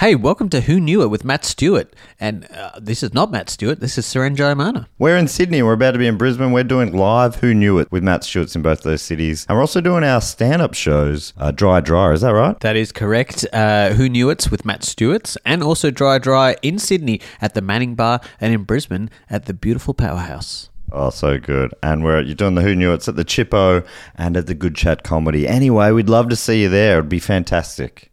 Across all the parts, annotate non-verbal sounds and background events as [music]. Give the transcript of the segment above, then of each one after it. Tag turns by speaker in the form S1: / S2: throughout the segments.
S1: Hey, welcome to Who Knew It with Matt Stewart. And uh, this is not Matt Stewart, this is Seren Jayamana.
S2: We're in Sydney. We're about to be in Brisbane. We're doing live Who Knew It with Matt Schultz in both those cities. And we're also doing our stand up shows, uh, Dry Dry. Is that right?
S1: That is correct. Uh, Who Knew It's with Matt Stewart's and also Dry Dry in Sydney at the Manning Bar and in Brisbane at the beautiful Powerhouse.
S2: Oh, so good. And we're you're doing the Who Knew It's at the Chippo and at the Good Chat Comedy. Anyway, we'd love to see you there. It'd be fantastic.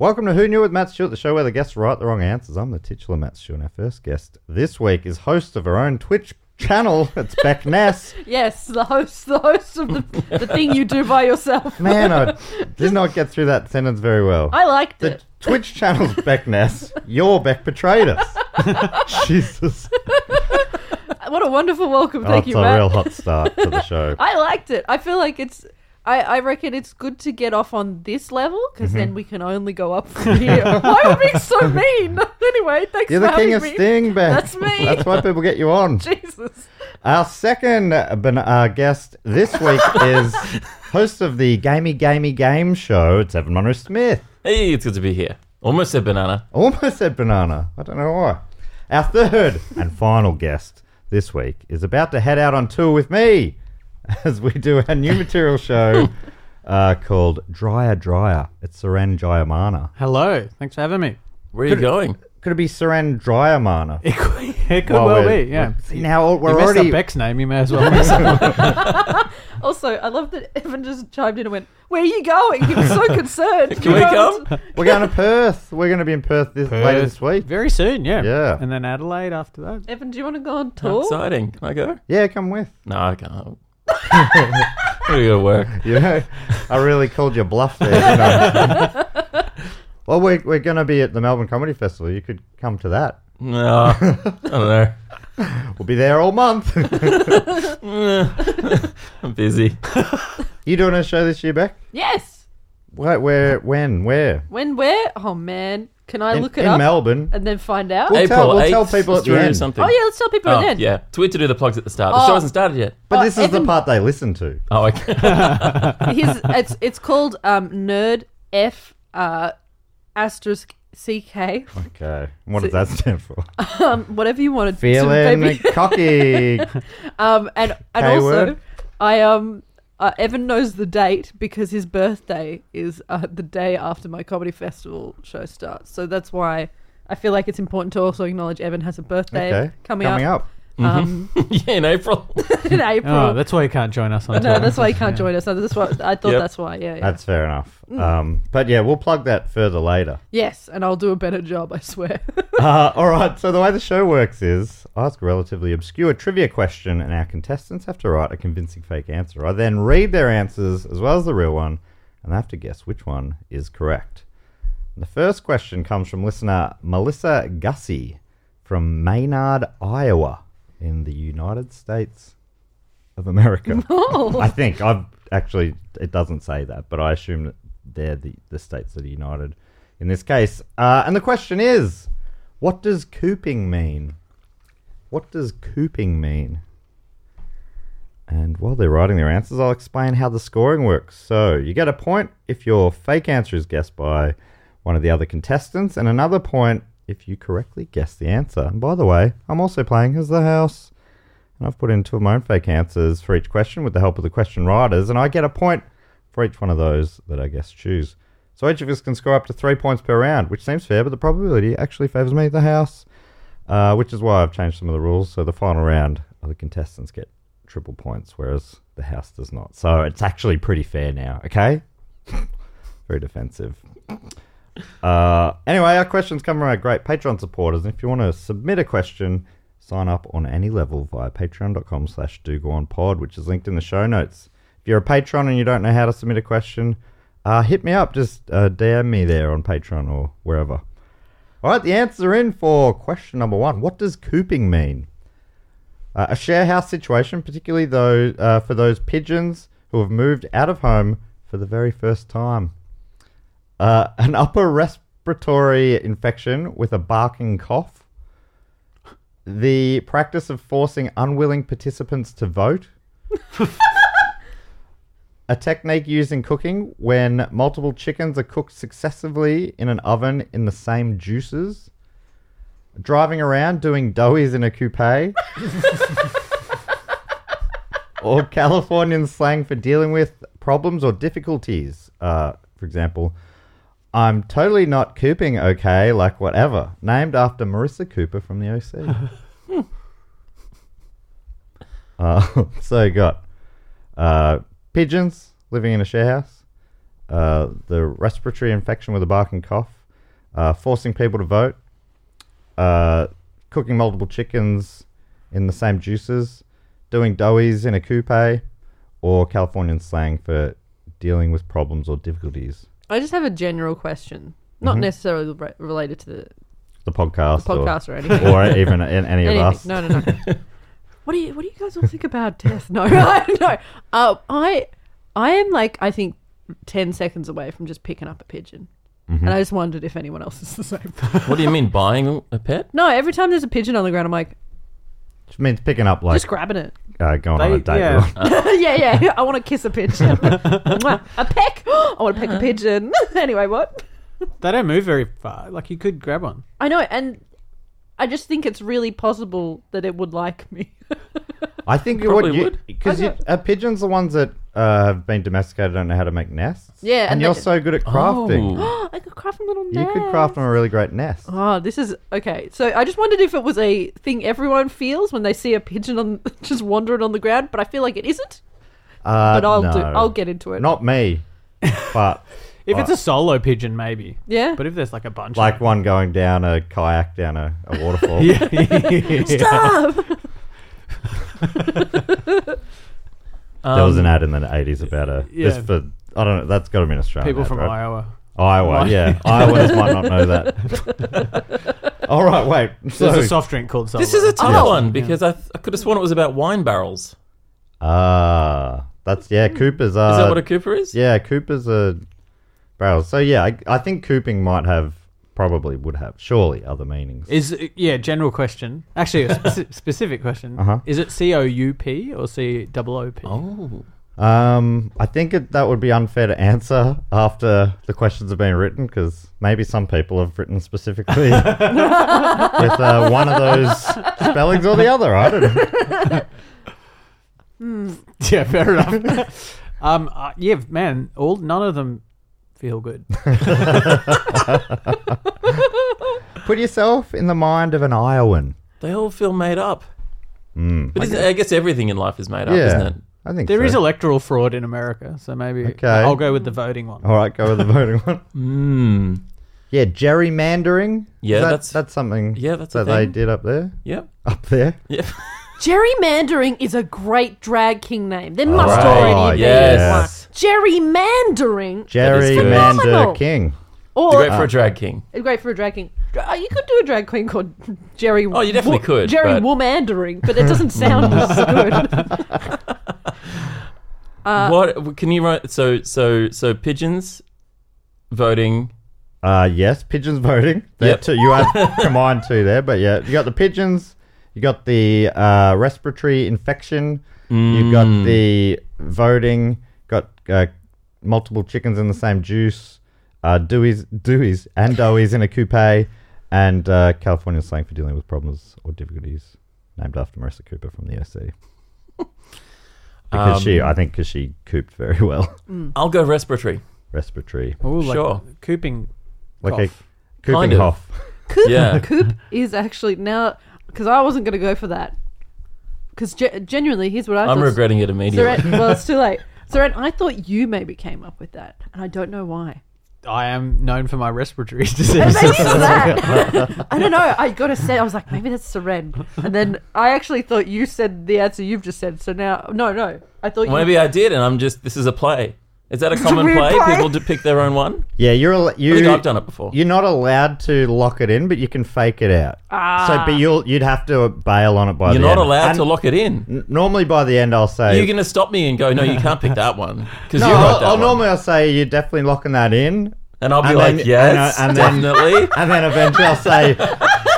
S2: Welcome to Who Knew with Matt Stewart, the show where the guests write the wrong answers. I'm the titular Matt Stewart, and our first guest this week is host of her own Twitch channel. It's Beck Ness.
S3: Yes, the host, the [laughs] host of the, the thing you do by
S2: [laughs]
S3: yourself.
S2: Man, I did not get through that sentence very well.
S3: I liked
S2: the
S3: it. [laughs]
S2: Twitch channel's Beck Ness. Your Beck betrayed us.
S3: [laughs]
S2: Jesus.
S3: What a wonderful welcome.
S2: Oh,
S3: Thank
S2: it's
S3: you,
S2: a
S3: Matt.
S2: real hot start to the show.
S3: [laughs] I liked it. I feel like it's. I, I reckon it's good to get off on this level because
S2: Mhm.
S3: then we can only go up from
S2: [laughs]
S3: here. Why am I being so mean? [laughs] anyway, thanks
S2: You're
S3: for
S2: the king
S3: having
S2: of
S3: me.
S2: Sting, Beck.
S3: That's
S2: [laughs]
S3: me.
S2: That's why people get you on.
S3: [laughs] Jesus.
S2: Our second uh, ben- uh, guest this week
S3: [laughs]
S2: is host of the Gamey Gamey Game show. It's Evan Monroe Smith.
S4: Hey, it's good to be here. Almost said banana.
S2: Almost said banana. I don't know why. Our third and final guest this week is about to head out on tour with me [laughs] as we do our new material
S5: [laughs]
S2: show uh, called Dryer Dryer. It's Saran Jayamana.
S5: Hello, thanks for having me.
S4: Where are you going?
S2: Could it be Saran Dryamana?
S5: It could, it could
S2: While
S5: well
S2: we're-
S5: be, yeah.
S2: See, now we're
S5: you messed
S2: already.
S5: up Beck's name, you may as well. mess up-
S3: Also, I love that Evan just chimed in and went, "Where are you going?" He
S2: [laughs]
S3: was so concerned.
S4: Can we come?
S2: [laughs] We're going to Perth. We're going to be in Perth, this, later this week.
S5: Very soon, yeah.
S2: Yeah.
S5: And then Adelaide after that.
S3: [laughs] Evan, do you want to go on
S4: How
S3: tour?
S4: exciting. Can I go?
S2: Yeah, come with.
S4: No, I can't. [laughs] I gotta go to work.
S5: [laughs]
S2: Yeah, I really called your bluff there. didn't I? well, we're, we're going to be at the Melbourne Comedy Festival. You could come to that.
S4: No, I don't know.
S2: We'll be there all month.
S3: [laughs]
S4: I'm busy.
S2: you doing a show this year, Beck?
S3: Yes.
S2: Where, where when, where?
S3: When? Where? Oh man, can I
S2: in
S3: look it
S2: in
S3: up Uh,
S2: Melbourne.
S3: and then find out?
S2: We'll tell-
S4: April
S2: we'll
S4: 8th,
S2: tell people at the
S4: Australia
S2: end.
S4: something.
S3: Oh yeah, let's tell people
S4: Oh,
S3: at the end.
S4: yeah. It's weird to do the plugs at the start. The show
S3: Oh.
S4: hasn't started yet.
S2: But
S3: Oh,
S2: this is the
S3: Evan-
S2: part they listen to.
S4: Oh, okay.
S3: His it's it's called um, Nerd F uh, asterisk CK.
S2: Okay. What does that stand for?
S3: [laughs] Um, whatever you want to do,
S2: Feeling
S3: baby. [laughs]
S2: cocky.
S3: Um, and and
S2: K
S3: also,
S2: word.
S3: I um. Uh, Evan knows the date because his birthday is uh, the day after my comedy festival show starts. So that's why I feel like it's important to also acknowledge Evan has a birthday
S2: Okay.
S3: coming,
S2: up.
S3: Um,
S4: [laughs]
S3: [laughs]
S4: yeah, in April.
S2: [laughs]
S3: in April.
S5: Oh, that's why you can't join us on
S3: no,
S5: tour.
S3: that's why you can't join us. That's what I thought.
S4: Yep.
S3: That's why. Yeah, Mm. yeah.
S2: That's fair enough. Um, but yeah, we'll plug that further later.
S3: Yes, and I'll do a better job, I swear.
S2: [laughs]
S3: [laughs]
S2: Uh, all right. So the way the show works is I ask a relatively obscure trivia question, and our contestants have to write a convincing fake answer. I then read their answers as well as the real one, and they have to guess which one is correct. The first question comes from listener Melissa Gussie from Maynard, Iowa, in the United States of America. I think I've actually it doesn't say that, but I assume that they're the, the states that are united in this case. Uh, and the question is, what does cooping mean? What does cooping mean? And while they're writing their answers, I'll explain how the scoring works. So you get a point if your fake answer is guessed by one of the other contestants, and another point if you correctly guess the answer. And by the way, I'm also playing as the house, and I've put in two of my own fake answers for each question with the help of the question writers, and I get a point for each one of those that I guess choose. So each of us can score up to three points per round, which seems fair, but the probability actually favours me, the house, uh, which is why I've changed some of the rules. So the final round, the contestants get triple points, whereas the house does [laughs] not. So it's actually pretty fair now, okay? Very defensive. Uh, anyway, our questions come from our great Patreon supporters. And if you want to submit a question, sign up on any level via patreon.com slash pod, which is linked in the show notes. If you're a patron and you don't know how to submit a question, uh, hit me up. Just uh, DM me there on Patreon or wherever. All right, the answers are in for question number one. What does cooping mean? Uh, a share house situation, particularly those, uh, for those pigeons who have moved out of home for the very first time. Uh, an upper respiratory infection with a barking cough. The practice of forcing unwilling participants to vote. a technique used in cooking when multiple chickens are cooked successively in an oven in the same juices. Driving around doing doughies in a coupe. or Californian slang for dealing with problems or difficulties. Uh, for example, I'm totally not cooping okay, like whatever. Named after Marissa Cooper from the OC. [laughs] uh, so you got uh, pigeons living in a share house, uh, the respiratory infection with a barking cough, uh, forcing people to vote, uh, cooking multiple chickens in the same juices, doing doughies in a coupe, or Californian slang for dealing with problems or difficulties.
S3: I just have a general question, not
S2: Mm-hmm.
S3: necessarily re- related to the
S2: The podcast, [laughs]
S3: podcast or anything.
S2: or, or even in any of
S3: Anything.
S2: us.
S3: No, no, no.
S2: [laughs]
S3: what do you What do you guys all think about death? No, [laughs] I no. Uh, I I am like I think ten seconds away from just picking up a pigeon,
S2: Mm-hmm.
S3: and I just wondered if anyone else is the same.
S4: What do you mean buying a pet?
S3: no, every time there's a pigeon on the ground, I'm like
S2: Which means picking up like
S3: just grabbing it. [laughs]
S2: uh, going on
S5: They-
S2: a date.
S5: yeah. Uh,
S2: with-
S3: yeah, yeah. I want to kiss
S2: [laughs]
S3: a pigeon. Mwah. a peck. [gasps] I want to peck a pigeon. [laughs] anyway, what?
S5: They don't move very far. Like you could grab one.
S3: I know, and I just think it's really possible that it would like me.
S2: I think you
S4: Probably
S2: would, you,
S4: would.
S2: because uh, pigeons are ones that uh, have been domesticated, don't know how to make nests.
S3: Yeah,
S2: and,
S3: and
S2: you're
S3: they-
S2: so good at crafting.
S3: [gasps]
S4: Oh.
S3: I could craft a little
S2: You
S3: nest.
S2: could craft them a really great nest.
S3: Oh, this is okay. So I just wondered if it was a thing everyone feels when they see a pigeon on [laughs] just wandering on the ground, but I feel like it isn't.
S2: Uh,
S3: But I'll do.
S2: no.
S3: I'll get into it.
S2: Not
S3: [laughs]
S2: me, but
S5: If it's a solo pigeon, maybe.
S3: Yeah.
S5: But if there's like a bunch,
S2: like
S5: of
S2: one going down a kayak down a, a
S5: [laughs]
S2: waterfall.
S3: Stop.
S5: um,
S2: There was an ad in the 80s about a.
S5: yeah.
S2: This for, I don't know. That's got to be an Australian.
S5: people
S2: ad,
S5: from
S2: right?
S5: Iowa.
S2: Iowa,
S4: [laughs]
S5: Mi-
S2: yeah. Iowans might not know that. All right, wait. So,
S5: There's a soft drink called Solo.
S4: [gasps] This is a tough one because I, th- I could have sworn it was about wine barrels.
S2: ah, that's yeah. Coopers are.
S4: Is that what a Cooper is?
S2: Uh, Yeah, Coopers are barrels. So yeah, I, I think cooping might have, probably would have, surely other meanings.
S5: Is yeah, general question.
S2: [laughs]
S5: Actually, a speci- specific question. Uh-huh. Is it C O U P or C double O P?
S4: Oh.
S2: Um, I think it, that would be unfair to answer after the questions have been written because maybe some people have written
S4: [laughs]
S2: specifically with uh, one of those spellings or the other. I don't know.
S5: [laughs] Yeah,
S2: [laughs]
S5: fair enough. um, uh, yeah, man, all none of them feel good.
S2: Put yourself in the mind of an Iowan.
S4: They all feel made up. But isn't, I guess everything in life is made up,
S2: Hmm. yeah,
S4: isn't it?
S2: I think
S5: There
S2: so.
S5: is electoral fraud in America, so maybe
S2: Okay.
S5: I'll go with the voting one.
S2: All right, go with the voting
S4: [laughs]
S2: one.
S4: Mm.
S2: Yeah, gerrymandering.
S4: Yeah,
S2: Is that,
S4: that's-
S2: that's something.
S4: yeah, that's
S2: that
S4: a
S2: they
S4: thing.
S2: did up there.
S4: Yep.
S2: Up there.
S4: Yep.
S3: Gerrymandering is a great drag king name. There must
S2: Right.
S3: already be
S4: Yes.
S3: one. Gerrymandering,
S4: is good.
S2: Gerrymander
S3: Phenomenal.
S2: King.
S3: or
S4: Great for a drag king.
S3: great for a drag king. Uh, you could do a drag queen called Jerry.
S4: Oh, you definitely could,
S3: Jerry
S4: but-
S3: Womandering, but it doesn't sound as good.
S4: Uh, what can you write? So so so pigeons voting.
S2: Uh, yes, pigeons [laughs] voting. There
S4: Yep.
S2: too. You
S4: [laughs]
S2: had combined two there, but yeah, you got the pigeons. You got the uh, respiratory infection. You
S4: Mm.
S2: got the voting. Got uh, multiple chickens in the same juice. Uh, Dewey's, Dewey's, and Dewey's in a coupe, and uh, California slang for dealing with problems or difficulties, named after Marissa Cooper from the OC. Because she,
S4: Um,
S2: I think, because she cooped very well. [laughs]
S4: I'll go respiratory.
S2: respiratory,
S5: Ooh, like
S4: Sure.
S5: Cooping.
S2: Oh, like
S5: Cough.
S2: a cooping
S4: Kind of.
S2: cough.
S3: Coop,
S4: Yeah.
S3: Coop is actually now because I wasn't going to go for that because ge- genuinely, here's what I
S4: I'm
S3: thought.
S4: regretting it immediately. [laughs]
S3: Soren- well, it's too late. Soren, I thought you maybe came up with that, and I don't know why.
S5: I am known for my respiratory [laughs]
S3: And
S5: disease.
S3: maybe it's that. [laughs] I don't know. I gotta say, I was like, maybe that's Seren. And then I actually thought you said the answer you've just said. So now, no, no, I thought you.
S4: Maybe I did, and I'm just. This is a play. Is that a
S3: a
S4: common
S3: weird
S4: play?
S3: play.
S4: People to pick their own one.
S2: Yeah, you're al- you.
S4: I think I've done it before.
S2: You're not allowed to lock it in, but you can fake it out. Ah. So, but you'll you'd have to bail on it by
S4: You're
S2: the
S4: not
S2: end.
S4: allowed
S2: And
S4: to lock it in.
S2: n- Normally, by the end, I'll say.
S4: You're going to stop me and go, no, you can't pick that one because
S2: no,
S4: you wrote
S2: I'll,
S4: that
S2: I'll
S4: one.
S2: normally I'll say you're definitely locking that in,
S4: and I'll be
S2: and
S4: like,
S2: then-
S4: yes,
S2: and, uh, and then-
S4: definitely.
S2: [laughs] and then eventually I'll say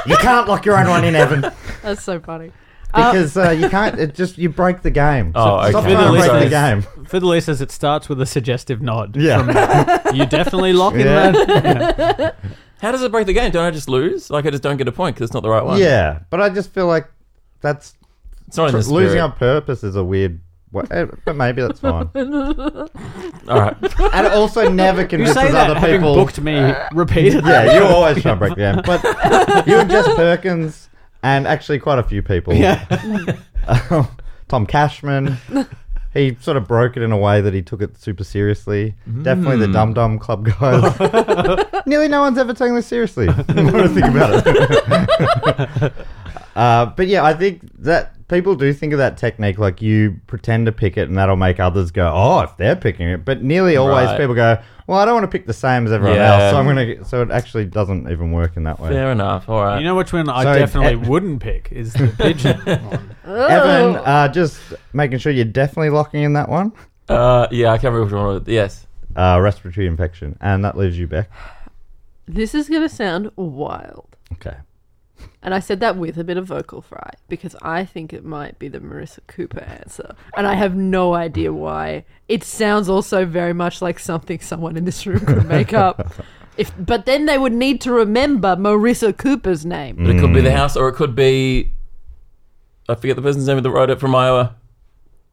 S2: you can't lock your own one in, Evan,
S3: That's so funny.
S2: because uh, you can't. It just you break the game. So
S4: Oh,
S2: Stop [laughs]
S4: okay.
S2: trying to break
S4: Sorry.
S2: the game.
S5: Fiddler says it starts with a suggestive nod.
S2: Yeah,
S5: You definitely lock in
S2: Yeah.
S5: that.
S4: How does it break the game? Don't I just lose? Like I just don't get a point because it's not the right one.
S2: yeah. But I just feel like that's
S4: it's not in the spirit.
S2: losing on purpose is a weird. Way, eh, but maybe that's fine.
S4: All right.
S2: [laughs] and it also
S5: [laughs]
S2: never
S5: You
S2: convinces
S5: say that
S2: other
S5: having
S2: people.
S5: booked me
S2: [laughs]
S5: repeatedly. [laughs]
S2: yeah, you always try and break them. But you and Jess Perkins, and actually quite a few people.
S5: Yeah.
S2: [laughs] Tom Cashman. He sort of broke it in a way that he took it super seriously. Definitely the
S4: Hmm.
S2: Dum Dum Club guys.
S4: [laughs]
S2: Nearly no one's ever taken this seriously. [laughs] When I think about it. [laughs] uh, but yeah, I think that people do think of that technique like you pretend to pick it, and that'll make others go, "Oh, if they're picking it." But nearly always
S4: Right.
S2: people go, "Well, I don't want to pick the same as everyone
S4: Yeah.
S2: else, so I'm gonna." So it actually doesn't even work in that way.
S4: Fair enough. All right.
S5: You know which one I
S2: So,
S5: definitely
S2: eh,
S5: wouldn't pick is the
S2: [laughs]
S5: pigeon one.
S2: Evan,
S3: Oh.
S2: uh, just making sure you're definitely locking in that one.
S4: uh, yeah, I can't remember which one. it was. Yes.
S2: Uh, respiratory infection, and that leaves you back.
S3: This is gonna sound wild,
S2: Okay.
S3: and I said that with a bit of vocal fry because I think it might be the Marissa Cooper answer, and I have no idea why. It sounds also very much like something someone in this room could make up. If, but then they would need to remember Marissa Cooper's name.
S4: But it could be the house, or it could be. I forget the person's name that wrote it from Iowa.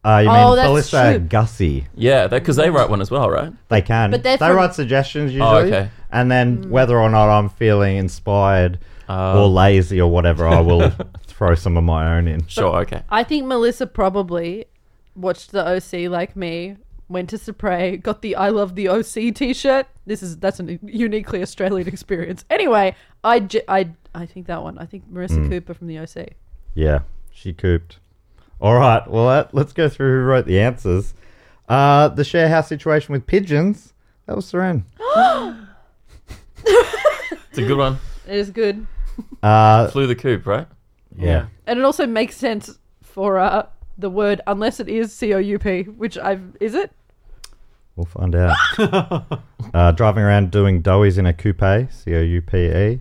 S2: Uh, you
S3: Oh,
S2: mean
S3: that's
S2: Ballista
S3: true.
S2: Gussie?
S4: Yeah, because they wrote one as well, right?
S2: They can.
S3: But
S2: they
S3: they're from- Hmm.
S2: write suggestions usually,
S4: Oh, okay.
S2: and then whether or not I'm feeling inspired or lazy or whatever, I will throw some of my own in.
S4: Sure. Okay.
S3: I think Melissa probably watched the OC like me, went to Supre, got the I love the OC t-shirt. This is that's a uniquely Australian experience. Anyway, I j- I I think that one. I think Marissa Cooper from the OC.
S2: Yeah, she cooped. All right. Well, that, let's go through who wrote the answers. Uh, the share house situation with pigeons. That was Seren.
S4: It's a good one.
S3: It is good.
S2: Uh,
S4: Flew the coop, right?
S2: yeah.
S3: And it also makes sense for uh the word unless it is C O U P, which I've is it?
S2: We'll find out. uh, driving around doing doughies in a coupe, C O U P E,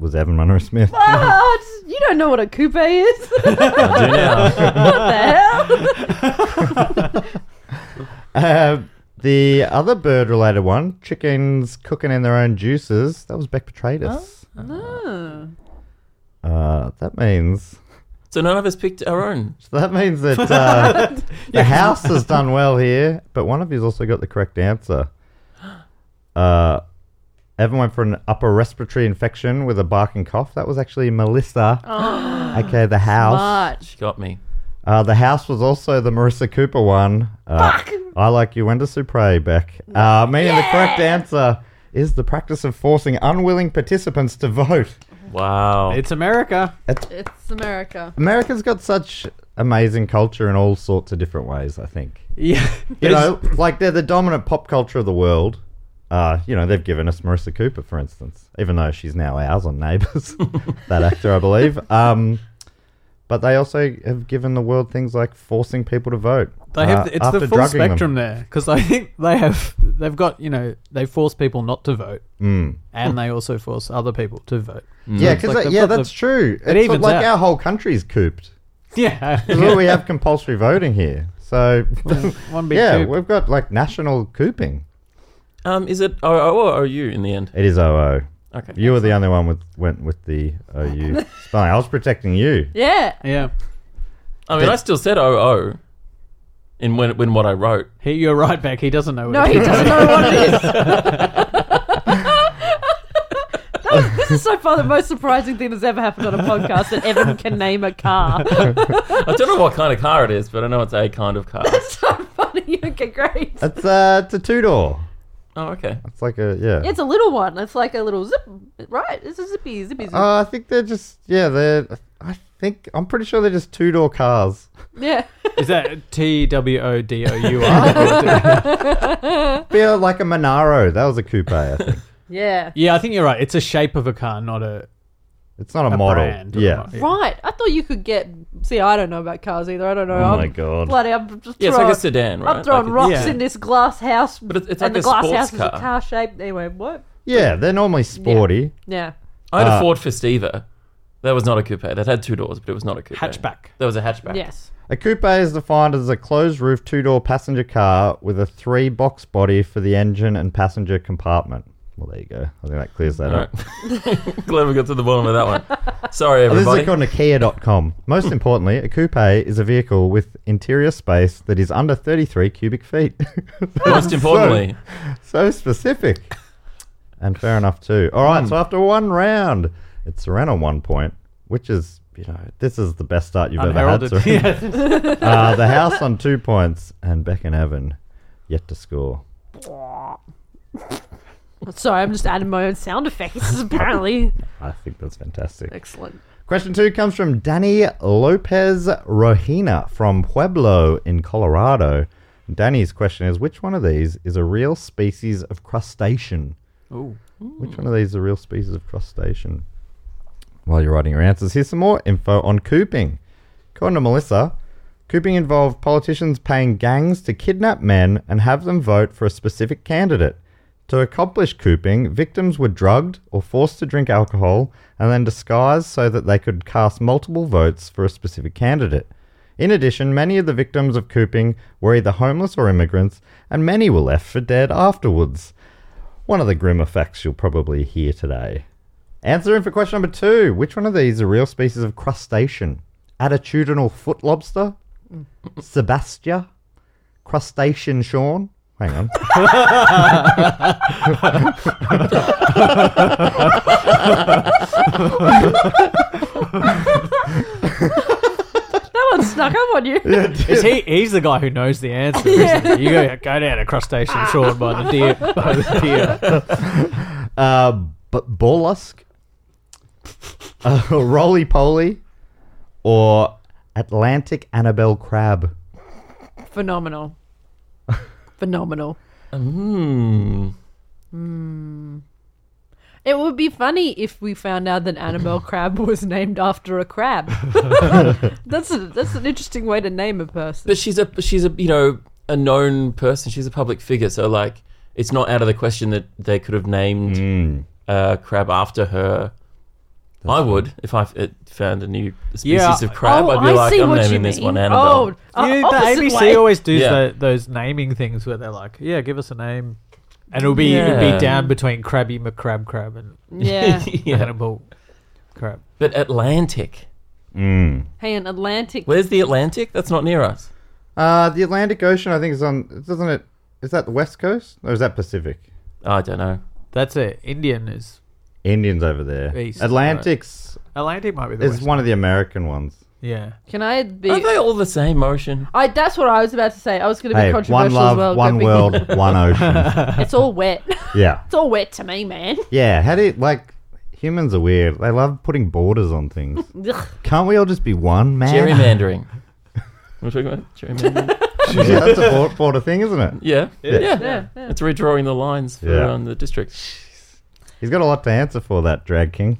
S2: was Evan Munro Smith.
S3: Ah, it's- you don't know what a coupe is.
S4: [laughs] I do now.
S3: [laughs] what the hell?
S4: [laughs]
S3: [laughs]
S2: Uh, the other bird related one, chickens cooking in their own juices, that was Beck Petratus.
S3: Oh.
S2: Uh, that means.
S4: so none of us picked our own.
S2: So that means that uh, the house has done well here, but one of you's also got the correct answer. [gasps] Uh, Evan went for an upper respiratory infection with a barking cough. That was actually Melissa, [gasps] okay, the house.
S3: Much.
S4: Got me.
S2: Uh, the house was also the Marissa Cooper one. Uh, I like you went to Supre, Beck. Uh, meaning the correct answer is the practice of forcing unwilling participants to vote.
S4: Wow.
S5: It's America. [laughs]
S3: It's America.
S2: America's got such amazing culture in all sorts of different ways, I think.
S5: Yeah.
S2: You know, like they're the dominant pop culture of the world. Uh, you know, they've given us Marissa Cooper, for instance, even though she's now ours on Neighbours, [laughs] that actor, I believe. Um, but they also have given the world things like forcing people to vote.
S5: They have
S2: uh,
S5: it's
S2: after
S5: the full
S2: drugging them.
S5: spectrum there. 'Cause there because I think [laughs] they have they've got you know they force people not to vote and they also force other people to vote.
S2: Mm.
S5: [laughs]
S2: Yeah, because
S5: Like they've
S2: yeah,
S5: got the-
S2: that's true. It's
S5: evens
S2: like
S5: out.
S2: our whole country's
S5: [laughs]
S2: cooped.
S5: Yeah,
S2: 'Cause we have compulsory voting here, so
S5: one big
S2: yeah,
S5: coup.
S2: we've got like national cooping.
S4: Um, is it OO or OU in the end?
S2: It is OO.
S4: Okay.
S2: You were the only one with went with the
S5: [laughs]
S2: OU spelling. I was protecting you.
S3: Yeah.
S5: yeah.
S4: I mean, I still said OO in when, when what I wrote.
S5: He, you're right, Beck. He doesn't know. What
S3: No,
S5: it
S3: he
S5: is.
S3: doesn't know what it is. [laughs] That was- this is so far the most surprising thing that's ever happened on a podcast that Evan can name a car.
S4: [laughs] I don't know what kind of car it [laughs] is, but I know it's a kind of car.
S3: so funny. [laughs] Okay, great.
S2: It's uh, it's a two door.
S4: Oh, okay.
S2: It's like a yeah.
S3: It's a little one. It's like a little zip, right? It's a zippy, zippy, zip.
S2: Uh, I think they're just yeah. They're I think I'm pretty sure they're just two door cars.
S3: yeah.
S5: Is that T W O D O U
S3: [laughs]
S5: R?
S2: Feel like a Monaro. That was a coupe. I think
S3: yeah.
S5: yeah, I think you're right. It's a shape of a car, not a.
S2: it's not a,
S5: A
S2: model.
S5: brand or
S2: yeah.
S5: not.
S3: Right. I thought you could get. See, I don't know about cars either. I don't know.
S2: Oh
S3: I'm
S2: my God.
S3: Bloody, I'm just
S4: Yeah, it's
S3: throwing,
S4: like a sedan, right?
S3: I'm throwing
S4: Like a-
S3: rocks
S5: yeah.
S3: in this glass house. But
S4: it's- it's
S3: and
S4: like
S3: the
S4: a
S3: glass
S4: sports
S3: house is a
S4: car.
S3: car shaped. Anyway, what?
S2: Yeah, they're normally sporty.
S3: Yeah.
S4: I had
S2: Uh,
S4: a Ford Festiva. That was not a coupe. That had two doors, but it was not a coupe.
S5: Hatchback.
S4: That was a hatchback.
S3: Yes.
S2: A coupe is defined as a closed roof two door passenger car with a three box body for the engine and passenger compartment. Well, there you go. I think that clears that
S4: All
S2: up.
S4: right. [laughs] Glad we got to the bottom of that one. Sorry,
S2: [laughs] This is
S4: everybody. Hmm.
S2: according to Kia.com. Most importantly, a coupe is a vehicle with interior space that is under 33 cubic feet.
S4: [laughs] Most importantly,
S2: so specific. And fair enough, too. All right,
S4: Hmm.
S2: so after one round, it's Serena one point, which is, you know, this is the best start you've ever had.
S5: Unheralded.
S2: Serena.
S4: [laughs]
S5: [laughs] Yeah.
S2: [laughs] uh, the house on two points, and Beck and Evan yet to score.
S3: Sorry, I'm just adding my own sound effects. [laughs] Apparently,
S2: I think that's fantastic.
S3: excellent.
S2: Question two comes from Danny Lopez Rojina from Pueblo in Colorado. Danny's question is Which one of these is a real species of crustacean?
S5: Ooh.
S2: Which one of these is a real species of crustacean? While you're writing your answers, here's some more info on cooping. According to Melissa, cooping involved politicians paying gangs to kidnap men and have them vote for a specific candidate. To accomplish cooping, victims were drugged or forced to drink alcohol and then disguised so that they could cast multiple votes for a specific candidate. In addition, many of the victims of cooping were either homeless or immigrants, and many were left for dead afterwards one of the grimmer facts you'll probably hear today. Answering for question number two Which one of these are real species of crustacean? Attitudinal foot lobster? Sebastia? Crustacean Sean? Hang on. [laughs]
S3: That one snuck up on you.
S4: [laughs]
S5: Is he? He's the guy who knows the answer. isn't he? You go go down to crustacean shore by the deer. By the deer.
S2: Uh, B- Borlusk? Uh, [laughs] Roly Poly? Or Atlantic Annabelle Crab?
S4: [laughs]
S3: Phenomenal. Phenomenal.
S4: hmm.
S3: Hmm. It would be funny if we found out that
S4: [laughs]
S3: Annabelle Crab was named after a crab. that's a, that's an interesting way to name a person.
S4: But she's a she's a you know a known person. She's a public figure, so like it's not out of the question that they could have named
S2: Hmm.
S4: uh, crab after her. I would if I f- it found a new species
S5: Yeah.
S4: of crab. I'd be like, I'm naming this one Annabelle.
S3: Oh, uh,
S5: You- the
S3: opposite
S5: ABC
S3: way.
S5: always does
S4: Yeah.
S5: tho- those naming things where they're like, "Yeah, give us a name," and it'll be it'll
S4: Yeah.
S5: be down between Krabby McCrab Crab and
S4: [laughs]
S3: Yeah.
S4: [laughs] yeah.
S5: Hannibal Crab.
S4: But Atlantic,
S2: Mm.
S3: hey, an Atlantic.
S4: where's the Atlantic? That's not near us.
S2: Uh, the Atlantic Ocean, I think, is on. Doesn't it? Is that the West Coast? Or is that Pacific?
S4: I don't know.
S5: That's it. Indian is
S2: Indians over there.
S5: East,
S2: Atlantic's
S5: Atlantic might be the
S2: is
S5: West.
S2: one of the American ones.
S5: Yeah.
S3: Can I be?
S4: Are they all the same ocean?
S3: I, that's what I was about to say. I was going to be
S2: Hey,
S3: controversial
S2: one love,
S3: as well.
S2: one
S3: Don't be-
S2: world,
S3: [laughs]
S2: one ocean.
S3: It's all wet. [laughs]
S2: Yeah,
S3: It's all wet to me,
S4: [laughs]
S3: man.
S2: yeah. How do you, like humans are weird? They love putting borders on things.
S3: Ugh.
S2: Can't we all just be one man?
S4: Gerrymandering. We're talking about gerrymandering.
S2: [laughs] yeah, that's a bor- border thing, isn't it?
S4: yeah.
S2: Yeah.
S4: Yeah.
S3: Yeah, yeah.
S4: It's redrawing the lines for
S2: Yeah.
S4: um,
S3: [laughs]
S4: the district.
S2: He's got a lot to answer for that drag king.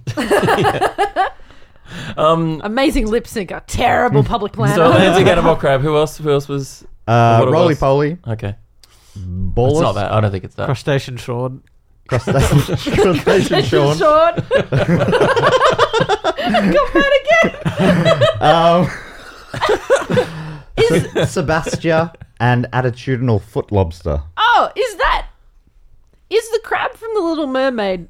S4: Um,
S3: Amazing lip syncer, terrible public planner.
S4: so Atlantic Animal Crab. Who else? Who else was?
S2: Uh,
S4: What it
S2: Roly
S4: was.
S2: poly,
S4: Okay, it's not
S2: ballers,
S4: that. I don't think it's that.
S5: Crustacean Sean.
S2: [laughs] crustacean, crustacean Sean.
S3: [laughs] Sean. Come out again.
S2: Um, [laughs] Sebastia and attitudinal foot lobster.
S3: Oh, is that? Is the crab from the Little Mermaid?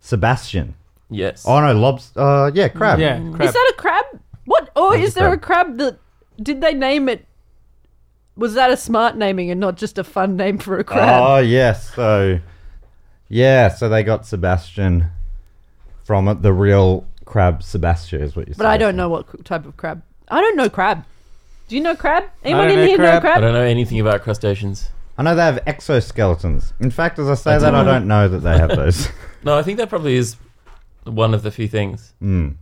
S2: Sebastian.
S4: Yes.
S2: Oh no, lobster. Uh, yeah, crab.
S5: Yeah. Crab.
S3: Is that a crab? What? Or
S2: That's
S3: is
S2: a
S3: there a crab that? Did they name it? Was that a smart naming and not just a fun name for a crab?
S2: Oh yes, so yeah, so they got Sebastian from it, the real crab Sebastian is what you
S3: but I don't know what c- type of crab. I don't know crab. Do you know crab? Anyone in
S5: don't know
S3: here
S5: crab.
S3: know
S4: I
S3: crab?
S4: don't know anything about crustaceans.
S2: I know they have exoskeletons. In fact, as I say that, I don't know that they have
S3: [laughs]
S2: those.
S4: No, I think that probably is one of the few things.
S2: Mm.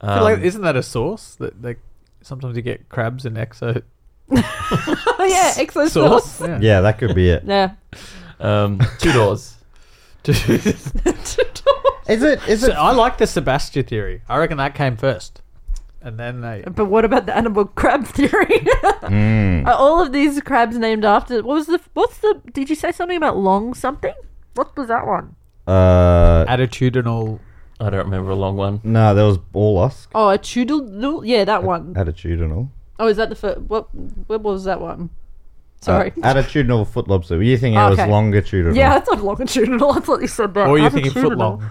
S5: I feel like-
S4: Um,
S5: isn't that a source that they sometimes you get crabs in exo [laughs]
S3: Oh [laughs] yeah, exo
S5: sauce?
S3: sauce.
S5: Yeah.
S2: Yeah, that could be
S3: [laughs]
S2: it.
S3: Yeah.
S4: um, two doors. [laughs]
S3: [laughs]
S2: Is it? Is
S5: So
S2: it?
S5: I like the Sebastian theory. I reckon that came first, and then they.
S3: But what about the animal [laughs] crab theory? Are all of these crabs named after? What was the? What's the? Did you say something about long something? What was that one?
S2: Uh,
S5: Attitudinal.
S4: I don't remember a long one.
S2: no, there was Borlosk.
S3: Oh, a toodle. Yeah, that one.
S2: Attitudinal.
S3: Oh, is that the first? What? What was that one? Sorry.
S2: Uh, attitudinal foot lobster. You think it was
S3: Okay.
S2: longitudinal?
S3: yeah, I thought longitudinal. I thought you said uh, that.
S5: Or you're thinking
S3: Attitudinal.
S5: footlong.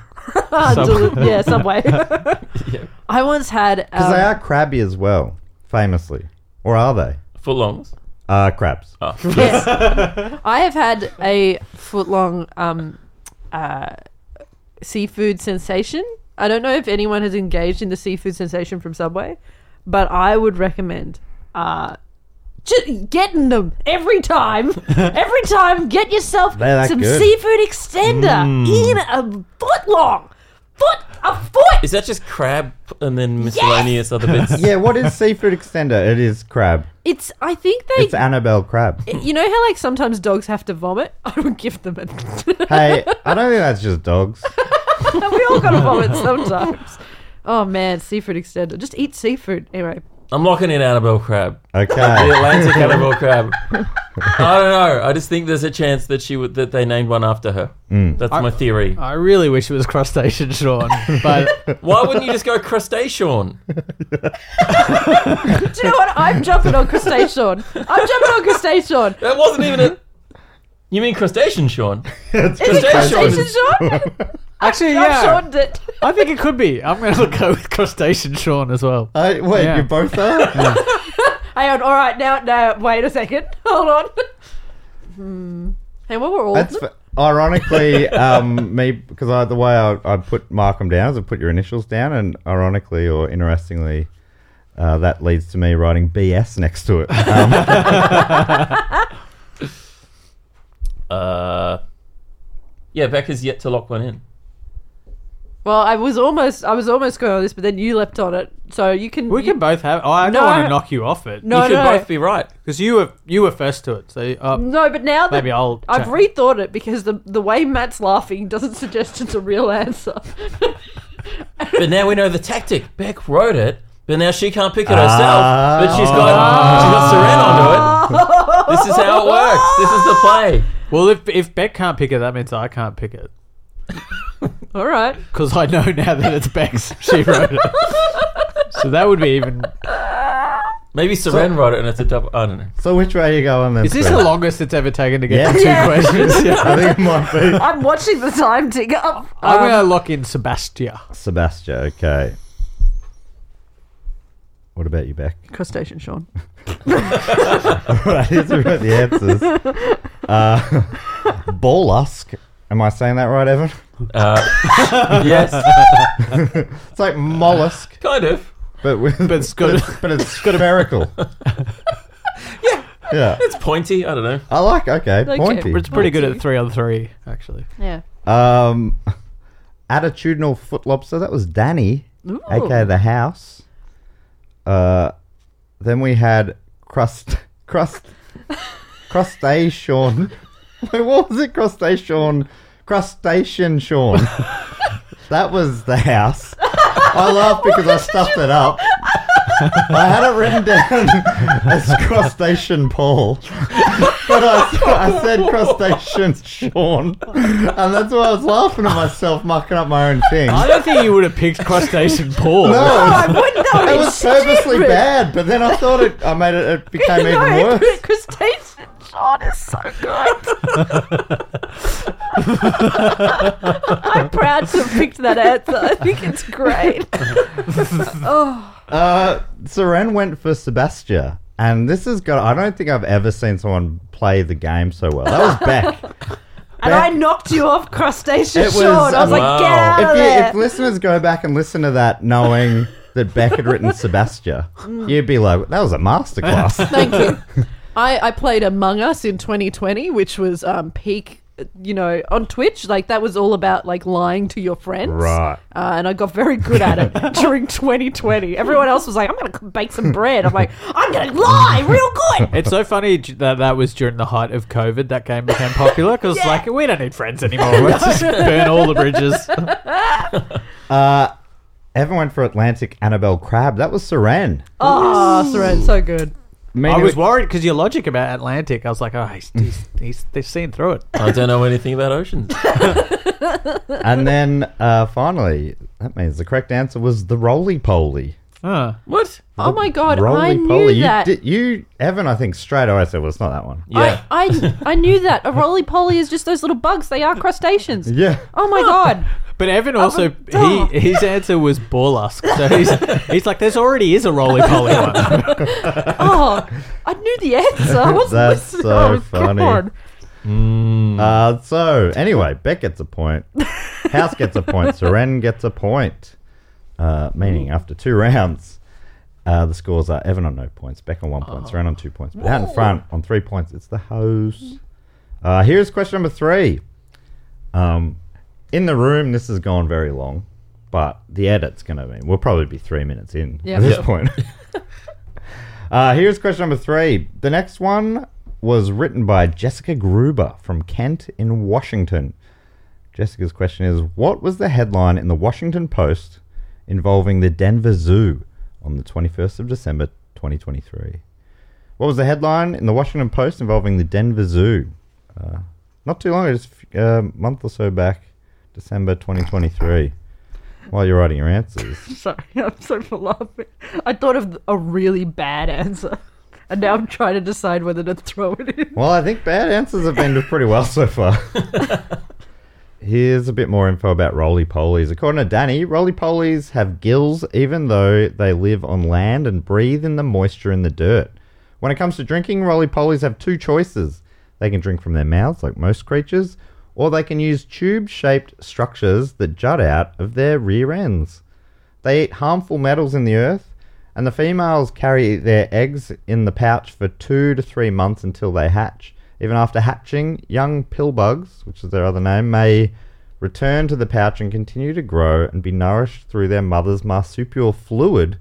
S3: Delu- uh, yeah, subway.
S4: Yeah,
S3: I once had.
S2: because
S3: Um,
S2: they are crabby as well, famously. Or are they?
S4: foot longs.
S2: Uh, crabs.
S3: yes. I have had a footlong um, uh, seafood sensation. I don't know if anyone has engaged in the seafood sensation from Subway, but I would recommend uh, ju- getting them every time. every time, get yourself
S2: They're that
S3: some
S2: good. Mm.
S3: seafood extender in a footlong. Foot, a foot.
S4: Is that just crab and then miscellaneous other bits?
S2: yeah, what is seafood extender? It is crab.
S3: It's. I think they.
S2: It's Annabelle crab.
S3: you know how like sometimes dogs have to vomit. [laughs] I would give them a.
S2: hey, I don't think that's just dogs.
S3: [laughs] we all gotta
S5: [laughs]
S3: vomit sometimes. Oh man, seafood extender. Just eat seafood. Anyway,
S4: I'm locking in Annabelle crab. The
S2: Okay.
S4: Atlantic Annabelle crab. I don't know. I just think there's a chance that she would that they named one after her. That's my theory.
S5: I really wish it was crustacean, Sean. But
S4: Why wouldn't you just go crustacean?
S3: do
S5: [laughs]
S3: you know what? I'm jumping on crustacean. I'm jumping on crustacean.
S4: That wasn't even a. You mean crustacean, Sean?
S2: It's
S3: Is it
S4: Crustacean.
S3: crustacean Sean?
S5: [laughs] actually,
S3: I've
S5: yeah,
S3: shortened it.
S5: I think it could be. I'm going to [laughs] go with crustacean, Sean, as well.
S3: Uh,
S2: I, wait,
S5: Yeah.
S2: you both are?
S3: Hang on. All right, now, now, wait a second. [laughs] Hold on. Hmm. Hey, what were all? of
S2: That's
S3: them?
S2: fa- ironically um, me because I, the way I, I put Markham down is I put your initials down, and ironically or interestingly, uh, that leads to me writing BS next to it.
S5: [laughs]
S2: Um,
S4: Uh, yeah, Becca's yet to lock one in.
S3: well, I was almost, I was almost going on this, but then you leapt on it. So you can.
S5: We
S3: you-
S5: can both have. Oh, I
S3: No.
S5: don't want to knock you off it.
S3: No,
S4: you could
S3: no.
S4: both be right.
S5: because you were you were first to it. So uh,
S3: No, but now that
S5: Maybe I'll
S3: I've
S5: check.
S3: rethought it because the the way Matt's laughing doesn't [laughs] suggest it's a real answer. [laughs]
S4: But now we know the tactic. Beck wrote it, but now she can't pick it herself.
S2: Ah.
S4: but she's got she got Seren onto it. This is how it works. This is the play.
S5: well, if if Beck can't pick it, that means I can't pick it
S3: all right.
S5: because I know now that it's Beck's. [laughs] She wrote it. So that would be even.
S4: Maybe Seren wrote it and it's a double. I don't know.
S2: so which way are you going then?
S5: Is this
S2: Sue?
S5: the longest it's ever taken to
S2: Yeah.
S5: get to two
S3: Yeah. [laughs]
S5: questions? Yeah.
S2: I think it might
S5: [laughs]
S2: be
S3: I'm watching the time tick up. Um,
S5: I'm going to lock in Sebastia.
S2: Sebastian. Okay. What about you, Beck? [laughs]
S3: crustacean Sean.
S2: Right, here's about the answers. Uh,
S5: [laughs]
S2: [laughs] Bollusk. Am I saying that right, Evan?
S4: Uh, [laughs] yes,
S2: It's like mollusk,
S4: kind of.
S2: [laughs] but with,
S5: But it's got a-
S2: but it's
S5: [laughs]
S2: spherical. [laughs] yeah, yeah.
S4: It's pointy. I don't know.
S2: I like okay, pointy.
S5: But it's pretty good at three on three, actually.
S3: Yeah.
S2: Um, attitudinal foot lobster. That was Danny,
S3: Ooh.
S2: aka the house. Uh, then we had crust, [laughs] crust, crustacean. [laughs] Wait, what was it? Crustacean, crustacean Sean. that was the house. I laugh because I stuffed it
S3: [laughs]
S2: up. I had it written down [laughs] as crustacean Paul, but I, I said crustacean Sean, and that's why I was laughing at myself mucking up my own thing.
S5: I don't think you would have picked Crustacean Paul.
S2: No,
S3: I wouldn't know.
S2: [laughs] it was purposely bad, but then I thought it. I made it. It
S3: [laughs]
S2: became even worse.
S3: Crustacean Sean is so
S2: [laughs]
S3: good. I'm proud to have picked that answer. I think it's great.
S2: Uh, Seren went for Sebastia, and this has got. I don't think I've ever seen someone play the game so well. That was Beck.
S3: And I knocked you off Crustacean
S2: It was-
S3: Sean. I was
S4: Wow.
S3: like, get out
S2: if,
S3: of
S2: you,
S3: there.
S2: if listeners go back and listen to that,
S3: Mm. [laughs]
S2: knowing that Beck had written Sebastia, you'd be like, "That was a masterclass."
S3: Thank you. I, I played Among Us in 2020, which was um, peak, you know, on Twitch. Like that was all about like lying to your friends,
S2: Right.
S3: Uh, and I got very good at
S2: [laughs]
S3: it during 2020. Everyone else was like, "I'm gonna bake some bread." I'm like, "I'm gonna lie real good."
S5: It's so funny j- that that was during the height of COVID that game became popular because
S3: Yeah.
S5: like we don't need friends anymore. Let's
S3: [laughs]
S5: just burn all the bridges.
S2: Evan went for Atlantic Annabelle Crab. That was Saran.
S3: Oh, Seren, so good.
S5: I was worried because your logic about Atlantic. I was like, oh, he's
S3: Mm.
S5: he's, he's they've seen
S3: [laughs]
S5: through it.
S4: I don't know anything about oceans.
S2: and then uh, finally, that means the correct answer was the roly poly.
S5: Huh.
S4: what?
S3: Oh my god, I
S2: Roly
S3: knew
S2: poly. You,
S3: that.
S2: did- you, Evan, I think straight away said, well, it's not that one.
S4: Yeah.
S3: I, I I knew that.
S2: [laughs]
S3: A roly poly is just those little bugs. They are crustaceans.
S2: Yeah.
S3: Oh
S2: [laughs]
S3: my god.
S5: But Evan also
S3: dumb.
S5: he [laughs] his answer was Borlusk.
S3: [laughs]
S5: So he's he's like, there's already is a roly poly one.
S3: Oh, I knew the answer. I wasn't
S2: That's
S3: listening.
S2: so
S3: oh,
S2: funny.
S3: God.
S2: Uh, so, anyway, Beck gets a point. House gets a point. Seren gets a point. Uh, meaning, after two [laughs] rounds, uh, the scores are Evan on no points, Beck on one point, Seren on two points. But out in front on three points, it's the host. Uh, here's question number three. Um, in the room, this has gone very long, but the edit's going to be, we'll probably be three minutes in
S3: Yeah.
S2: at this
S3: Yeah.
S2: point. uh, here's question number three. The next one was written by Jessica Gruber from Kent in Washington. Jessica's question is What was the headline in the Washington Post involving the Denver Zoo on the 21st of December 2023? What was the headline in the Washington Post involving the Denver Zoo? Uh, not too long, just a f- uh, month or so back, December 2023. While you're writing your answers,
S3: [laughs] Sorry, I'm so for laughing. I thought of a really bad answer. And now I'm trying to decide whether to throw it in.
S2: well, I think bad answers have been pretty well so far. Here's a bit more info about roly polies. According to Danny, roly polies have gills even though they live on land and breathe in the moisture in the dirt. When it comes to drinking, roly polies have two choices. They can drink from their mouths, like most creatures, or they can use tube shaped structures that jut out of their rear ends. They eat harmful metals in the earth, and the females carry their eggs in the pouch for two to three months until they hatch. Even after hatching, young pill bugs, which is their other name, may return to the pouch and continue to grow and be nourished through their mother's marsupial fluid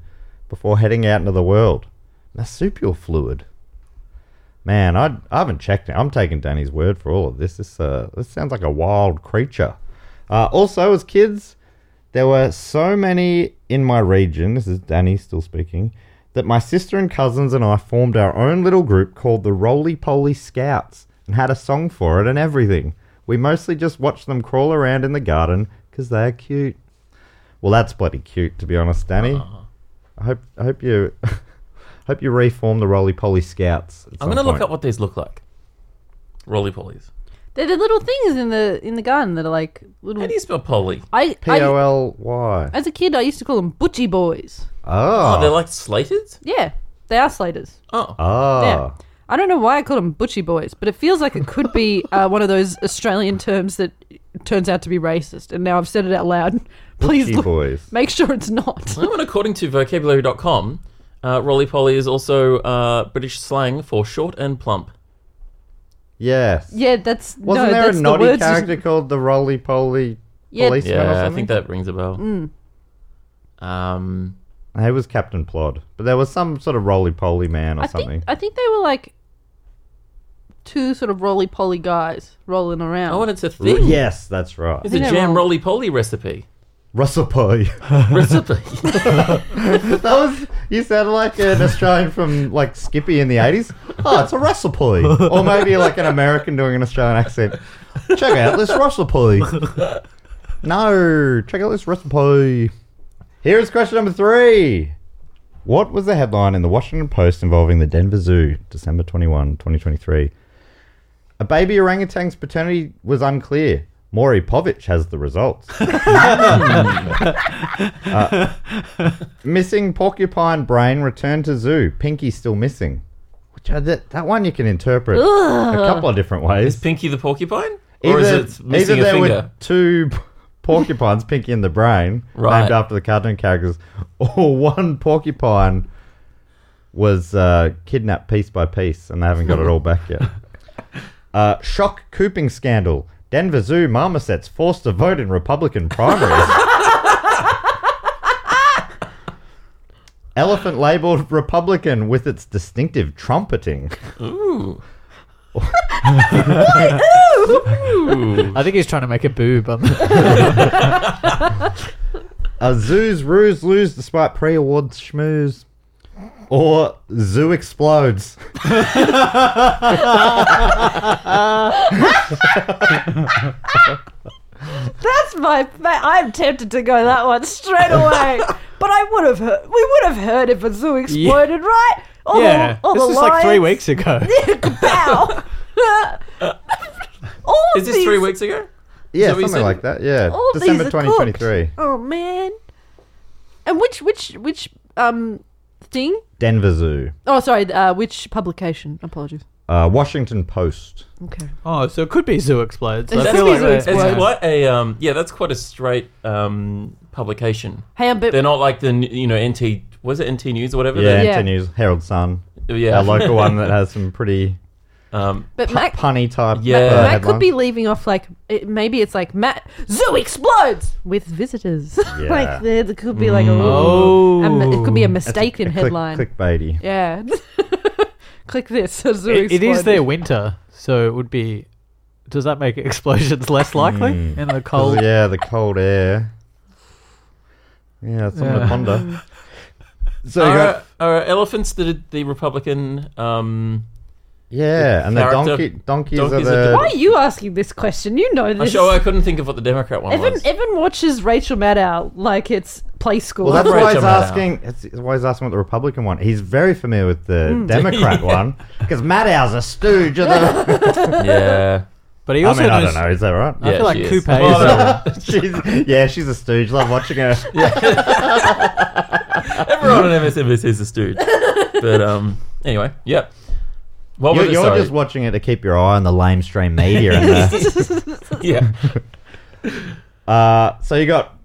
S2: before heading out into the world. Marsupial fluid. Man, I, I haven't checked it. I'm taking Danny's word for all of this. This, uh, this sounds like a wild creature. Uh, also, as kids, there were so many in my region, this is Danny still speaking, that my sister and cousins and I formed our own little group called the Roly Poly Scouts and had a song for it and everything. We mostly just watched them crawl around in the garden because they are cute. Well, that's bloody cute, to be honest, Danny.
S4: Uh-huh.
S2: I hope I hope you [laughs] hope you reform the Roly Poly Scouts. at
S4: I'm
S2: some
S4: going to look
S2: point.
S4: up what these look like. Roly polies.
S3: They're the little things in the in the garden that are like little.
S4: How do you spell poly?
S3: I,
S2: P O
S3: I
S2: L Y.
S3: as a kid, I used to call them butchie boys.
S2: Oh,
S4: Oh, they're like slated?
S3: Yeah, they are slaters.
S4: Oh.
S2: oh.
S3: Yeah. I don't know why I call them butchie boys, but it feels like it could be uh, [laughs] one of those Australian terms that turns out to be racist. And now I've said it out loud. [laughs] Please
S2: Gee,
S3: look,
S2: boys.
S3: make sure it's not.
S4: Well, and according to vocabulary.com, uh, roly poly is also uh, British slang for short and plump.
S2: Yes.
S3: Yeah, that's
S2: Wasn't
S3: no,
S2: there
S3: that's
S2: a
S3: the
S2: naughty
S3: words.
S2: character called the Roly Poly
S3: Yeah.
S2: Policeman or
S4: Yeah, I
S2: something?
S4: think that rings a bell.
S3: Hmm.
S4: Um,
S2: He was Captain Plod, but there was some sort of Roly Poly man or
S3: I
S2: something.
S3: think I think they were like two sort of roly poly guys rolling around.
S4: oh, and it's a
S2: R-
S4: thing.
S2: Yes, that's right.
S4: It's a
S3: Isn't it
S4: jam
S3: wrong?
S4: roly poly [laughs] recipe.
S2: Russell Poly.
S4: recipe.
S2: [laughs] that
S3: Oh.
S2: was you sounded like an Australian from like Skippy in the eighties. Oh, it's a Russell Poly, or maybe like an American doing an Australian accent. Check out this Russell Poly. No, check out this Russell Poly. Here's question number three. What was the headline in the Washington Post involving the Denver Zoo, December 21, 2023? A baby orangutan's paternity was unclear. Maury Povich has the results. Uh, missing porcupine brain returned to zoo. Pinky still missing. Which I, that, that one you can interpret a couple of different ways.
S4: Is Pinky the porcupine? Or is it missing
S2: either
S4: a
S2: there
S4: finger?
S2: were two [laughs] p- porcupines, Pinky and the Brain,
S4: [laughs] Right.
S2: [laughs] named after the cartoon characters, or one porcupine was uh, kidnapped piece by piece, and they haven't got it all back
S4: [laughs]
S2: yet. Uh, shock cooping scandal. Denver Zoo marmosets forced to vote in Republican
S4: [laughs]
S2: primaries. Elephant labeled Republican with its distinctive trumpeting.
S5: I think he's trying to make a
S3: [laughs]
S5: boob. On
S2: A zoo's ruse lose despite pre awards schmooze. Or zoo explodes.
S3: That's my. Fa- I'm tempted to go that one straight away, but I would have heard. We would have heard if a zoo exploded, right?
S6: Oh,
S3: All
S5: [laughs] yeah,
S3: the, all
S5: this
S3: the
S5: was like three
S3: lions- [laughs]
S5: weeks ago.
S3: Kapow! all
S4: Is this
S3: these-
S4: three weeks ago?
S2: Yeah,
S4: So we
S2: something
S4: said
S2: like that. Yeah,
S3: All
S2: December
S3: these are cooked.
S2: 2023.
S3: Oh man! And which which which um thing?
S2: Denver Zoo.
S3: Oh, sorry. Uh, which publication? Apologies.
S2: Uh, Washington Post.
S3: Okay.
S5: Oh, so it could be zoo explodes.
S3: It's
S5: I
S3: That's
S5: feel
S3: be
S5: like
S3: zoo
S5: we're-
S3: explodes.
S4: It's
S3: Wow.
S4: quite a um, yeah. That's quite a straight um, publication.
S3: Hey, but
S4: [laughs] They're not like the n- you know NT was it NT News or whatever.
S2: Yeah,
S3: Yeah.
S2: NT News, Herald Sun.
S4: They- yeah.
S2: Our
S4: [laughs]
S2: local one that has some pretty
S4: um,
S3: but [laughs] Mac,
S2: punny type.
S4: Yeah.
S2: uh,
S4: Mac-
S3: Mac
S2: headlines.
S3: could be leaving off like it, maybe it's like Matt Zoo explodes with visitors. [laughs]
S2: Yeah.
S3: like there, there could be like a
S5: Oh.
S3: um, it could be a
S2: That's
S3: mistaken
S2: a click-
S3: headline.
S2: clickbaity.
S3: Yeah. [laughs] click this. a zoo
S5: It, it is
S3: explodes.
S5: their winter, so it would be. Does that make [laughs] explosions less likely in the
S2: Oh,
S5: cold?
S2: yeah, the cold air. Yeah, that's something to
S5: Yeah.
S2: ponder. So you got
S4: are, are elephants the the Republican? Um,
S2: yeah, and the
S4: character-
S2: donkey donkeys,
S4: donkeys
S2: are
S4: are
S2: the
S3: Why are you asking this question? You know
S4: I'm
S3: this.
S4: sure I couldn't think of what the Democrat one
S3: Evan,
S4: was.
S3: Evan watches Rachel Maddow like it's play school.
S2: Well, that's
S4: Right,
S2: why he's
S4: John Maddow.
S2: asking. That's why he's asking what the Republican one. He's very familiar with the
S4: Hmm. [laughs]
S2: Democrat one because Maddow's a stooge. Of the, [laughs]
S3: [laughs]
S4: yeah,
S5: But he
S2: I
S5: also
S2: mean, I
S5: knows.
S2: don't know. Is that right?
S5: I
S4: Yeah,
S5: feel like
S4: she is.
S5: Coupe
S4: Oh,
S5: is
S2: [laughs]
S4: [laughs]
S5: a-
S2: she's, yeah, she's a stooge. Love watching her.
S4: everyone on MSNBC is a stooge. But um, anyway, yep. What
S2: You're,
S4: was it?
S2: you're
S4: Sorry.
S2: just watching it to keep your eye on the lamestream media. And
S4: [laughs]
S2: the,
S4: yeah.
S2: uh, so you got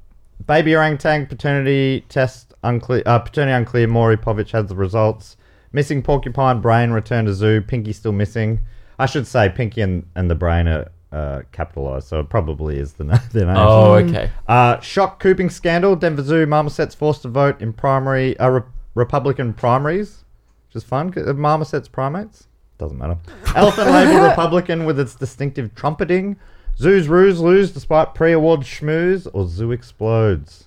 S2: baby orangutan paternity test unclear. Uh, paternity unclear. Maury Povich has the results. Missing porcupine brain returned to zoo. Pinky still missing. I should say Pinky and, and the brain are uh, capitalized, so it probably is the, [laughs] na- their name.
S4: Oh,
S3: [laughs]
S4: okay.
S2: Uh, shock cooping scandal. Denver Zoo marmosets forced to vote in primary uh, re- Republican primaries, which is fun. 'cause Marmosets primates doesn't
S3: [laughs]
S2: matter. Elephant labeled Republican with its distinctive trumpeting. Zoos ruse lose despite pre-award schmooze, or zoo explodes.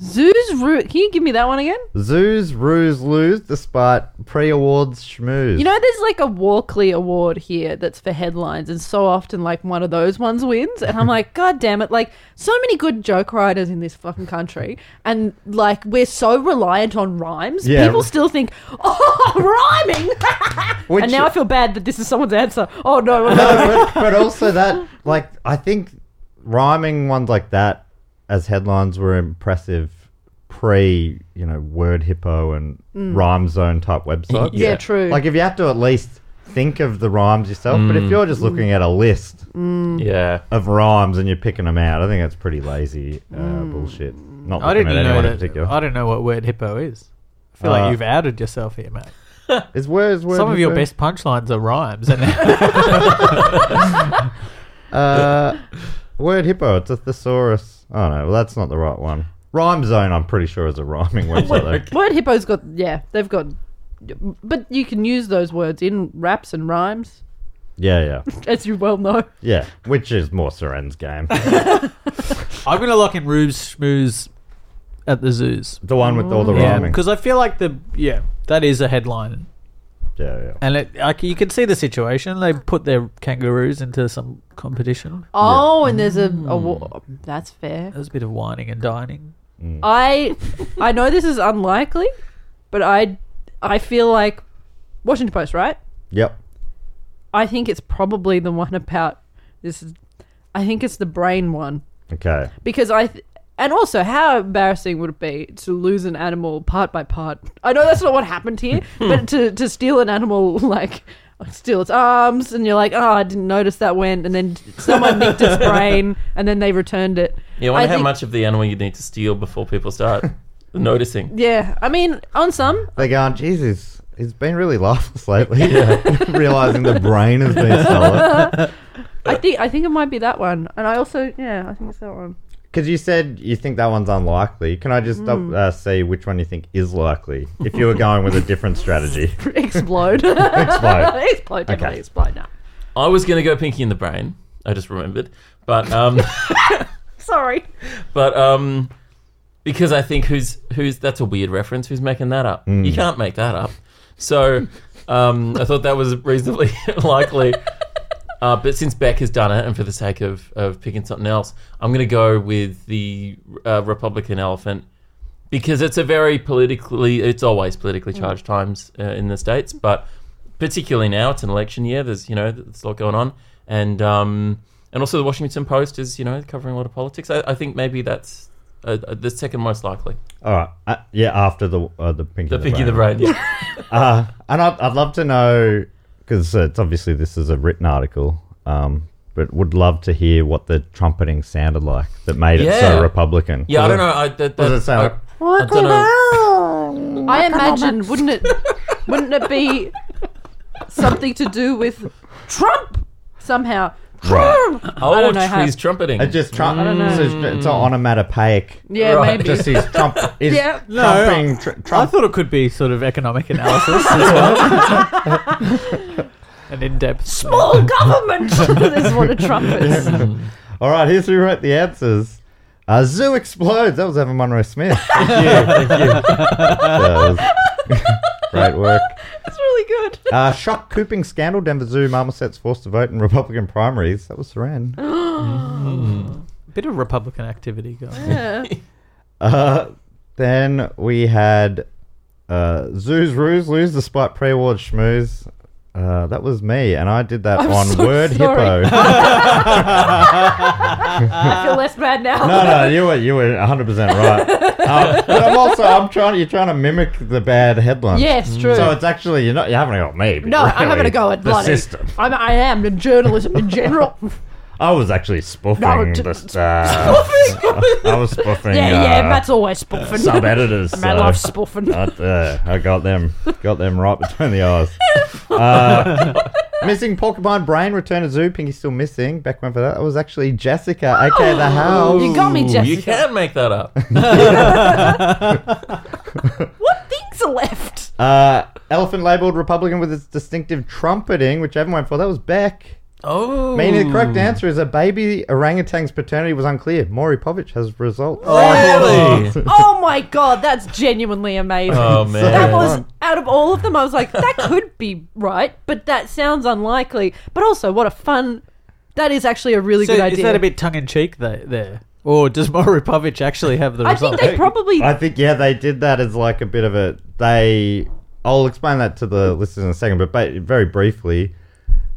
S3: Zoo's root. Can you give me that one again?
S2: Zoos ruse lose despite pre-awards schmooze.
S3: You know, there's like a Walkley Award here that's for headlines, and so often like one of those ones wins, and I'm like, God damn it! Like so many good joke writers in this fucking country, and like we're so reliant on rhymes.
S2: Yeah.
S3: People still think, oh, [laughs] rhyming.
S2: Which-
S3: and now I feel bad that this is someone's answer. Oh no, [laughs] no, no.
S2: No, but, but also that, like, I think rhyming ones like that as headlines were impressive pre, you know, Word Hippo and Rhyme Zone type websites.
S3: Mm. Yeah, true.
S2: Like, if you have to at least think of the rhymes yourself, but
S5: Mm.
S2: if you're just looking at a list
S3: Mm.
S4: Yeah.
S2: of rhymes and you're picking them out, I think that's pretty lazy uh,
S3: Mm.
S2: bullshit. Not
S5: [laughs] I
S2: looking
S5: didn't
S2: at
S5: know
S2: anyone in
S5: that.
S2: particular.
S5: I don't know what word hippo is. I feel
S2: Uh,
S5: like you've outed yourself here, mate.
S2: Is where is word
S5: Some of your
S2: Hippo?
S5: best punchlines are rhymes, and [laughs]
S2: Uh, word hippo. It's a thesaurus. Oh no, well that's not the right one. Rhyme Zone, I'm pretty sure, is a
S5: [laughs]
S2: rhyming website. though.
S3: Word Hippo's got yeah, they've got. But you can use those words in raps and rhymes,
S2: Yeah, yeah,
S3: as you well know.
S2: yeah. Which is more Seren's [laughs] game,
S5: I'm gonna lock in Rubes Schmooze at the zoos.
S2: the one with all the
S5: Yeah,
S2: rhyming.
S5: because I feel like the yeah that is a headline,
S2: Yeah, yeah.
S5: and it like you can see the situation. They put their kangaroos into some competition.
S3: Oh, and there's a, a wa- that's fair.
S5: There's a bit of whining and dining.
S3: I I know this is unlikely, but I I feel like Washington Post, right?
S2: Yep.
S3: I think it's probably the one about this is I think it's the brain one
S2: Okay.
S3: because I th- and also how embarrassing would it be to lose an animal part by part? I know that's not what happened
S4: [laughs]
S3: here, but to to steal an animal like steal its arms and you're like, "Oh, I didn't notice that went." And then someone nicked
S4: [laughs]
S3: its brain and then they returned it.
S4: Yeah. I wonder
S3: I
S4: how
S3: think-
S4: much of the animal you need to steal before people start [laughs] noticing.
S6: Yeah, I mean, on some,
S2: They're going, Jesus, it's been really lifeless lately. [laughs] Realizing the brain has [laughs] been stolen.
S6: I think I think it might be that one, and I also yeah, I think it's that one. [laughs]
S2: Because you said you think that one's unlikely. Can I just dub- uh, see which one you think is likely if you were going with a different [laughs] strategy?
S6: Explode,
S2: Explode.
S6: [laughs] explode, definitely
S2: Okay.
S6: explode now.
S4: I was going to go Pinky in the Brain. I just remembered, but
S3: [laughs]
S4: um,
S6: Sorry,
S4: but um, because I think who's who's that's a weird reference. Who's making that up? You can't make that up. So um, I thought that was reasonably [laughs] likely. Uh, but since Beck has done it, and for the sake of, of picking something else, I'm going to go with the uh, Republican elephant because it's a very politically, it's always
S6: Mm.
S4: politically charged times uh, in the states, but particularly now it's an election year. There's you know there's a lot going on, and um, and also the Washington Post is you know covering a lot of politics. I, I think maybe that's uh, uh, the second most likely.
S2: All right. Uh, yeah, after the uh, the pinky
S4: The
S2: the
S4: Pinky
S2: brain.
S4: the
S2: [laughs]
S4: Brain. Yeah.
S2: Uh, and I'd, I'd love to know because it's obviously this is a written article, um, but would love to hear what the trumpeting sounded like that made it
S4: Yeah.
S2: so Republican.
S4: yeah, I
S2: Was
S4: don't
S2: it-
S4: know. I, that,
S2: Does it
S4: that-
S2: sound?
S4: I- I don't know.
S6: I imagine wouldn't it wouldn't it be something to do with Trump somehow?
S2: Right.
S6: I
S4: Oh,
S6: don't know how-
S4: he's trumpeting.
S2: It's just Trump. So it's, it's not onomatopoeic.
S6: Yeah,
S4: Right,
S6: maybe.
S2: Just his Trump. Is
S6: Yeah.
S5: No,
S2: trumping, tr-
S5: I
S2: Trump.
S5: thought it could be sort of economic analysis as well. An in depth.
S2: [laughs]
S6: Small government [laughs] is what a Trump is.
S2: All right, here's who wrote the answers. Uh, Zoo explodes. That was Evan Monroe Smith. Thank you. Thank you. That was- [laughs] great work.
S6: It's really good.
S2: Uh, shock cooping scandal. Denver Zoo marmosets forced to vote in Republican primaries. That was Saran. [gasps]
S5: Bit of Republican activity going on.
S2: Uh, then we had uh, Zoo's Ruse Lose Despite Pre Award Schmooze. Uh, that was me, and I did that
S6: I'm
S2: on
S6: so
S2: Word
S6: sorry.
S2: Hippo.
S6: I feel less bad
S2: [laughs]
S6: now.
S2: no, no, you were you were 100 percent
S6: [laughs]
S2: right. Um, but I'm also I'm trying you're trying to mimic the bad headline.
S6: Yes, true.
S2: So it's actually you're not you haven't got me. but
S6: no, I'm
S2: really
S6: having a go at
S2: the
S6: bloody.
S2: system.
S6: I'm, I am the journalism in
S2: [laughs]
S6: general.
S2: I was actually spoofing
S6: No, [laughs] d-
S2: the uh, I was spoofing.
S6: [laughs] yeah,
S2: uh,
S6: yeah, Matt's always spoofing.
S2: sub editors.
S6: Matt loves [laughs] spoofing.
S2: I, uh, I got them, got them right between the
S6: [laughs]
S2: eyes. Uh, missing porcupine brain return to zoo. Pinky still missing. Back one for that. That was actually Jessica, aka
S6: [gasps]
S2: the house.
S6: you got me, Jessica.
S4: you can make
S2: [laughs]
S4: that up. Oh,
S6: What things are left?
S2: Uh, elephant labeled Republican with its distinctive trumpeting, which everyone went for. That was Beck.
S4: Oh,
S2: Meaning the correct answer is a baby orangutan's paternity was unclear. Maury Povich has results.
S4: really?
S6: Oh my god, that's genuinely amazing.
S4: Oh man,
S6: That was out of all of them, I was like, that could be right, but that sounds unlikely. But also, what a fun! That is actually a really
S5: So
S6: good
S5: is
S6: idea.
S5: that a bit tongue in cheek there, there? Or does [laughs] Maury Povich actually have the
S6: I
S5: result?
S6: think they probably.
S2: I think yeah, they did that as like a bit of a they. I'll explain that to the listeners in a second, but ba- very briefly,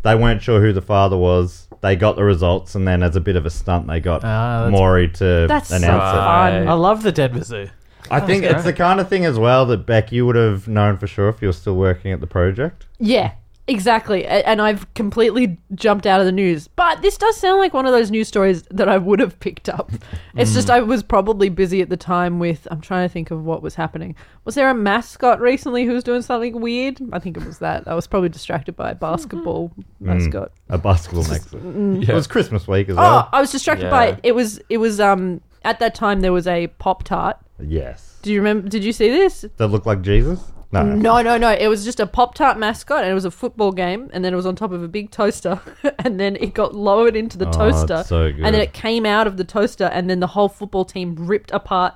S2: they weren't sure who the father was. They got the results, and then as a bit of a stunt, they got
S5: Ah, that's-
S2: Maury to
S6: that's so
S2: announce
S6: fun.
S5: I love the Denver Zoo.
S2: it. I think it's the kind of thing as well that Beck, you would have known for sure if you were still working at the project.
S6: Yeah, exactly. A- And I've completely jumped out of the news. But this does sound like one of those news stories that I would have picked up. It's just
S3: Hmm.
S6: I was probably busy at the time with, I'm trying to think of what was happening. Was there a mascot recently who was doing something weird? I think it was that. I was probably distracted by a basketball
S2: Oh,
S6: mascot.
S2: Mm. A basketball next.
S6: mm.
S2: It was Christmas week as
S6: Oh,
S2: well.
S6: I was distracted by
S4: Yeah.
S6: it. It was, it was, um, at that time there was a Pop Tart.
S2: Yes,
S6: Do you remember? Did Mm. you see this?
S2: that looked like Jesus. No,
S6: No, no, no. It was just a Pop Tart mascot, and it was a football game, and then it was on top of a big toaster, [laughs] and then it got lowered into the toaster,
S2: it's Oh, so good.
S6: and then it came out of the toaster, and then the whole football team ripped apart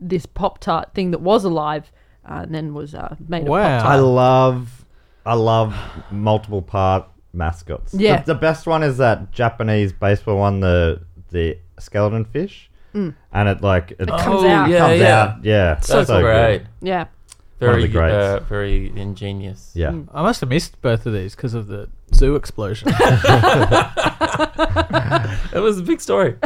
S6: this Pop Tart thing that was alive, uh, and then was uh, made of
S5: Wow.
S6: Pop
S2: I
S6: Tart.
S2: love, I love multiple part mascots. The-
S6: Yeah.
S2: the, best one is that Japanese baseball one, the the skeleton fish,
S6: Mm.
S2: and it like it comes
S6: comes
S4: oh,
S6: out.
S4: Yeah,
S2: out.
S4: yeah.
S2: Yeah,
S4: That's
S2: so
S4: great.
S2: Good.
S6: Yeah,
S2: One of the
S4: Very,
S2: greats.
S4: uh, very ingenious.
S2: Yeah,
S6: Mm.
S5: I must have missed both of these because of the zoo explosion.
S4: It was a big story.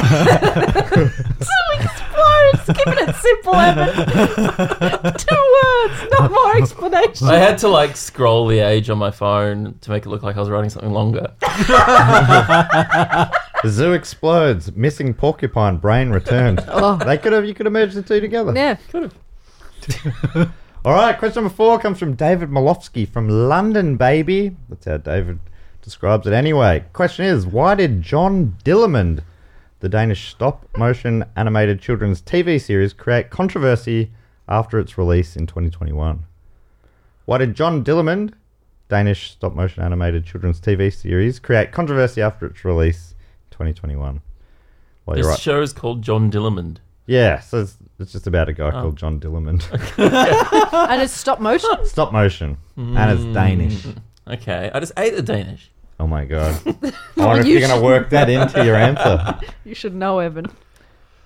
S6: explode. Keeping it simple, Evan. Two words, not
S4: [laughs]
S6: more explanation.
S4: I had to like scroll the age on my phone to make it look like I was writing something longer.
S2: Oh, The zoo
S6: [laughs]
S2: explodes. Missing porcupine brain returned. they could have you could have merged the two together.
S6: Oh. Yeah,
S2: All right, question number four comes from David Malofsky from London, baby. That's how David describes it anyway. Question is Why did John Dillamond, the Danish stop motion animated children's TV series, create controversy after its release in 2021? Why did John Dillamond, Danish stop motion animated children's TV series, create controversy after its release in 2021? Well,
S4: This
S2: you're right.
S4: show is called John Dillamond.
S2: yeah, so it's, it's just about a guy
S4: Oh.
S2: called John
S4: [laughs]
S2: Dillamond.
S6: and it's stop motion.
S2: Stop motion. And it's Danish.
S4: Okay, I just ate the Danish.
S2: Oh my god. I wonder if
S6: you
S2: you're going to work that into your answer.
S6: You should know, Evan.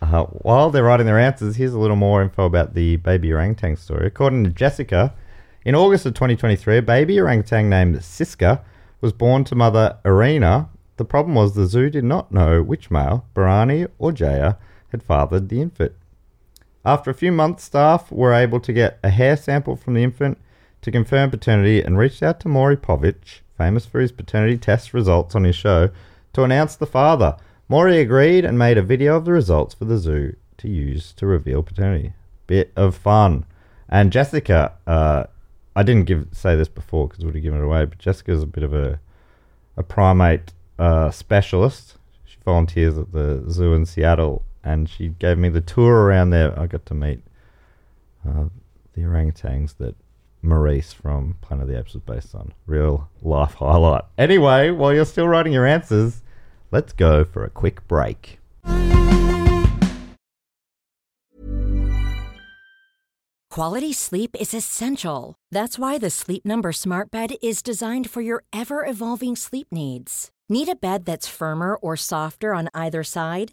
S2: Uh, while they're writing their answers, here's a little more info about the baby orangutan story. According to Jessica, in August of 2023, a baby orangutan named Siska was born to mother Irina. The problem was the zoo did not know which male, Barani or Jaya, had fathered the infant. After a few months, staff were able to get a hair sample from the infant to confirm paternity and reached out to Maury Povich, famous for his paternity test results on his show, to announce the father. Maury agreed and made a video of the results for the zoo to use to reveal paternity. Bit of fun. And Jessica, uh, I didn't give say this before because would have given it away, but Jessica's a bit of a a primate uh, specialist. She volunteers at the zoo in Seattle, and she gave me the tour around there. I got to meet uh, the orangutans that Maurice from Planet of the Apes was based on. Real life highlight. Anyway, while you're still writing your answers, let's go for a quick break.
S7: Quality sleep is essential. That's why the Sleep Number Smart Bed is designed for your ever evolving sleep needs. Need a bed that's firmer or softer on either side?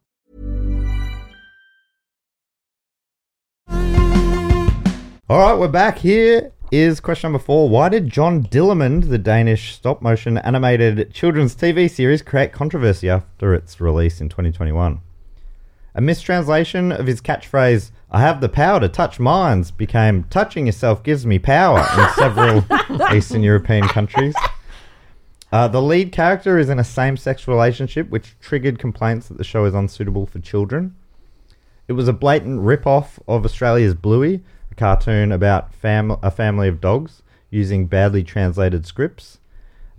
S2: All right, we're back. Here is question number four. Why did John Dillamond, the Danish stop motion animated children's TV series, create controversy after its release in 2021? A mistranslation of his catchphrase, I have the power to touch minds, became touching yourself gives me power in several Eastern European countries. Uh, the lead character is in a same sex relationship, which triggered complaints that the show is unsuitable for children. It was a blatant rip off of Australia's Bluey, a cartoon about fam- a family of dogs using badly translated scripts.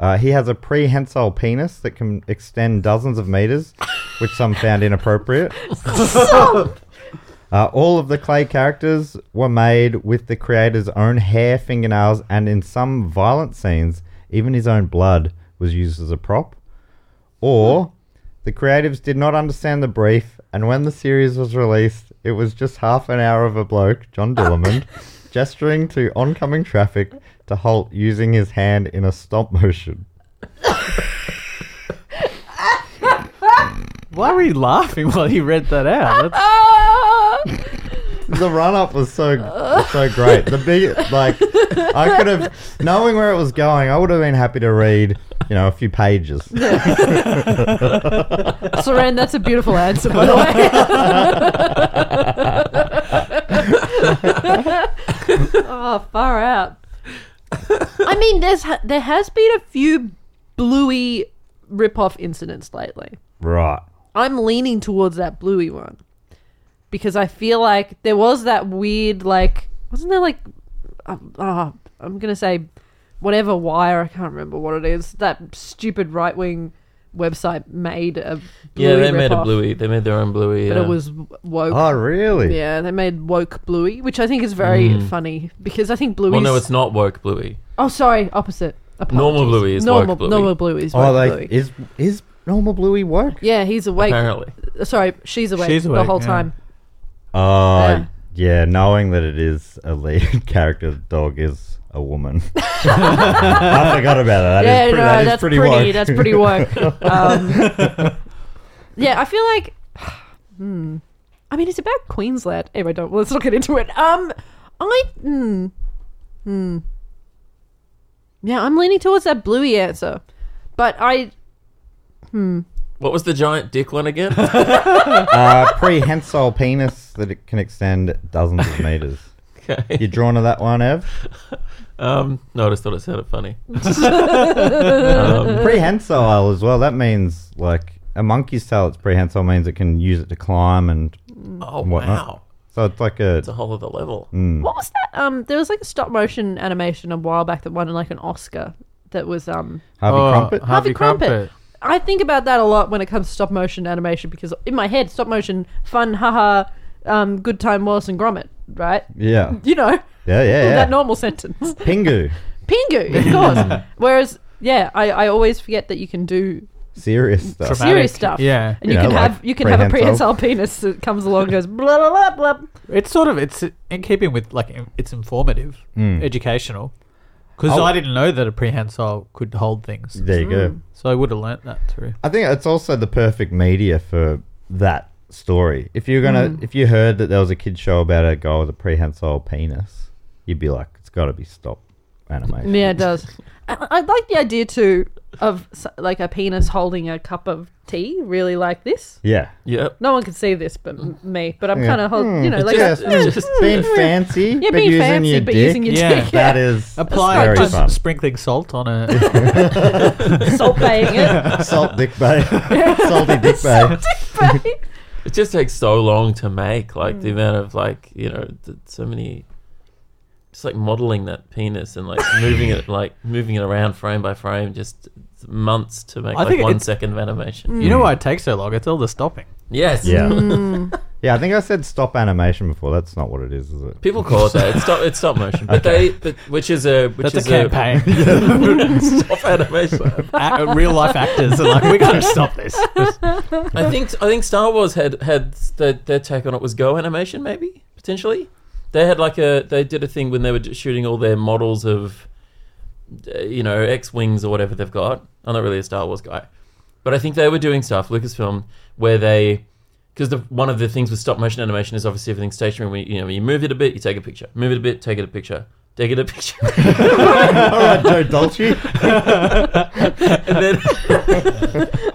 S2: Uh, he has a prehensile penis that can extend dozens of meters, which some found inappropriate. Uh, all of the clay characters were made with the creator's own hair, fingernails, and in some violent scenes, even his own blood was used as a prop. Or the creatives did not understand the brief, and when the series was released, it was just half an hour of a bloke, John Dillamond, gesturing to oncoming traffic to halt using his hand in a stop motion.
S5: Why were you laughing while he read that out? That's-
S2: the run up was so was so great. The big like I could have knowing where it was going, I would have been happy to read, you know, a few pages.
S6: Soren, that's a
S2: [laughs]
S6: beautiful answer, by the way. oh, far out. I mean, there's ha- there has been a few bluey rip-off incidents lately.
S2: Right.
S6: I'm leaning towards that bluey one because I feel like there was that weird like wasn't there like um, ah, I'm gonna say whatever wire I can't remember what it is that stupid right wing website made a bluey
S4: yeah, they made a
S6: rip-off,
S4: bluey. They made their own bluey.
S6: but
S4: yeah.
S6: it was woke
S2: Oh really?
S6: yeah they made woke bluey which I think is very funny because I think bluey
S4: Hmm. well, no, it's not woke bluey.
S6: oh sorry opposite
S4: Normal
S6: Apologies.
S4: Bluey is woke
S6: normal
S4: Bluey.
S6: normal bluey is woke
S2: Oh they
S6: bluey
S2: is is normal bluey work?
S6: yeah he's awake
S4: Apparently,
S6: sorry she's awake
S5: She's
S6: the
S5: awake,
S6: whole
S5: yeah.
S6: time
S2: Oh
S6: Yeah.
S2: yeah, knowing that it is a lead [laughs] character dog is a woman.
S6: [laughs]
S2: [laughs] I forgot about that. That is
S6: yeah,
S2: pretty,
S6: no,
S2: that is
S6: that's
S2: pretty,
S6: pretty.
S2: woke. [laughs]
S6: that's pretty work. Um, yeah, I feel like. [sighs] hmm. I mean, it's about Queensland. Anyway, don't let's not get into it. Um, I. hmm. Yeah, I'm leaning towards that bluey answer, but I
S4: What was the giant dick
S2: [laughs]
S4: one again?
S2: Uh, prehensile penis that it can extend dozens [laughs] of meters.
S4: okay.
S2: You drawn to that one, Ev?
S4: Um, no, I just thought it sounded funny.
S2: Um,
S6: Uh,
S2: prehensile as well. That means like a monkey's tail. It's prehensile means it can use it to climb and
S4: Oh,
S2: whatnot.
S4: wow.
S2: so it's like a
S4: It's a whole other level.
S2: Mm.
S6: what was that? Um, there was like a stop motion animation a while back that won like an Oscar. That was um.
S2: Harvey
S5: Oh,
S2: Crumpet.
S5: Harvey Crumpet.
S6: I think about that a lot when it comes to stop motion animation because in my head, stop motion, fun, haha, um, good time, Wallace and Gromit, right?
S2: Yeah,
S6: [laughs] You know,
S2: yeah, yeah. yeah.
S6: that normal sentence. [laughs]
S2: Pingu
S6: Pingu, of
S5: [laughs]
S6: course. Whereas, yeah, I, I always forget that you can do
S2: serious stuff.
S5: Traumatic,
S6: serious stuff.
S5: yeah.
S6: and you,
S2: You know,
S6: can
S2: like
S6: have you can have a
S2: prehensile.
S6: prehensile penis that comes along and goes blah blah blah blah.
S5: It's sort of it's in keeping with like in- it's informative, educational. Because
S2: Oh.
S5: I didn't know that a prehensile could hold things,
S2: There you
S6: Mm.
S2: go.
S5: so I would have learnt that through.
S2: I think it's also the perfect media for that story. If you're gonna,
S6: Hmm.
S2: if you heard that there was a kid show about a guy with a prehensile penis, you'd be like, it's got to be stop animation.
S6: Yeah, it
S2: [laughs]
S6: does. I, I like the idea too of s- like a penis holding a cup of tea, really like this.
S2: Yeah,
S4: Yep.
S6: No one can see this but m- me, but I'm
S2: Yeah.
S6: kind of hold you know, like uh,
S2: just, just being fancy,
S6: [laughs] yeah,
S2: but
S6: being
S2: using
S6: fancy
S2: your
S6: but
S2: dick.
S6: using your
S5: Yeah.
S6: dick,
S2: That
S6: yeah.
S2: is
S5: [laughs] Apply
S2: very
S5: just
S2: fun.
S5: sprinkling salt on a
S2: [laughs]
S6: [laughs] salt baying it.
S2: Salt dick
S6: [laughs]
S2: bay, salty dick bay.
S6: [laughs]
S2: [laughs]
S6: Right?
S4: It just takes so long to make. Like
S5: Hmm.
S4: the amount of like you know th- so many. Just like modeling that penis and like moving
S5: [laughs]
S4: it, like moving it around frame by frame, just months to make
S5: I
S4: like
S5: think
S4: one
S5: it's- Hmm.
S4: second of animation.
S5: You know why it takes so long? It's all the stopping.
S4: Yes.
S5: Hmm.
S2: Yeah, yeah. I think I said stop animation before. That's not what it is, is it?
S4: People call it that. It's stop. It's stop motion, but they, but which is a which
S5: That's a
S4: is [laughs]
S5: campaign.
S4: stop
S5: [laughs]
S4: animation.
S5: A- real life actors are like, we gotta stop this.
S4: [laughs] I think I think Star Wars had had their, their take on it was Go animation maybe potentially. They had like a they did a thing when they were just shooting all their models of, uh, you know, X wings or whatever they've got. I'm not really a Star Wars guy, but I think they were doing stuff Lucasfilm where they because the, one of the things with stop motion animation is obviously everything's stationary. When you know you move it a bit, you take a picture. Move it a bit, take it a picture. Take it a picture,
S2: All right, Joe
S5: [laughs]
S2: Dolce.
S4: and then.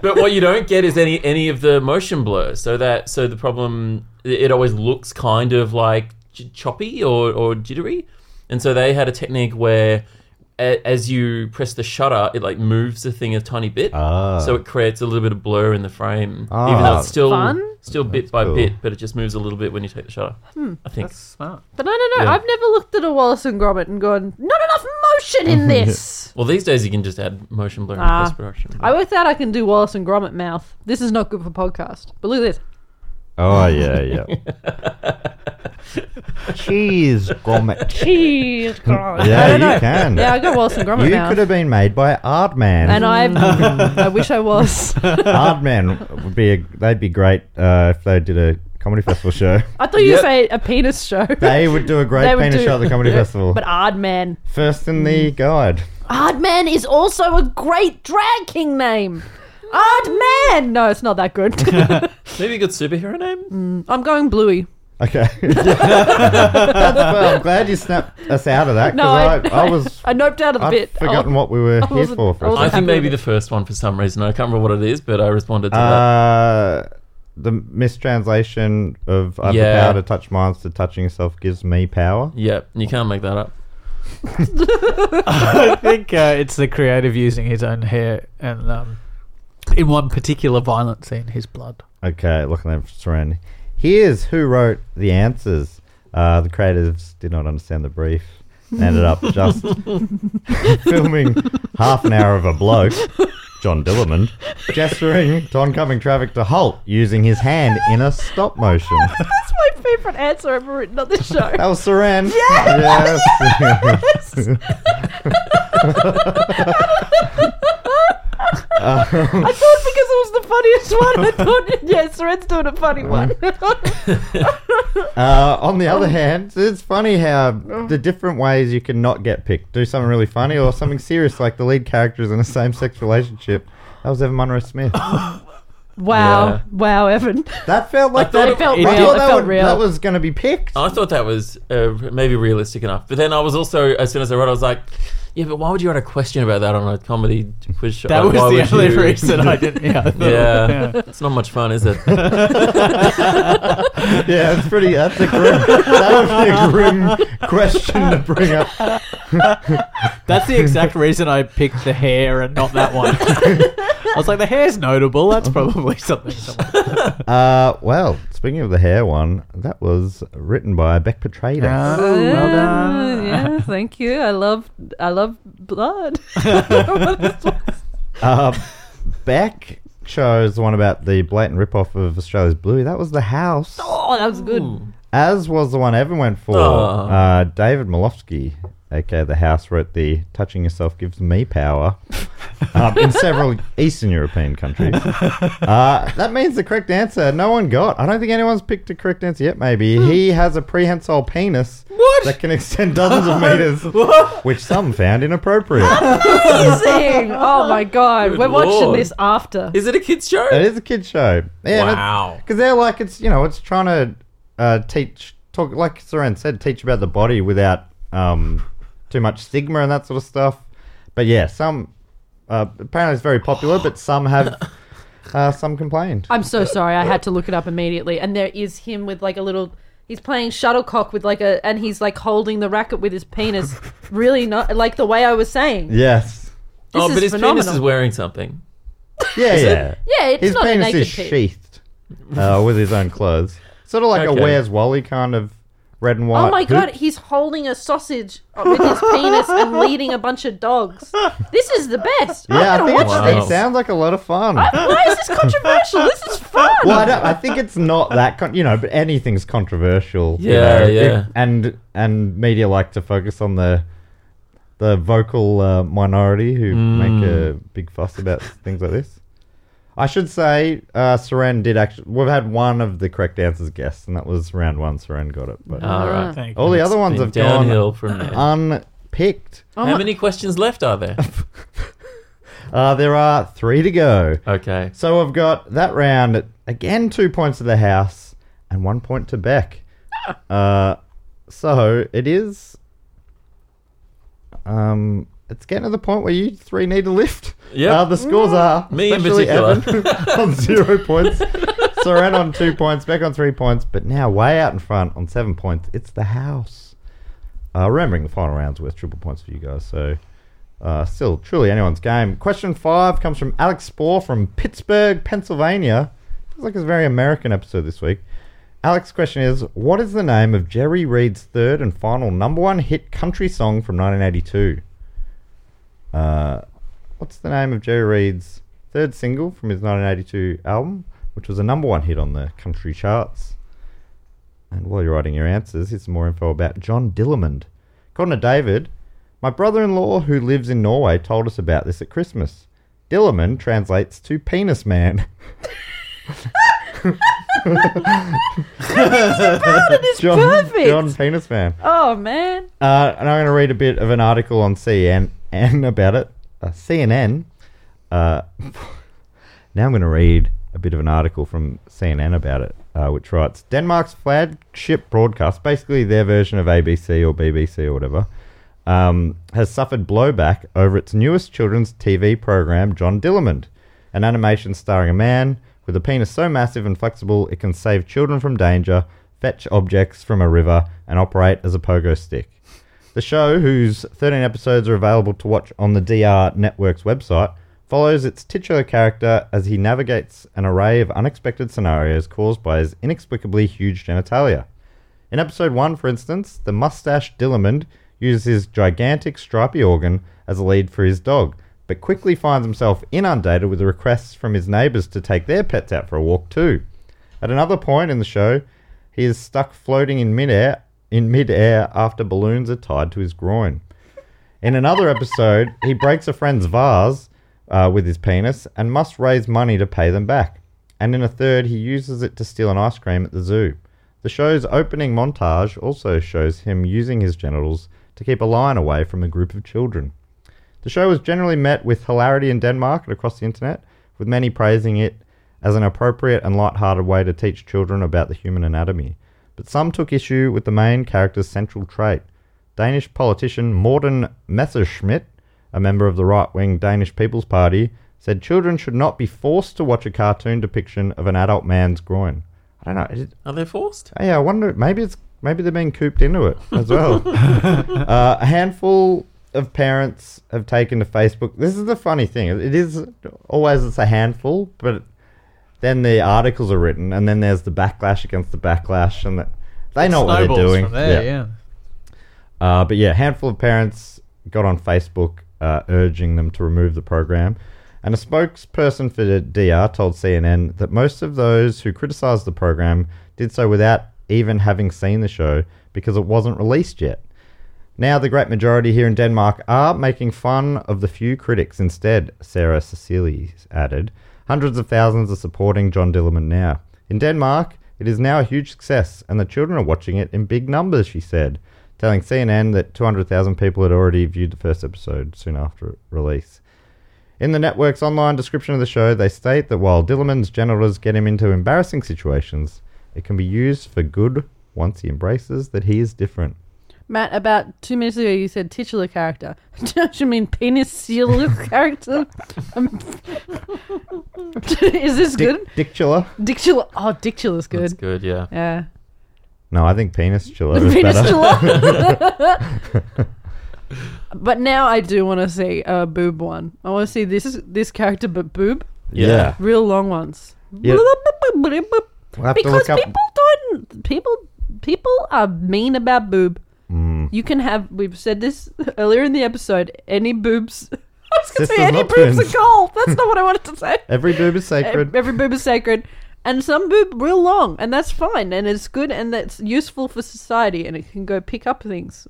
S4: [laughs] but what you don't get is any any of the motion blur. So that so the problem it always looks kind of like j- choppy or, or jittery, and so they had a technique where a, as you press the shutter, it like moves the thing a tiny bit,
S2: Ah.
S4: so it creates a little bit of blur in the frame, even
S2: Ah.
S4: though it's still
S6: Fun. Hmm.
S4: still bit by
S2: cool.
S4: bit, but it just moves a little bit when you take the shutter. I think.
S5: Smart.
S6: But I don't know.
S4: Yeah.
S6: I've never looked at a Wallace and Gromit and gone, not enough motion
S2: Oh,
S6: in this.
S4: Well, these days you can just add motion blur into
S6: Ah.
S4: post production.
S6: I worked out I can do Wallace and Gromit mouth. This is not good for podcast. But look at
S2: [laughs]
S6: this.
S2: Oh yeah, yeah. [laughs] Cheese grommet.
S6: Cheese, Gromit.
S2: Yeah,
S6: I don't
S2: you
S6: know.
S2: can.
S6: Yeah, I got Wallace and Gromit
S2: You
S6: mouth.
S2: could have been made by Artman.
S6: and
S2: [laughs]
S6: I, I wish I was.
S2: Artman would be a, they'd be great uh, if they did a comedy festival show.
S6: I thought you
S4: Yep.
S6: say a penis show.
S2: They would do a
S6: [laughs] They
S2: great
S6: would
S2: penis
S6: do-
S2: show at the comedy festival.
S6: [laughs] But Mm. Ardman.
S2: First in the guide.
S6: Ardman is also a great drag
S2: [laughs]
S6: king name. Ardman! No, it's not that good. [laughs]
S4: Maybe a good superhero name.
S6: I'm going Bluey.
S2: Okay.
S6: [laughs]
S2: That's- well, I'm glad you snapped us out of that
S6: No,
S2: because
S6: I- [laughs]
S2: I, I, was
S6: I noped out of the
S2: I'd
S6: bit. Oh,
S2: forgotten what we were here
S6: wasn't-
S2: for. for a
S4: I
S6: I wasn't
S2: second.
S4: think
S6: happy
S4: maybe
S6: with
S4: the first one for some reason. I can't remember what it is, but I responded to that.
S2: Uh, the mistranslation of "I have the
S4: Yeah.
S2: power to touch minds to touching yourself gives me power."
S4: Yeah, you can't make that up. [laughs]
S5: I think uh, it's the creative using his own hair and um, in one particular violent scene, his blood.
S2: Okay, look at them surrounding. Here's who wrote the answers. Uh, the creatives did not understand the brief and ended
S4: [laughs]
S2: up just filming half an hour of a bloke, John Dillerman, gesturing to oncoming traffic to halt using his hand in a stop motion. [laughs]
S6: That's my favourite answer ever written on this show.
S2: That was Saran. Yes! [laughs]
S6: I thought because it was the funniest one.
S2: [laughs]
S6: I thought, yeah, Soren's doing a funny one. [laughs]
S2: Uh, on the other hand, it's funny how the different ways you can not get picked. Do something really funny or something serious, like the lead character is in a same sex relationship. That was Evan Monroe Smith.
S6: Wow.
S4: Yeah.
S6: Wow, Evan.
S2: That felt like
S4: thought
S2: that.
S4: it
S6: felt
S2: I
S6: real.
S2: thought
S6: It
S2: that,
S6: felt
S2: would-
S6: real.
S2: that was going to be picked.
S4: I thought that was uh, maybe realistic enough. But then I was also, as soon as I wrote, it, I was like, yeah, but why would you write a question about that on a comedy quiz show?
S5: That
S4: Like, why
S5: was
S4: would
S5: the only
S4: you-
S5: reason
S4: [laughs]
S5: I didn't. Yeah, I thought-
S4: Yeah. It's not much fun, is it?
S2: [laughs] yeah, that's pretty. That's a grim. that would be a grim question to bring up.
S5: That's the exact reason I picked the hair and not that one. I was like, the hair's notable. That's probably something. someone-
S2: Uh, well, speaking of the hair one, that was written by Beck Petratus.
S5: Ah,
S2: Oh,
S5: well
S6: Uh, [laughs] yeah, [laughs] thank you. I love I love
S2: [laughs]
S6: blood.
S2: Uh, Beck chose the one about the blatant ripoff of Australia's Bluey. That was The House.
S6: oh, that was good.
S2: As was the one Evan went for.
S4: Oh.
S2: Uh, David Malofsky, aka The House, wrote the Touching Yourself Gives Me Power um, in several Eastern European countries. Uh, that means the correct answer no one got. I don't think anyone's picked a correct answer yet, maybe. He has a prehensile penis that can extend dozens of meters, which some found inappropriate.
S6: Amazing. Oh my god.
S4: Good
S6: We're watching
S4: lord.
S6: this after.
S4: is it a kids' show?
S2: it is a kid's show. Yeah, and it-
S4: Wow.
S2: Because they're like, it's, you know, it's trying to uh, teach, talk, like Soren said, teach about the body without um, too much stigma and that sort of stuff. But yeah, some, uh, apparently it's very popular, but some
S4: [laughs]
S2: have, uh, some complained.
S6: I'm so sorry. I had to look it up immediately. And there is him with like a little. He's playing shuttlecock with like a, and he's like holding the racket with
S2: [laughs]
S6: his penis. really not like the way I was saying.
S2: Yes.
S6: This
S4: oh,
S6: is
S4: but his
S6: phenomenal.
S4: penis is wearing something.
S2: Yeah, yeah.
S6: Yeah, it's
S2: His
S6: not a
S2: penis
S6: naked
S2: is
S6: pig.
S2: sheathed uh, with his own clothes. Sort of like
S4: Okay.
S2: a Where's Wally kind of red and white.
S6: Oh my
S2: hoop.
S6: god, he's holding a sausage with his penis and leading a bunch of dogs. This is the best.
S2: Yeah, I
S6: I'm gonna
S2: think
S6: watch
S2: it's,
S4: watch
S2: it
S4: this.
S2: sounds like a lot of fun.
S6: Why is this controversial? This is fun.
S2: Well, I, don't, I think it's not that con- you know, but anything's controversial. you
S4: Yeah,
S2: know,
S4: yeah.
S2: and and media like to focus on the the vocal uh, minority who make a
S4: Mm.
S2: big fuss about things like this. I should say, uh, Saran did actually. We've had one of the correct answers guessed, and that was round one. Saran got it, but
S4: All right.
S5: Thank
S2: all the
S5: you.
S2: other ones have
S4: Ah, downhill from there.
S2: gone unpicked.
S4: How many questions left are there?
S2: Uh, there are three to go.
S4: okay.
S2: So we've got that round again, two points to the house and one point to Beck. uh, so it is. Um, it's getting to the point where you three need a lift.
S4: Yep.
S2: Uh, the scores are
S4: Me in
S2: especially
S4: particular.
S2: Evan [laughs] on zero points. Soren on two points, Beck on three points, but now way out in front on seven points. It's the house. Uh, remembering the final rounds was triple points for you guys, so uh, still truly anyone's game. Question five comes from Alex Spohr from Pittsburgh, Pennsylvania. Feels like it's a very American episode this week. Alex's question is What is the name of Jerry Reed's third and final number one hit country song from 1982? Uh, what's the name of Jerry Reed's third single from his 1982 album, which was a number one hit on the country charts? And while you're writing your answers, here's some more info about John Dillamond. According to David, my brother in law who lives in Norway told us about this at Christmas. Dillamond translates to penis man. [laughs] John,
S6: perfect.
S2: John Penis Man.
S6: Oh man.
S2: Uh, and I'm going to read a bit of an article on CNN [laughs] about it. Uh, CNN. Uh, [laughs] now I'm going to read a bit of an article from CNN about it, uh, which writes Denmark's flagship broadcast, basically their version of ABC or BBC or whatever, um, has suffered blowback over its newest children's TV program, John Dillamond, an animation starring a man with a penis so massive and flexible it can save children from danger, fetch objects from a river, and operate as a pogo stick. The show, whose 13 episodes are available to watch on the DR Network's website, follows its titular character as he navigates an array of unexpected scenarios caused by his inexplicably huge genitalia. In episode 1, for instance, the mustache Dillamond uses his gigantic stripy organ as a lead for his dog, but quickly finds himself inundated with requests from his neighbours to take their pets out for a walk too. At another point in the show, he is stuck floating in midair in midair after balloons are tied to his groin. In another episode, he breaks a friend's vase uh, with his penis and must raise money to pay them back. And in a third, he uses it to steal an ice cream at the zoo. The show's opening montage also shows him using his genitals to keep a lion away from a group of children. The show was generally met with hilarity in Denmark and across the internet, with many praising it as an appropriate and light-hearted way to teach children about the human anatomy. But some took issue with the main character's central trait. Danish politician Morten Messerschmidt, a member of the right-wing Danish People's Party, said children should not be forced to watch a cartoon depiction of an adult man's groin. I don't know. It,
S4: Are they forced?
S2: Oh, yeah, I wonder. Maybe it's maybe they're being cooped into it as
S5: [laughs]
S2: well. uh, a handful of parents have taken to Facebook. This is the funny thing. It is always it's a handful, but then the articles are written, and then there's the backlash against the backlash, and that they know what they're
S5: Snowballs
S2: doing.
S5: From there, yeah.
S2: Uh, but yeah, a handful of parents got on Facebook uh, urging them to remove the program. And a spokesperson for the DR told CNN that most of those who criticized the program did so without even having seen the show because it wasn't released yet. Now, the great majority here in Denmark are making fun of the few critics instead, Sarah Cecily added. Hundreds of thousands are supporting John Dillerman now. In Denmark, it is now a huge success, and the children are watching it in big numbers, she said, telling CNN that 200,000 people had already viewed the first episode soon after its release. In the network's online description of the show, they state that while Dillerman's genitals get him into embarrassing situations, it can be used for good once he embraces that he is different.
S6: Matt, about two minutes ago, you said titular character. [laughs] Don't you mean penis character? [laughs] Um, is this
S2: Dic-
S6: good?
S2: Dictula?
S6: Dictula. Oh, dictula's
S4: That's good,
S6: good.
S4: yeah.
S6: Yeah.
S2: No, I think penis chiller is
S6: Penis
S2: better.
S6: but now I do want to see a boob one. I want to see this is this character, but boob,
S2: [laughs] Yeah.
S6: real long ones.
S2: Yeah. We'll have to
S6: because
S2: look up-
S6: people don't people people are mean about boob.
S2: Hmm.
S6: You can have we've said this earlier in the episode. Any boobs, [laughs] I was gonna
S2: Sisters,
S6: say any
S2: not
S6: boobs
S2: twins.
S6: are gold. That's not what I wanted to say.
S2: [laughs] Every boob is sacred.
S6: Every boob is sacred, and some boob real long, and that's fine, and it's good, and that's useful for society, and it can go pick up things.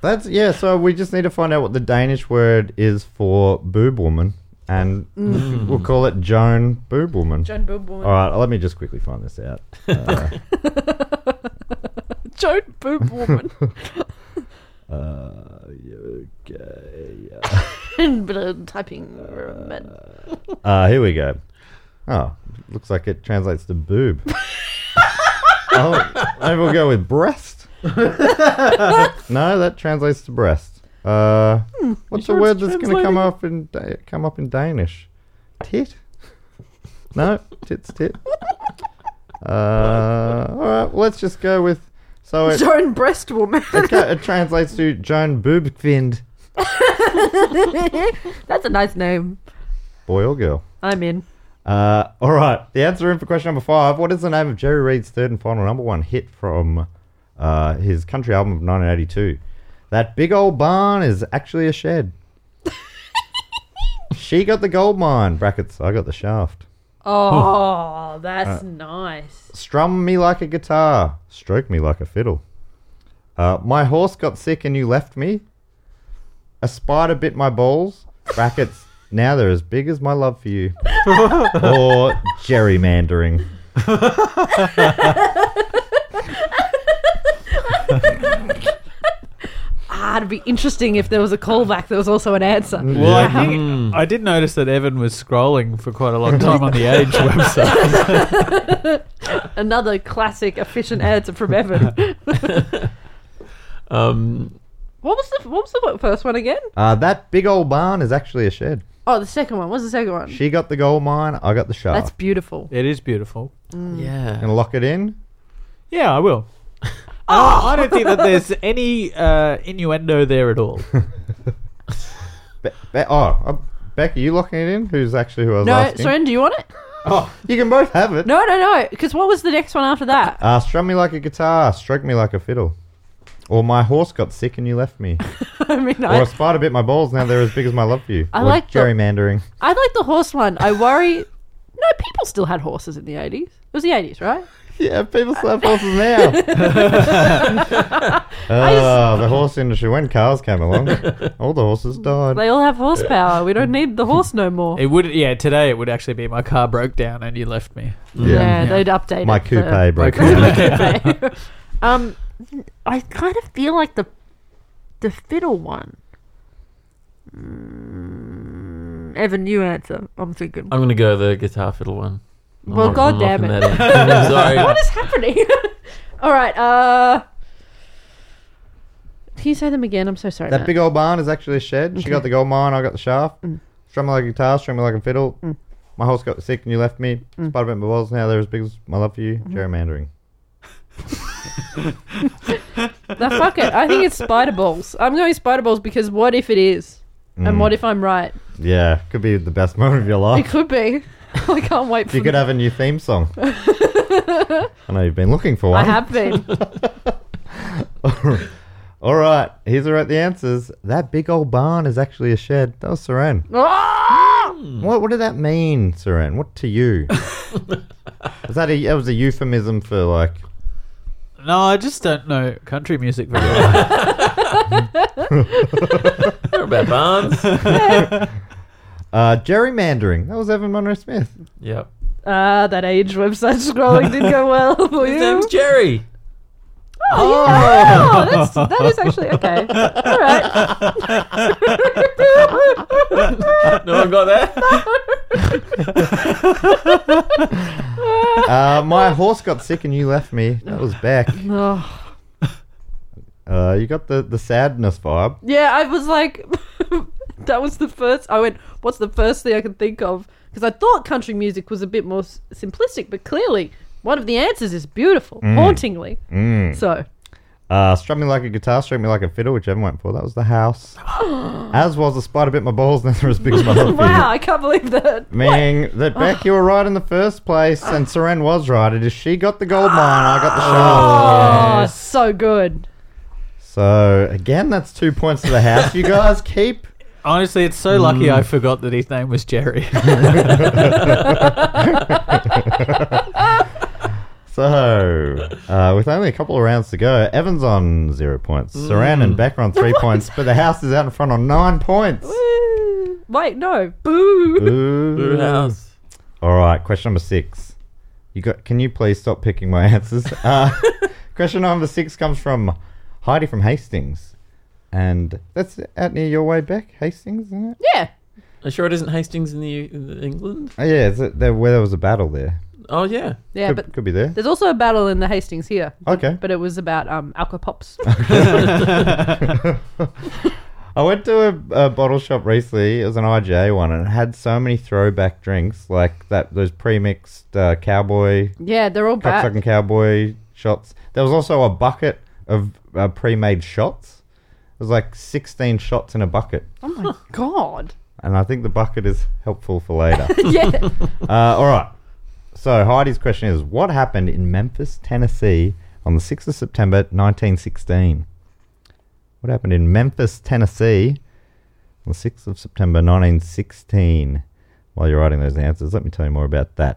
S2: That's yeah. So we just need to find out what the Danish word is for boob woman, and we'll call it Joan boob woman.
S6: Joan boob
S2: All
S6: woman.
S2: right, let me just quickly find this
S6: [laughs]
S2: out. Uh,
S6: Joan
S2: [laughs]
S6: boob woman. [laughs]
S2: uh, okay.
S6: but I'm uh, typing. men.
S2: Uh, here we go. Oh, looks like it translates to boob. [laughs] oh, maybe we'll go with breast. [laughs] no, that translates to breast. Uh, what's the
S6: sure
S2: word
S6: it's
S2: that's going to come
S6: translating?
S2: up in da- come up in Danish? Tit. No, tits tit. Uh, all right, well, let's just go with. So it,
S6: Joan breast woman. [laughs]
S2: it, ca- it translates to Joan Boobkvind,
S6: That's a nice name.
S2: boy or girl.
S6: I'm in.
S2: Uh, all right. The answer in for question number five. What is the name of Jerry Reed's third and final number one hit from uh, his country album of 1982? That big old barn is actually a shed. she got the gold mine. Brackets. I got the shaft.
S6: Oh,
S2: Uh.
S6: that's nice.
S2: Strum me like a guitar. Stroke me like a fiddle. Uh, my horse got sick and you left me. A spider bit my balls. Brackets. now they're as big as my love for you. or gerrymandering.
S6: Ah, it'd be interesting if there was a callback. There was also an answer.
S2: Mm.
S5: Well, I,
S6: [laughs] Hmm.
S5: think, I did notice that Evan was scrolling for quite a long time on the [laughs] Age website.
S6: Another classic efficient answer from Evan.
S2: [laughs]
S4: Um,
S6: what was the What was the first one again?
S2: Uh, that big old barn is actually a shed.
S6: Oh, the second one. What's the second one?
S2: She got the gold mine, I got the shaft.
S6: That's beautiful.
S5: it is beautiful.
S4: yeah.
S2: Gonna lock it in.
S5: Yeah, I [laughs] will. Uh, I don't think that there's any uh, innuendo there at all.
S2: Be- Be- oh, uh, Becky, you locking it in? Who's actually who I was
S6: No,
S2: asking?
S6: Soren, do you want it?
S2: Oh, you can both have it.
S6: No, no, no. Because what was the next one after that?
S2: Uh, strum me like a guitar, stroke me like a fiddle. Or my horse got sick and you left me.
S6: [laughs] I mean,
S2: or a
S6: I,
S2: spider bit my balls, now they're as big as my love for you.
S6: I
S2: or
S6: like the- [laughs]
S2: gerrymandering.
S6: I like the horse one. I worry. No, people still had horses in the 80s. It was the 80s, right?
S2: Yeah, people still have [laughs] horses
S6: [laughs]
S2: now. oh, the horse industry. When cars came along, all the horses died.
S6: They all have horsepower. We don't need the horse no more.
S5: It would, yeah. Today it would actually be my car broke down and you left me.
S6: Yeah, they'd update
S2: My
S6: it for-
S2: coupe broke
S5: Okay.
S2: down.
S6: um, I kind of feel like the the fiddle one. Mm,
S8: Evan, you answer. I'm thinking.
S4: I'm gonna go the guitar fiddle one. I'm
S6: Well,
S4: lock-
S6: God
S4: I'm
S6: damn
S4: locking
S6: it.
S4: that in. [laughs] I'm
S6: [laughs]
S4: sorry.
S6: What is happening? All right. Uh, can you say them again? I'm so sorry.
S2: That
S6: Matt.
S2: big old barn is actually a shed. She got the gold mine, I got the shaft.
S6: Mm.
S2: Strum like a guitar, strum like a fiddle. My horse got sick and you left me.
S6: Mm.
S2: Spider Man balls now they're as big as my love for you.
S6: Mm-hmm.
S2: Gerrymandering.
S6: The fuck it. I think it's spider balls. I'm going spider balls because what if it is?
S2: Mm.
S6: And what if I'm right?
S2: Yeah, could be the best [laughs] moment of your
S6: It
S2: life.
S6: could be. [laughs] I can't wait for
S2: You could have a new theme
S6: [laughs]
S2: song. I know you've been looking for
S6: I
S2: one.
S6: have been.
S2: All right, here's are at the answers. That big old barn is actually a shed. That was
S6: [laughs]
S2: Seren.
S6: Ah!
S2: What what did that mean, Seren? What to
S6: [laughs]
S2: you? was that a that was a euphemism for like
S6: [laughs]
S5: No, I just don't know country music very well. [laughs]
S4: Sorry about Barnes.
S6: [laughs]
S2: uh, gerrymandering? That was Evan Monroe Smith.
S4: yep.
S6: Ah, that age website scrolling didn't
S2: [laughs]
S6: go well for
S4: His
S6: you.
S4: name's Jerry. [laughs]
S6: Oh, that's, that is actually okay. All right.
S4: [laughs] No one got that.
S6: [laughs]
S2: Uh,
S6: [laughs]
S2: my horse got sick and you left me. That was Beck.
S6: Oh.
S2: Uh, you got the, the sadness vibe.
S6: Yeah, I was like, [laughs] that was the first. I went, what's the first thing I can think of? Because I thought country music was a bit more s- simplistic, but clearly one of the answers is beautiful, hauntingly.
S2: Mm.
S6: So,
S2: Uh, strummed me like a guitar, strummed me like a fiddle, whichever went for. That was the
S6: [gasps]
S2: house. as was the spider bit my balls, [laughs] and they're as big as my love for you.
S6: wow, I can't believe that.
S2: Meaning that Beck, you were right in the first place,
S6: [gasps]
S2: and Seren was right. It is she got the gold mine, I got the shaft.
S6: Oh, so good.
S2: So again, that's two points to the house. You guys keep.
S5: Honestly, it's so lucky I forgot that his name was [laughs] Jerry.
S2: So uh, with only a couple of rounds to go, Evans on zero points, Saran and Beck are on
S6: [laughs]
S2: three points, but the house is out in front on nine points.
S6: Woo. Wait, no. Boo.
S2: Ooh.
S4: Blue House.
S2: All right, question number six. You got? Can you please stop picking my
S6: [laughs]
S2: answers? Uh, question number six comes from Heidi from Hastings, and that's out near your way, Beck. Hastings, isn't it?
S6: Yeah.
S4: Are you sure it isn't Hastings in the U- in England?
S2: Oh yeah, is it there where there was a battle there?
S4: Oh yeah.
S6: Yeah,
S2: could,
S6: but
S2: could be there.
S6: there's also a battle in the Hastings here.
S2: Okay.
S6: But it was about um, Alka Pops.
S2: [laughs] I went to a, a bottle shop recently. It was an IGA one, and it had so many throwback drinks like that. Those premixed uh, cowboy
S6: yeah, they're all back.
S2: cocksucking cowboy shots. There was also a bucket of uh, pre-made shots. It was like sixteen shots in a bucket,
S6: Oh my god.
S2: and I think the bucket is helpful for later.
S6: Yeah.
S2: [laughs] uh, all right. So Heidi's question is: What happened in Memphis, Tennessee, on the sixth of September, nineteen sixteen? What happened in Memphis, Tennessee, on the sixth of September, nineteen sixteen? While you're writing those answers, let me tell you more about that.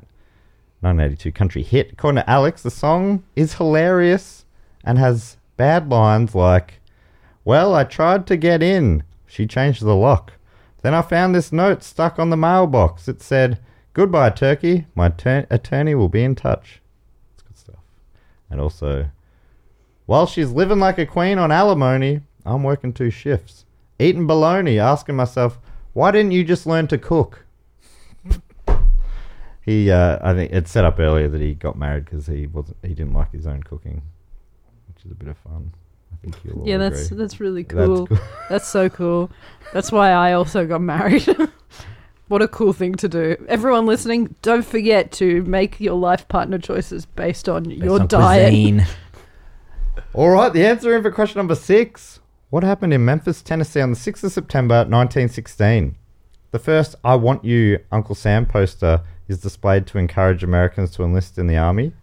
S2: 1982 country hit. According to Alex, the song is hilarious and has bad lines like, Well, I tried to get in. She changed the lock. Then I found this note stuck on the mailbox. It said, Goodbye, Turkey. My tur- attorney will be in touch. It's good stuff. And also, while she's living like a queen on alimony, I'm working two shifts. Eating bologna, asking myself, Why didn't you just learn to cook? [laughs] He, uh, I think it's set up earlier that he got married because he wasn't, he didn't like his own cooking, which is a bit of fun. I think you'll all
S6: yeah, that's
S2: agree.
S6: that's really
S2: That's
S6: cool. That's, so cool. That's why I also got married. [laughs] what a cool thing to do. Everyone listening, don't forget to make your life partner choices based on your diet.
S2: [laughs] All right, the answer in for question number six. What happened in Memphis, Tennessee on the 6th of September 1916? The first I Want You, Uncle Sam poster is displayed to encourage Americans to enlist in the army.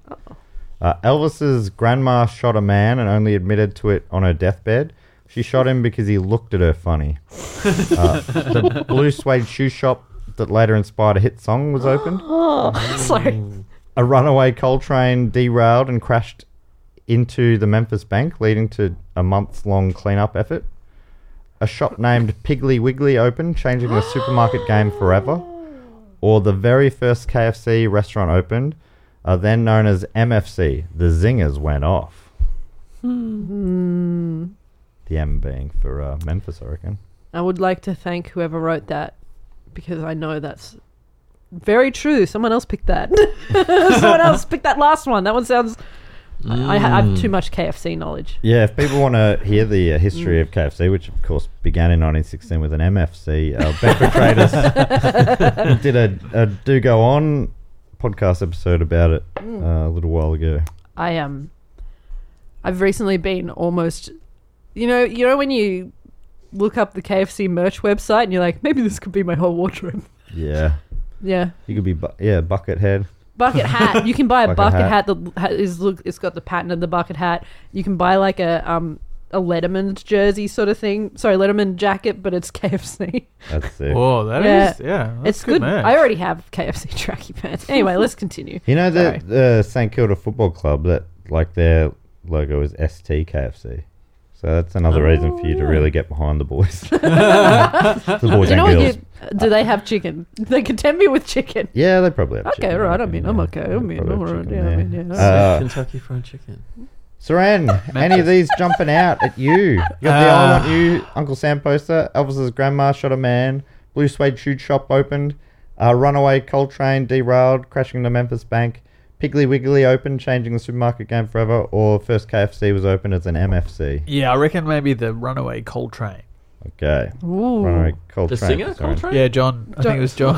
S2: Uh, Elvis's grandma shot a man and only admitted to it on her deathbed. She shot him because he looked at her
S6: [laughs]
S2: funny. Uh, the blue suede shoe shop that later inspired a hit song was opened.
S6: [gasps] Sorry.
S2: A runaway coal train derailed and crashed into the Memphis Bank, leading to a month long cleanup effort. A shop named Piggly Wiggly opened, changing the supermarket game forever. Or the very first KFC restaurant opened, uh, then known as MFC. The zingers went off. The M being for uh, Memphis, I reckon.
S6: I would like to thank whoever wrote that because I know that's very true. Someone else picked that. [laughs] Someone else picked that last one. That one sounds. I, I have too much KFC knowledge.
S2: Yeah, if people want to hear the uh, history of KFC, which of course began in 1916 with an MFC, uh, Bedford Traders did a, a Do Go On podcast episode about it
S6: Hmm.
S2: uh, a little while ago.
S6: I um, I've recently been almost, you know, you know when you look up the KFC merch website and you're like, maybe this could be my whole wardrobe.
S2: Yeah,
S6: Yeah,
S2: you could be bu- yeah Buckethead.
S6: bucket hat. You can buy
S2: [laughs]
S6: a
S2: Bucket
S6: bucket
S2: hat.
S6: hat, that ha- is look. It's got the pattern of the bucket hat. You can buy like a um a Letterman jersey sort of thing. Sorry, Letterman jacket, but it's [laughs] KFC.
S2: That's it.
S5: Whoa, that
S6: Yeah.
S5: is yeah. that's
S6: it's good.
S5: match.
S6: I already have KFC [laughs] tracky pants. Anyway, let's continue.
S2: You know the the St Kilda Football Club that like their logo is STKFC. So that's another reason for you to really get behind the
S6: [laughs]
S2: boys. [laughs] the boys
S6: Oh. You
S2: and
S6: know what?
S2: girls.
S6: You, do they have chicken? They contend me with chicken.
S2: Yeah, they probably have
S6: Okay,
S2: chicken,
S6: right. I
S2: reckon,
S6: mean, I'm
S2: yeah.
S6: okay. I
S2: They
S6: mean,
S2: probably
S6: I'm
S2: have
S6: alright.
S2: chicken
S6: Yeah, I
S2: there.
S6: mean, yeah. that's-
S2: Uh,
S4: [laughs] Kentucky Fried Chicken.
S2: Soren, any of these jumping out at
S4: [laughs]
S2: you? You got the I
S5: Uh,
S4: Ah.
S2: Want You Uncle Sam poster, Elvis's grandma shot a man, blue suede shoe shop opened, uh, runaway coal train derailed, crashing the Memphis Bank, Piggly Wiggly open, changing the supermarket game forever, or first KFC was open as an MFC.
S5: Yeah, I reckon maybe the runaway Coltrane.
S2: Okay.
S6: Ooh.
S2: Runaway coal
S4: The
S2: train.
S4: singer,
S2: Soren.
S4: Coltrane?
S5: Yeah, John. I think it was
S6: [laughs]
S5: John.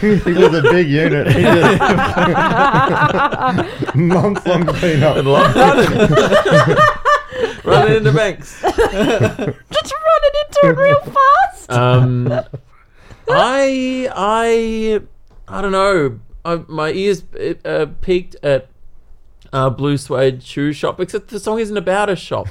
S2: he was a big unit. He did month long
S4: [laughs]
S2: cleanup.
S4: And lock that. Running into
S6: [laughs]
S4: banks.
S6: Just running into it real fast. [laughs]
S4: Um, I I I don't know. I, my ears it, uh, peaked at uh, Blue Suede Shoe Shop, except the song isn't about a
S6: [laughs]
S4: shop.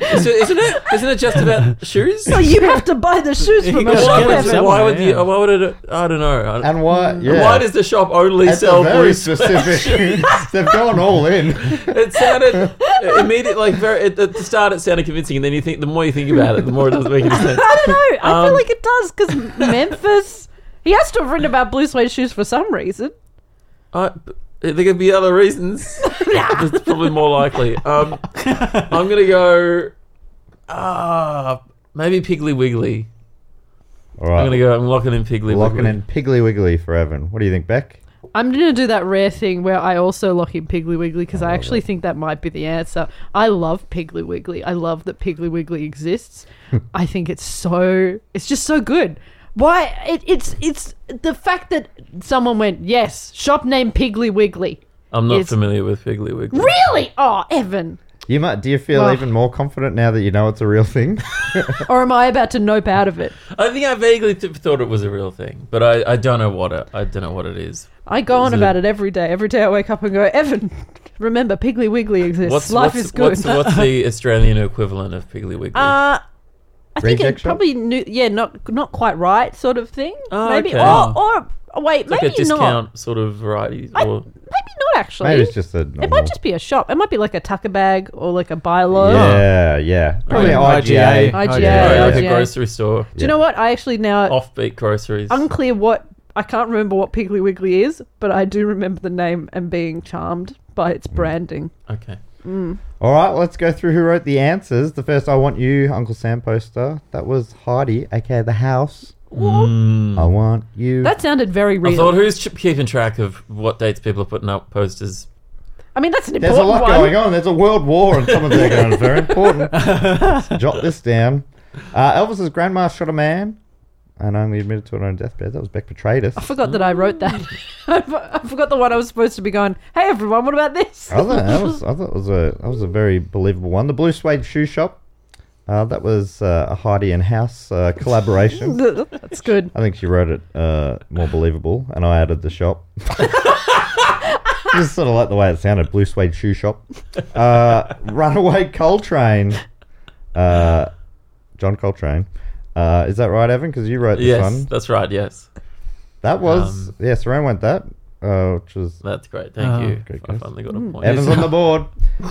S4: Is it, isn't it? Isn't it just about shoes?
S6: So you have to buy the shoes
S5: [laughs]
S6: from
S5: You
S6: a
S5: gotta
S4: Why
S5: get
S4: would,
S5: it
S6: shop.
S5: somewhere,
S4: why would
S5: yeah.
S4: you? Why would it? I don't know. I,
S2: [laughs] And why? Yeah.
S4: Mm. Why does the shop only
S2: That's
S4: sell
S2: a very
S4: blue? [laughs]
S2: specific. [laughs] They've gone all in.
S4: It sounded immediately like very at the start. It sounded convincing, and then you think the more you think about it, the more it doesn't make any
S6: [laughs]
S4: sense.
S6: I don't know. I
S4: Um,
S6: feel like it does [laughs] because Memphis. He has to have written about blue suede shoes for some reason.
S4: I, there could be other reasons. That's probably more likely. Um, I'm gonna go. Ah, maybe Piggly Wiggly.
S2: All
S4: I'm
S2: right.
S4: gonna go. I'm locking in Piggly
S2: Locking
S4: Wiggly.
S2: in Piggly Wiggly for Evan. What do you think, Beck?
S6: I'm going to do that rare thing where I also lock in Piggly Wiggly because I, actually think that might be the answer. I love Piggly Wiggly. I love that Piggly Wiggly [laughs] exists. I think it's so it's just so good. Why it, it's it's the fact that someone went, "Yes, shop name Piggly Wiggly."
S4: I'm not
S6: It's-
S4: familiar with Piggly Wiggly.
S6: Really? Oh, Evan.
S2: You might. Do you feel
S6: Well-
S2: even more confident now that you know it's a real
S6: [laughs]
S2: thing?
S6: Or am I about to nope out of it?
S4: I think I vaguely th- thought it was a real thing, but I, I don't know what it. I don't know what it is.
S6: I go on
S4: Is it-
S6: about it every day. Every day I wake up and go, "Evan, remember Piggly Wiggly exists.
S4: What's
S6: Life
S4: what's,
S6: is good."
S4: What's, what's the Australian equivalent of Piggly Wiggly?
S6: Uh, [laughs] I think
S2: Reject
S6: it's
S2: shop?
S6: probably new, yeah, not not quite right sort of thing.
S4: Oh,
S6: maybe
S4: okay.
S6: or, or or wait,
S4: it's like a
S6: maybe not.
S4: discount sort of variety.
S6: I-
S4: or,
S6: Maybe not actually.
S2: Maybe it's just a. Normal.
S6: it might just be a shop. It might be like a tucker bag or like a buy low.
S2: Yeah, yeah. Probably IGA.
S6: IGA.
S4: Sorry,
S6: yeah,
S4: like a
S6: yeah.
S4: grocery store.
S6: Do you know what? I actually now
S4: Offbeat groceries.
S6: unclear what I can't remember what Piggly Wiggly is, but I do remember the name and being charmed by
S4: Mm.
S6: its branding.
S4: okay.
S2: All right, let's go through who wrote the answers. The first I Want You, Uncle Sam poster. That was Hardy, aka The House. I Want You.
S6: That sounded very
S4: I
S6: real.
S4: thought, who's ch- keeping track of what dates people are putting up posters?
S6: I mean, that's an
S2: There's
S6: important
S2: a lot
S6: one.
S2: going on. There's a world war, and some of them are
S6: [laughs]
S2: very important. Let's jot this down. Uh, Elvis's grandma shot a man and only admitted to it on her deathbed. That was Beck Petratus.
S6: I forgot that I wrote that. [laughs] I for- I forgot the one I was supposed to be going. Hey everyone, what
S2: [laughs]
S6: about this?
S2: I thought that was I thought it was a that was a very believable one. The blue suede shoe shop. Uh, that was uh, a Hardy and House uh, collaboration.
S6: that's good.
S2: I think she wrote it uh, more believable, and I added the shop. [laughs] Just sort of like the way it sounded. Blue suede shoe shop. Uh, runaway Coltrane. Uh, John Coltrane. Uh, is that right, Evan? Because you wrote this
S4: yes,
S2: one.
S4: that's right. Yes,
S2: That was yeah. Saran went that, uh, which was
S4: that's great. Thank
S5: Oh,
S4: you.
S2: good
S4: I
S2: Ah. guess.
S4: finally got
S6: Hmm.
S4: a point.
S2: Evans on the board.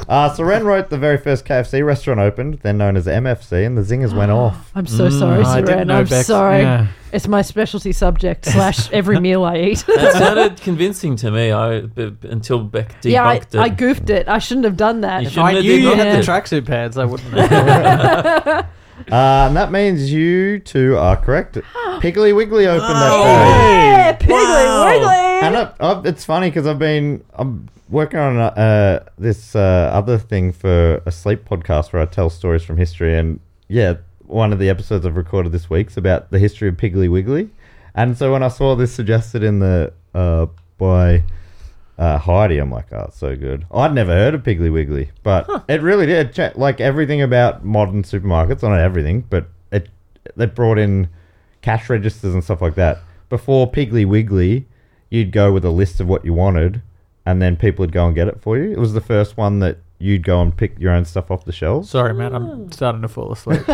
S2: Uh, Soren wrote the very first KFC restaurant opened, then known as MFC, and the zingers went off.
S6: I'm so sorry,
S5: I didn't
S6: Saran.
S5: know
S6: I'm
S5: Bex-
S6: sorry.
S5: yeah.
S6: It's my specialty subject slash every meal I eat.
S4: [laughs]
S6: [laughs]
S4: That sounded convincing to me. I b- b- until Beck debunked
S6: yeah, I,
S4: it.
S6: I goofed it. I shouldn't have done that.
S4: You shouldn't
S5: I [laughs]
S4: have
S5: knew you
S4: debunked
S5: had
S2: [laughs]
S4: it.
S5: the tracksuit pads. I wouldn't. Have.
S2: Uh, and that means you two are correct. Piggly Wiggly opened that day.
S6: Yeah, Piggly Wiggly.
S2: And I, I, it's funny because I've been I'm working on uh, this uh, other thing for a sleep podcast where I tell stories from history, and yeah, one of the episodes I've recorded this week's about the history of Piggly Wiggly, and so when I saw this suggested in the uh, by uh, Heidi, I'm like, oh, it's so good. I'd never heard of Piggly Wiggly, but it really did cha- like everything about modern supermarkets, not everything, but it they brought in cash registers and stuff like that. Before Piggly Wiggly, you'd go with a list of what you wanted, and then people would go and get it for you. It was the first one that you'd go and pick your own stuff off the shelves.
S5: Sorry, man. I'm starting to fall asleep.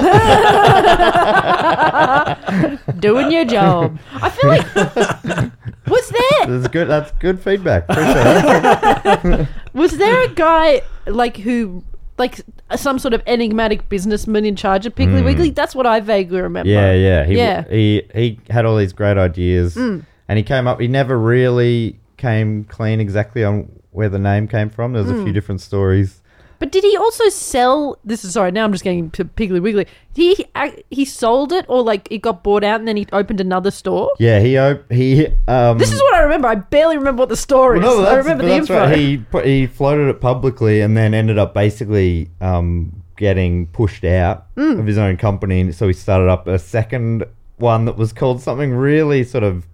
S6: Doing your job. I feel like. was there
S2: That's good. That's good feedback. Appreciate it.
S6: was there a guy like who like some sort of enigmatic businessman in charge of Piggly Wiggly? That's what I vaguely remember.
S2: Yeah, yeah. He,
S6: Yeah. Mm.
S2: He he had all these great ideas, and he came up. He never really came clean exactly on where the name came from. There's
S6: Mm.
S2: a few different stories.
S6: But did he also sell? This is sorry. Now I'm just getting to Piggly Wiggly. Did he ac- he sold it or like it got bought out and then he opened another store?
S2: Yeah, he op- he. Um,
S6: This is what I remember. I barely remember what the story is.
S2: Well,
S6: I
S2: that's-
S6: remember
S2: but
S6: the
S2: that's
S6: info.
S2: right. He put, he floated it publicly and then ended up basically um, getting pushed out
S6: Mm.
S2: of his own company. And So he started up a second one that was called something really sort of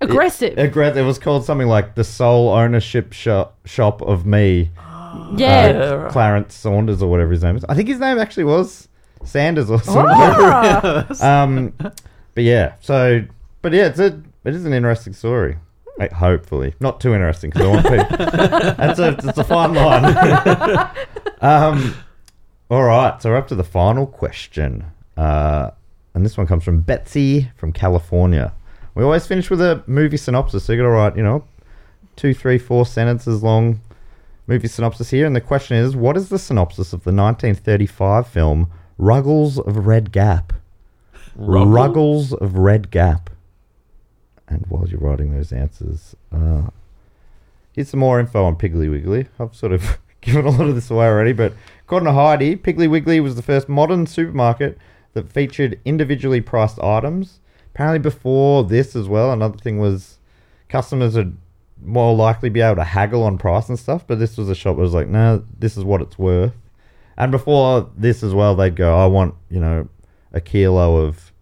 S6: Aggressive.
S2: aggressive. It was called something like the Sole Ownership Shop, shop of Me,
S6: [gasps]
S2: Uh,
S6: yeah.
S2: Clarence Saunders or whatever his name is. I think his name actually was Sanders or something.
S6: Ah!
S2: [laughs] um, but yeah, so but yeah, it's a it is an interesting story. Like, hopefully, not too interesting because I want
S6: [laughs]
S2: people. that's a it's a fine line. [laughs] um, all right, so we're up to the final question, uh, and this one comes from Betsy from California. We always finish with a movie synopsis, so you got to write, you know, two, three, four sentences long movie synopsis here, and the question is, what is the synopsis of the 1935 film Ruggles of Red Gap? Ruggles of Red Gap. And while you're writing those answers, uh, here's some more info on Piggly Wiggly. I've sort of [laughs] given a lot of this away already, but according to Heidi, Piggly Wiggly was the first modern supermarket that featured individually priced items. Apparently, before this as well, another thing was customers would more likely be able to haggle on price and stuff, but this was a shop that was like, no, this is what it's worth. And before this as well, they'd go, I want, you know, a kilo of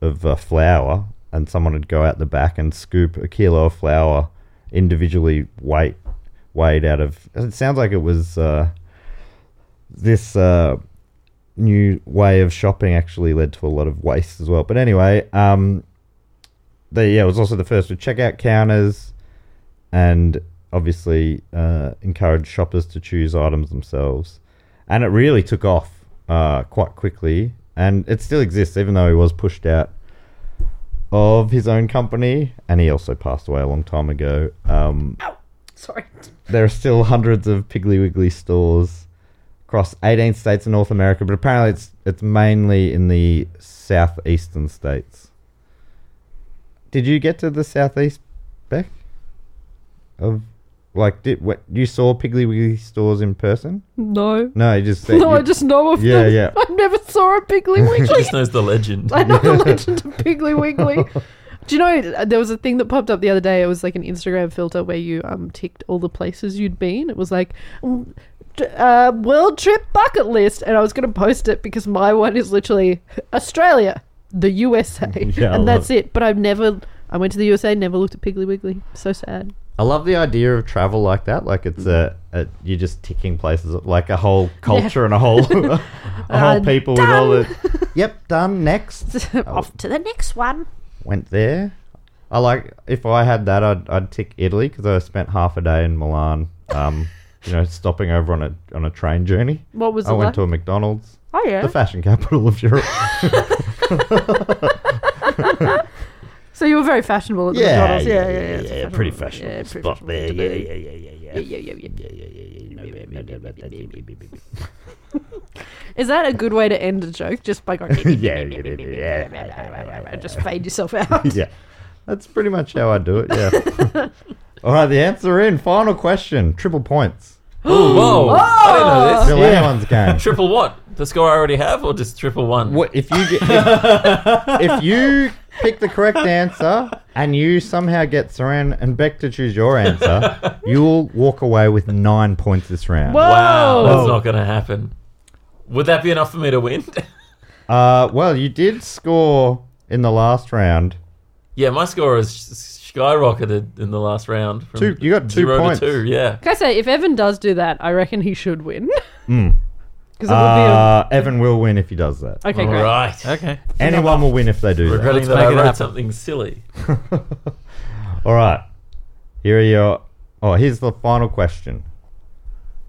S2: of uh, flour, and someone would go out the back and scoop a kilo of flour individually weight weighed out of. It sounds like it was uh, this uh, new way of shopping actually led to a lot of waste as well. But anyway, um, they, yeah, it was also the first with checkout counters, and obviously uh, encouraged shoppers to choose items themselves. And it really took off uh, quite quickly, and it still exists, even though he was pushed out of his own company, and he also passed away a long time ago. Um,
S6: Sorry.
S2: there are still hundreds of Piggly Wiggly stores across 18 states in North America, but apparently it's it's mainly in the southeastern states. Did you get to the southeast, Beck? Of like, did what you saw Piggly Wiggly stores in person?
S6: No.
S2: No, you just
S6: [laughs] No,
S2: you-
S6: I just know of
S2: eh, Yeah,
S6: them.
S2: yeah.
S6: [laughs] I never saw a
S2: [laughs]
S6: Piggly
S4: He
S6: Wiggly.
S4: just knows the
S6: [laughs]
S4: legend.
S6: I know the legend of Piggly Wiggly. Do you know uh, there was a thing that popped up the other day? It was like an Instagram filter where you um ticked all the places you'd been. It was like. mm, d- Uh, world trip bucket list, and I was going to post it because my one is literally Australia, the USA,
S2: [laughs] Yeah, I
S6: and that's
S2: love-
S6: it. But I've never, I went to the USA, never looked at Piggly Wiggly. So sad.
S2: I love the idea of travel like that. Like it's a, a you're just ticking places up, like a whole culture and a
S6: [laughs]
S2: whole [laughs] a whole
S6: Uh,
S2: people with all the. Yep, done. Next.
S6: [laughs] Off to the next one.
S2: went there. I like if I had that, I'd, I'd tick Italy because I spent half a day in Milan. Um, you know, stopping over on a on a train journey.
S6: What was
S2: I
S6: it
S2: went
S6: like?
S2: to a McDonald's,
S6: Oh yeah.
S2: the fashion capital of Europe. [laughs]
S6: So you were very fashionable at the McDonald's. Yeah, yeah, yeah. it's a
S2: pretty
S6: fashionable-
S2: fashionable
S6: yeah, pretty
S2: spot there.
S6: fashionable
S2: Yeah,
S6: to
S2: yeah, yeah, yeah, yeah,
S6: Yeah, yeah, yeah, yeah.
S2: yeah.
S6: Is that a good way to end a joke? Just
S2: [laughs]
S6: by going,
S2: Yeah, yeah, yeah, yeah, yeah,
S6: [laughs]
S2: yeah.
S6: just fade yourself [laughs] out.
S2: yeah. That's pretty
S6: [laughs]
S2: much how I do it, yeah. All right, the answer in. Final question. Triple points.
S4: Whoa! I didn't know
S6: Oh,
S4: this.
S2: Still anyone's
S6: [laughs]
S2: game.
S4: Triple what? The score I already have, or just triple one?
S2: What if you get, if,
S6: [laughs]
S2: if you pick the correct answer and you somehow get Saran and Beck to choose your
S6: [laughs]
S2: answer, you'll walk away with nine points this round.
S4: Wow, that's not going to happen. Would that be enough for me to win? [laughs]
S2: Uh, well, you did score in the last round.
S4: yeah, my score has skyrocketed in the last round. From
S2: Two- you got two
S4: zero
S2: points.
S4: to two. Yeah.
S6: Can I say, if Evan does do that, I reckon he should win. [laughs] Hmm. Because it would be a
S2: Uh, Evan will win if he does that.
S6: Okay, great.
S4: Right.
S5: Okay.
S2: Anyone will win if they do that.
S4: Regretting
S5: Let's
S4: that
S5: make
S4: I
S5: it
S4: wrote
S5: happen.
S4: something silly.
S2: All right. Here are your. Oh, here's the final question.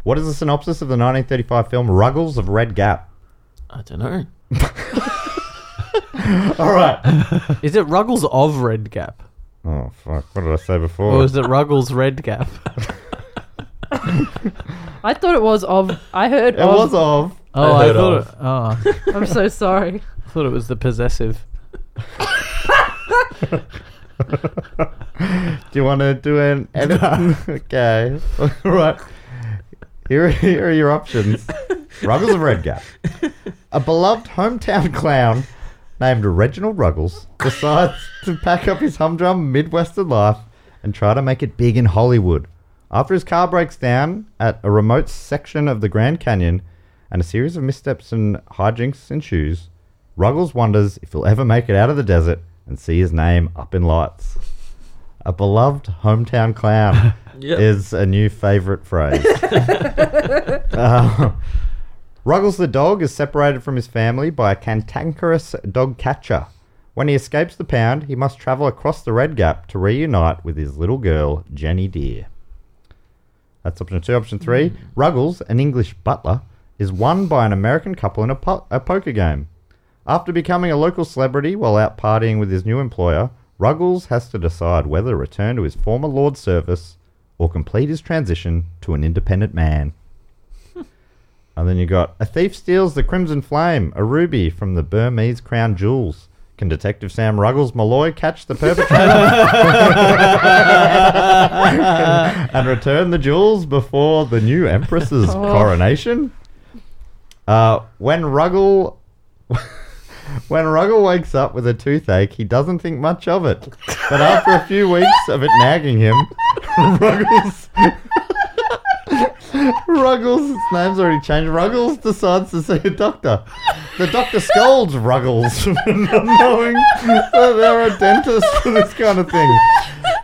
S2: What is the synopsis of the 1935 film Ruggles of Red Gap? [laughs]
S4: I don't know.
S2: All right.
S5: Is it Ruggles of Red Gap?
S2: Oh fuck! What did I say
S5: Or
S2: before?
S5: is it Ruggles Red Gap?
S6: I thought it was of. I
S2: [laughs]
S6: heard
S2: It
S6: of.
S2: was of. [laughs]
S5: Oh,
S4: I
S5: I,
S4: heard
S5: thought
S4: of.
S5: it, oh,
S6: [laughs] I'm so sorry.
S5: I thought it was the possessive.
S2: Do you want to do an edit? [laughs] okay. All right. Here, here are [laughs] your options. Ruggles of Red Gap. A beloved hometown clown named Reginald Ruggles decides to pack up his humdrum Midwestern life and try to make it big in Hollywood. After his car breaks down at a remote section of the Grand Canyon and a series of missteps and hijinks ensues, Ruggles wonders if he'll ever make it out of the desert and see his name up in lights. A beloved hometown clown
S4: Yep.
S2: is a new favorite phrase. Um, Ruggles the dog is separated from his family by a cantankerous dog catcher. When he escapes the pound, he must travel across the Red Gap to reunite with his little girl, Jenny Dear. That's option two. Option three Ruggles, an English butler, is won by an American couple in a, po- a poker game. After becoming a local celebrity while out partying with his new employer, Ruggles has to decide whether to return to his former Lord's service or complete his transition to an independent man. and then you got A Thief Steals the Crimson Flame, a ruby from the Burmese Crown Jewels. Can Detective Sam Ruggles Malloy catch the perpetrator and return the jewels before the new Empress's coronation? Uh, when Ruggle [laughs] when Ruggle wakes up with a toothache, he doesn't think much of it. But after a few weeks of it nagging him, [laughs] Ruggles. Ruggles, his name's already changed. Ruggles decides to see a doctor. The doctor scolds Ruggles [laughs] for not knowing that there are dentists for this kind of thing.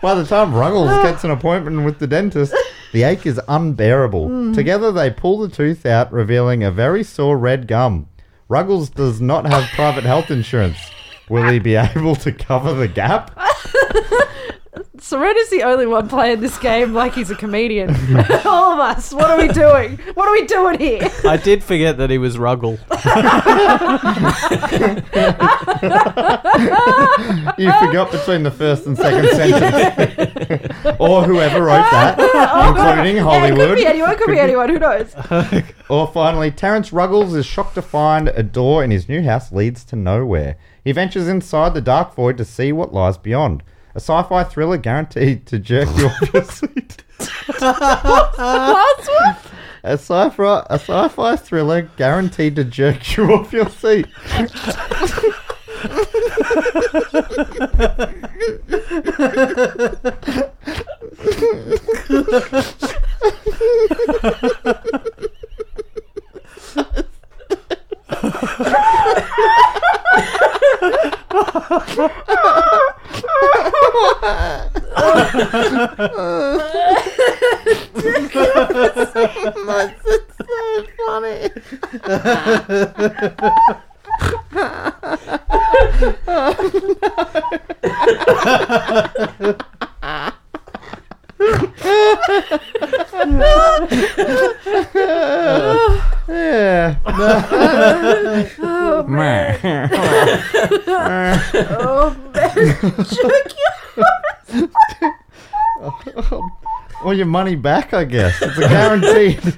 S2: By the time Ruggles gets an appointment with the dentist, the ache is unbearable. Together they pull the tooth out, revealing a very sore red gum. Ruggles does not have private health insurance. Will he be able to cover the gap?
S6: Serena's the only one playing this game like he's a comedian. [laughs] All of us. What are we doing? What are we doing [laughs] here?
S5: I did forget that he was Ruggle.
S2: You
S6: Oh.
S2: forgot between the first and
S6: [laughs]
S2: second sentence. or whoever wrote that, including
S6: Oh, [laughs] Yeah, it could
S2: Hollywood.
S6: be anyone. It could be anyone. Who knows?
S2: Or finally, Terrence Ruggles is shocked to find a door in his new house leads to nowhere. He ventures inside the dark void to see what lies beyond. A sci fi thriller guaranteed to jerk you off your seat.
S6: Last one.
S2: A sci-fi, a sci-fi thriller guaranteed to jerk you off your seat. Yeah. [laughs] Or your money back, I guess. It's a guaranteed. [laughs]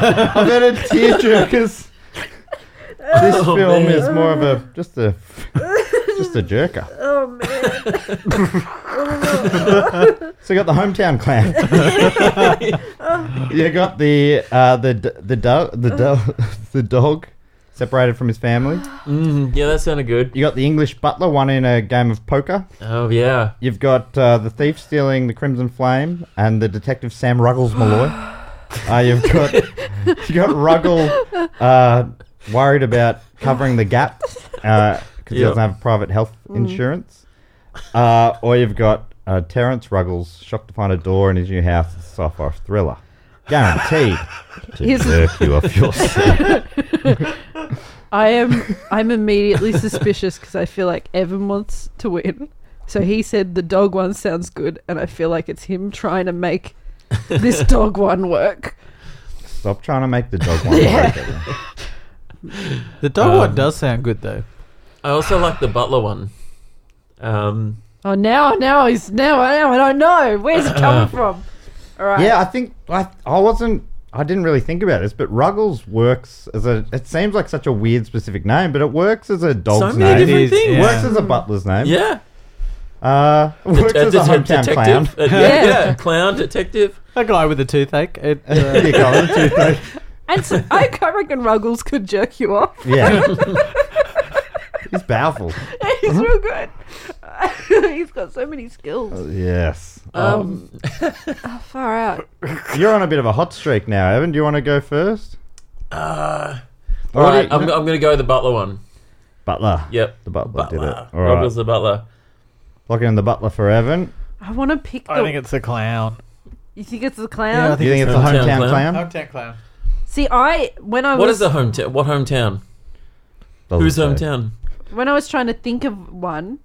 S2: I bet it tearjerkers.
S6: Oh,
S2: This film is more of a just a just a jerker.
S6: Oh man.
S2: [laughs] So you got the hometown clan. you got the uh, the d- the dog the dog [laughs] the dog separated from his family.
S4: Yeah, that sounded good.
S2: You got the English butler one in a game of poker.
S4: Oh yeah.
S2: You've got uh, the thief stealing the Crimson Flame and the detective Sam Ruggles [gasps] Malloy. Uh, you've got you got Ruggle uh, worried about covering the gap because he
S4: Yeah.
S2: doesn't have private health insurance. Uh, or you've got uh, Terrence Ruggles shocked to find a door in his new house. It's a sci-fi thriller, guaranteed [laughs] to
S6: Here's-
S2: jerk you off [laughs] your seat.
S6: I am I'm immediately suspicious because I feel like Evan [laughs] wants to win. So he said the dog one sounds good, and I feel like it's him trying to [laughs] make this dog one work.
S2: Stop trying to make the dog one.
S6: Yeah.
S2: work.
S5: The dog
S2: Um,
S5: one does sound good though.
S4: I also like the butler one. Um,
S6: Oh, now now he's now now I don't know where's [clears throat] it coming from. All right,
S2: Yeah, I think I, I wasn't. I didn't really think about this, but Ruggles works as a. It seems like such a weird specific name, but it works as a dog's name.
S4: so many different
S5: is,
S4: things.
S5: yeah.
S2: Works as a butler's name.
S4: Yeah.
S2: Uh, works
S4: Uh,
S2: as a
S4: det-
S2: hometown clown.
S4: [laughs] detective. Uh,
S6: [laughs]
S4: yeah,
S6: Yeah.
S4: yeah, clown
S2: [laughs]
S4: detective.
S5: A guy with a toothache. It, uh,
S2: Here, Colin, two things.
S6: and so I reckon Ruggles could jerk you off. [laughs]
S2: yeah.
S4: [laughs]
S2: He's powerful.
S6: He's real good. [laughs] he's got so many skills.
S2: Yes. Oh,
S4: Um,
S6: Far out.
S2: You're on a bit of a hot streak now, Evan. Do you want to go first? Uh,
S4: all right, I'm, I'm going to go with the butler one.
S2: butler.
S4: Yep.
S2: The butler, did it.
S4: Butler.
S2: All right.
S4: Ruggles the butler.
S2: Lock in the butler for Evan.
S6: I want to pick. The,
S5: I think it's the clown.
S6: you think it's the
S5: Yeah, I
S6: clown?
S2: Do you think it's the
S4: Hometown
S2: hometown
S4: clown.
S2: clown?
S5: Hometown clown.
S6: See, I when I
S4: What is
S6: was
S4: the hometown? What hometown?
S2: Doesn't
S4: Who's
S2: say.
S4: hometown?
S6: when I was trying to think of one,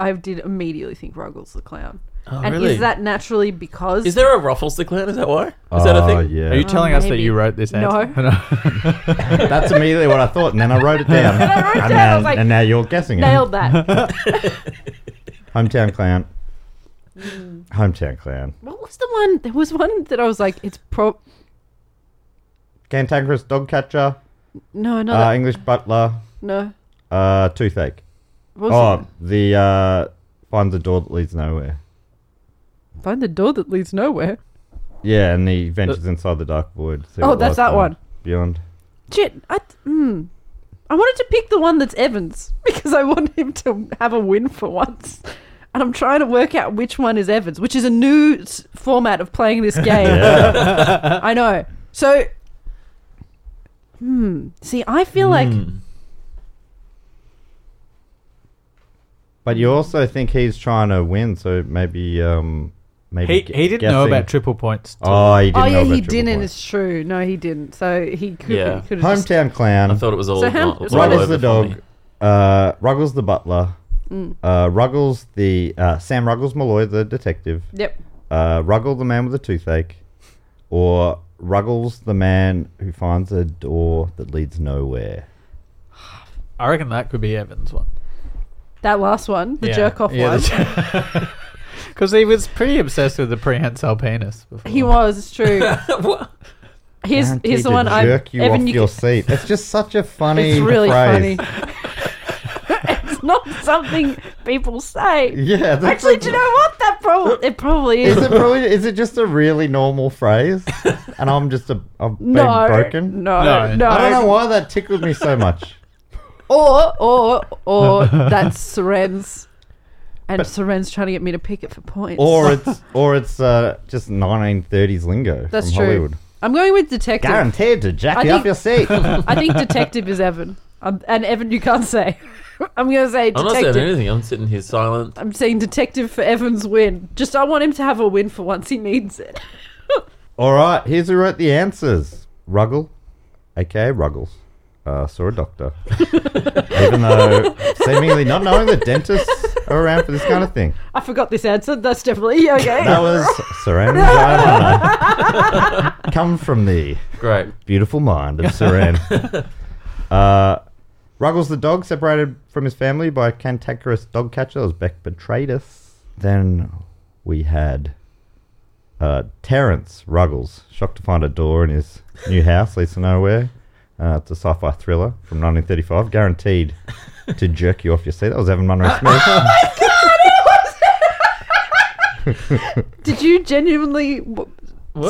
S6: I did immediately think Ruggles the clown. and
S4: really?
S6: is that naturally because
S4: Is there a Ruffles the clown? Is that why? Is
S2: Oh,
S4: that a thing?
S5: Are you
S2: yeah.
S5: telling us that
S6: Oh, maybe.
S5: you
S2: [laughs]
S5: wrote this
S6: No.
S5: answer?
S2: That's immediately what I thought, and then I wrote it
S6: [laughs]
S2: down.
S6: I wrote it
S2: and,
S6: down, I
S2: now,
S6: was like,
S2: and now you're guessing
S6: nailed that?
S2: it. Hometown clown.
S6: Mm.
S2: hometown clown.
S6: what was the one? There was one that I was like, it's pro.
S2: Cantankerous dog catcher.
S6: No, no,
S2: Uh,
S6: Oh, that-
S2: English butler.
S6: no.
S2: Uh, toothache.
S6: What was
S2: Oh, the uh, finds a door that leads nowhere.
S6: it? Find the door that leads nowhere.
S2: Yeah, and he ventures inside the dark void. to see
S6: Oh,
S2: what lies
S6: that's that
S2: beyond-
S6: one.
S2: Beyond.
S6: Shit, I th- hmm. I wanted to pick the one that's Evans [laughs] because I want him to have a win for once. And I'm trying to work out which one is Evans, which is a new s- format of playing
S2: [laughs]
S6: this game. [laughs] I know. So, hmm. See, I feel like
S2: But you also think he's trying to win, so maybe um, maybe
S5: He,
S2: gu-
S5: he didn't know
S2: guessing-
S5: about triple points.
S2: Oh, he didn't.
S6: oh
S2: know
S6: yeah,
S2: about
S6: he
S2: triple
S6: didn't.
S2: points.
S6: It's true. No, he didn't. So he could.
S4: Yeah.
S6: He could have just,
S2: Hometown clown.
S4: I thought it was all.
S6: So him-
S4: it was
S6: What
S4: all
S6: is
S2: Ruggles
S4: over
S2: the
S4: for me.
S2: dog, uh, Ruggles the butler,
S6: Mm.
S2: uh, Ruggles the uh, Sam Ruggles Malloy the detective,
S6: Yep.
S2: uh, Ruggle the man with a toothache, or Ruggles the man who finds a door that leads nowhere.
S5: I reckon that could be Evan's one.
S6: That last one, the jerk off one.
S5: [laughs] Because he was pretty obsessed with the prehensile penis. Before.
S6: he was it's true.
S4: What?
S6: Here's here's
S2: Guaranteed
S6: the
S2: to
S6: one. I
S2: jerk you
S6: Evan,
S2: off
S6: you
S2: your
S6: can-
S2: seat. It's just such a funny.
S6: It's really
S2: phrase.
S6: funny. [laughs] it's not something people say.
S2: [laughs] Yeah. That's
S6: Actually,
S2: a-
S6: do you know what? That probably it probably
S2: Is
S6: is.
S2: it probably? Is it just a really normal
S6: [laughs]
S2: phrase? And I'm just a. I've been
S6: No,
S2: broken.
S6: no,
S5: No.
S6: no,
S2: I don't know why that tickled me so much.
S6: Or, or,
S2: [laughs]
S6: or that's Seren's, and Seren's trying to get me to pick it for points.
S2: or it's or it's uh, just 1930s lingo
S6: that's
S2: from
S6: true.
S2: Hollywood.
S6: I'm going with detective.
S2: Guaranteed to jack
S6: I
S2: you off
S6: think-
S2: your
S6: [laughs]
S2: seat.
S6: I think detective is Evan. Um, and Evan, you can't say. [laughs] I'm going to say
S4: I'm
S6: detective.
S4: not saying anything. I'm sitting here silent.
S6: I'm saying detective for Evan's win. Just I want him to have a win for once. He needs it.
S2: All right, here's who wrote the answers. Ruggle, aka Ruggles, uh, saw a
S6: [laughs]
S2: doctor, even though seemingly not knowing that dentists are around for this kind of thing.
S6: I forgot this answer. That's definitely [laughs] yeah, okay.
S2: That was
S6: [laughs]
S2: Saran Vajana. Come from the
S4: Great.
S2: beautiful mind of Saran. Uh, Ruggles the dog, separated from his family by a cantankerous dog catcher. That was Beck betrayed us. Then we had uh, Terence Ruggles, shocked to find a door in his new house, leads to nowhere. Uh, it's a sci fi thriller from 1935, guaranteed to jerk you off your seat. That was Evan Munro Smith.
S6: Did you genuinely w-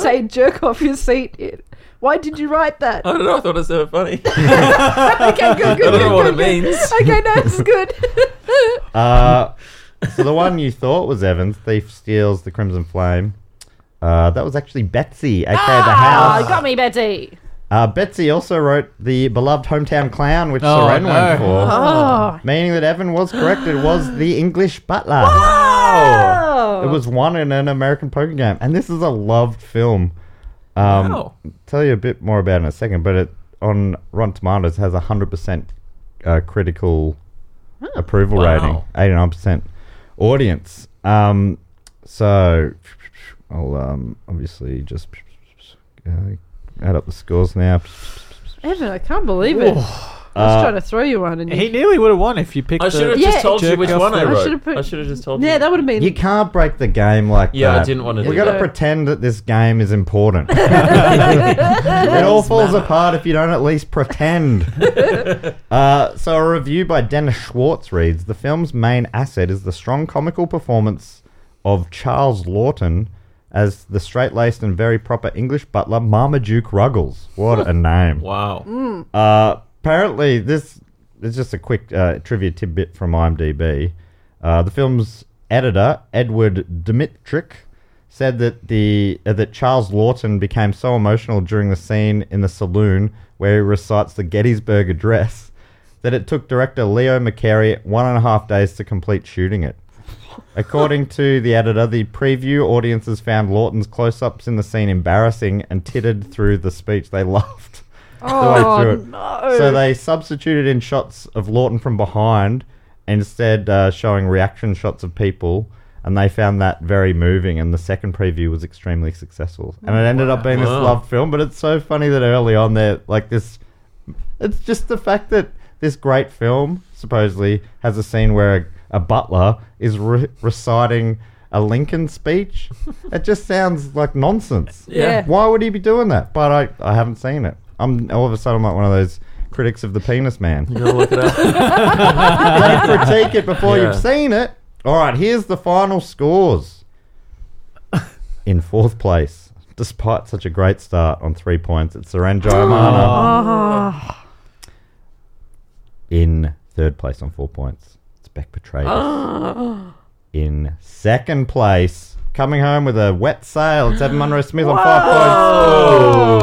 S6: say jerk off your seat? It- Why did you write
S4: [laughs]
S6: that?
S4: I don't know. I thought it was so [laughs] funny.
S6: okay, good, good,
S4: I don't
S6: good,
S4: know what
S6: good,
S4: it
S6: good.
S4: means.
S6: Okay, no,
S4: [laughs]
S6: it's good. [laughs]
S2: Uh, so the one you thought was Evans, Thief Steals the Crimson Flame. Uh, that was actually Betsy, aka the
S6: Ah,
S2: house.
S6: got me, Betty.
S2: Uh, Betsy also wrote the beloved hometown clown, which
S5: Oh,
S2: Soren went
S5: no.
S2: for,
S6: Oh,
S2: meaning that Evan was correct. It was the English butler. It was one in an American poker game, and this is a loved film. Um,
S4: Wow.
S2: Tell you a bit more about it in a second, but it on Rotten Tomatoes has a hundred percent uh, critical approval
S4: wow.
S2: rating, eighty nine percent audience. Um, so I'll um, obviously just uh, add up the scores now.
S6: Evan, I can't believe it. I was trying to throw you one, and you
S5: He nearly would have won if you picked.
S4: I should have
S5: the,
S6: Yeah,
S4: just told you
S5: jerk
S4: which
S5: off
S4: one I
S5: the- I
S4: wrote. I,
S6: should've put-
S4: should have just told you.
S6: yeah, that would have been.
S2: You can't break the game like
S4: Yeah,
S2: that.
S4: I didn't wanna
S2: We
S4: do
S2: gotta
S4: that.
S2: pretend that this game is
S4: [laughs]
S2: important. [laughs] it all falls apart if you don't at least
S4: [laughs]
S2: pretend. uh, so, a review by Dennis Schwartz reads: The film's main asset is the strong comical performance of Charles Lawton as the straight-laced and very proper English butler Marmaduke Ruggles. What
S4: [laughs]
S2: a name!
S4: Wow.
S2: Uh, apparently, this is just a quick uh, trivia tidbit from IMDb. Uh, the film's editor, Edward Dmitrik, said that the uh, that Charles Lawton became so emotional during the scene in the saloon where he recites the Gettysburg Address that it took director Leo McCary one and a half days to complete shooting it. According to the editor, the preview audiences found Lawton's close ups in the scene embarrassing and tittered through the speech. They [laughs] laughed. Oh, no. So they substituted in shots of Lawton from behind instead uh, showing reaction shots of people. And they found that very moving, and the second preview was extremely successful. And it ended up being this
S4: Wow.
S2: loved film, but it's so funny that early on there, like this it's just the fact that this great film supposedly has a scene where a, a butler is re- reciting a Lincoln speech. it just sounds like nonsense.
S6: Yeah.
S2: Why would he be doing that? But I, I haven't seen it. I'm all of a sudden I'm like one of those critics of the penis man.
S4: Gotta look it up.
S2: Don't critique it before
S4: Yeah.
S2: you've seen it. All right, here's the final scores. In fourth place, despite such a great start on three points, it's Saran Jayamana.
S6: Oh,
S2: In third place on four points, it's Beck Betrayed. In second place, coming home with a wet sail, it's Evan Munro Smith on five points.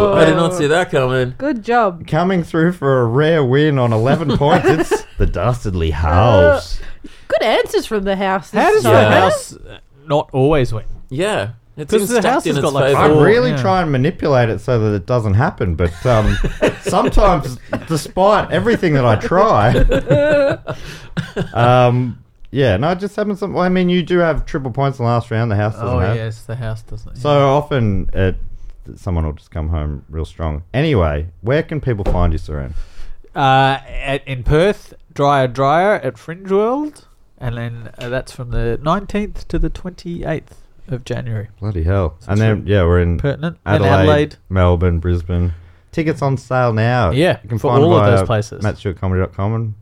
S4: Oh, I did not see that coming.
S6: good job.
S2: Coming through for a rare win on 11 points, it's the Dastardly House.
S6: Good answers from the house.
S5: How does
S6: this
S5: the
S6: time.
S4: Yeah.
S5: house not always win?
S4: Yeah. It's
S5: 'Cause
S4: been
S5: the house
S4: stuck in
S5: has
S4: its
S5: got, like,
S2: I
S4: favour.
S5: four-
S2: really
S5: yeah.
S2: try and manipulate it so that it doesn't happen, but
S5: [laughs]
S2: um, sometimes, despite everything that I
S5: [laughs]
S2: try, um, yeah, no, it just happens. Well, I mean, you do have triple points in the last round. The house doesn't
S5: Oh
S2: have.
S5: yes, the house doesn't.
S2: So often, uh, th- someone will just come home real strong. Anyway, where can people find you, Saran?
S5: Uh, at, in Perth, Dryer Dryer at Fringe World, and then uh, that's from the 19th to the 28th of January.
S2: Bloody hell! And then yeah, we're in
S5: Pertinent and
S2: Adelaide,
S5: Adelaide.
S2: Melbourne, Brisbane. Tickets on sale now.
S5: Yeah, for all of those places.
S2: MattStewartComedy.com and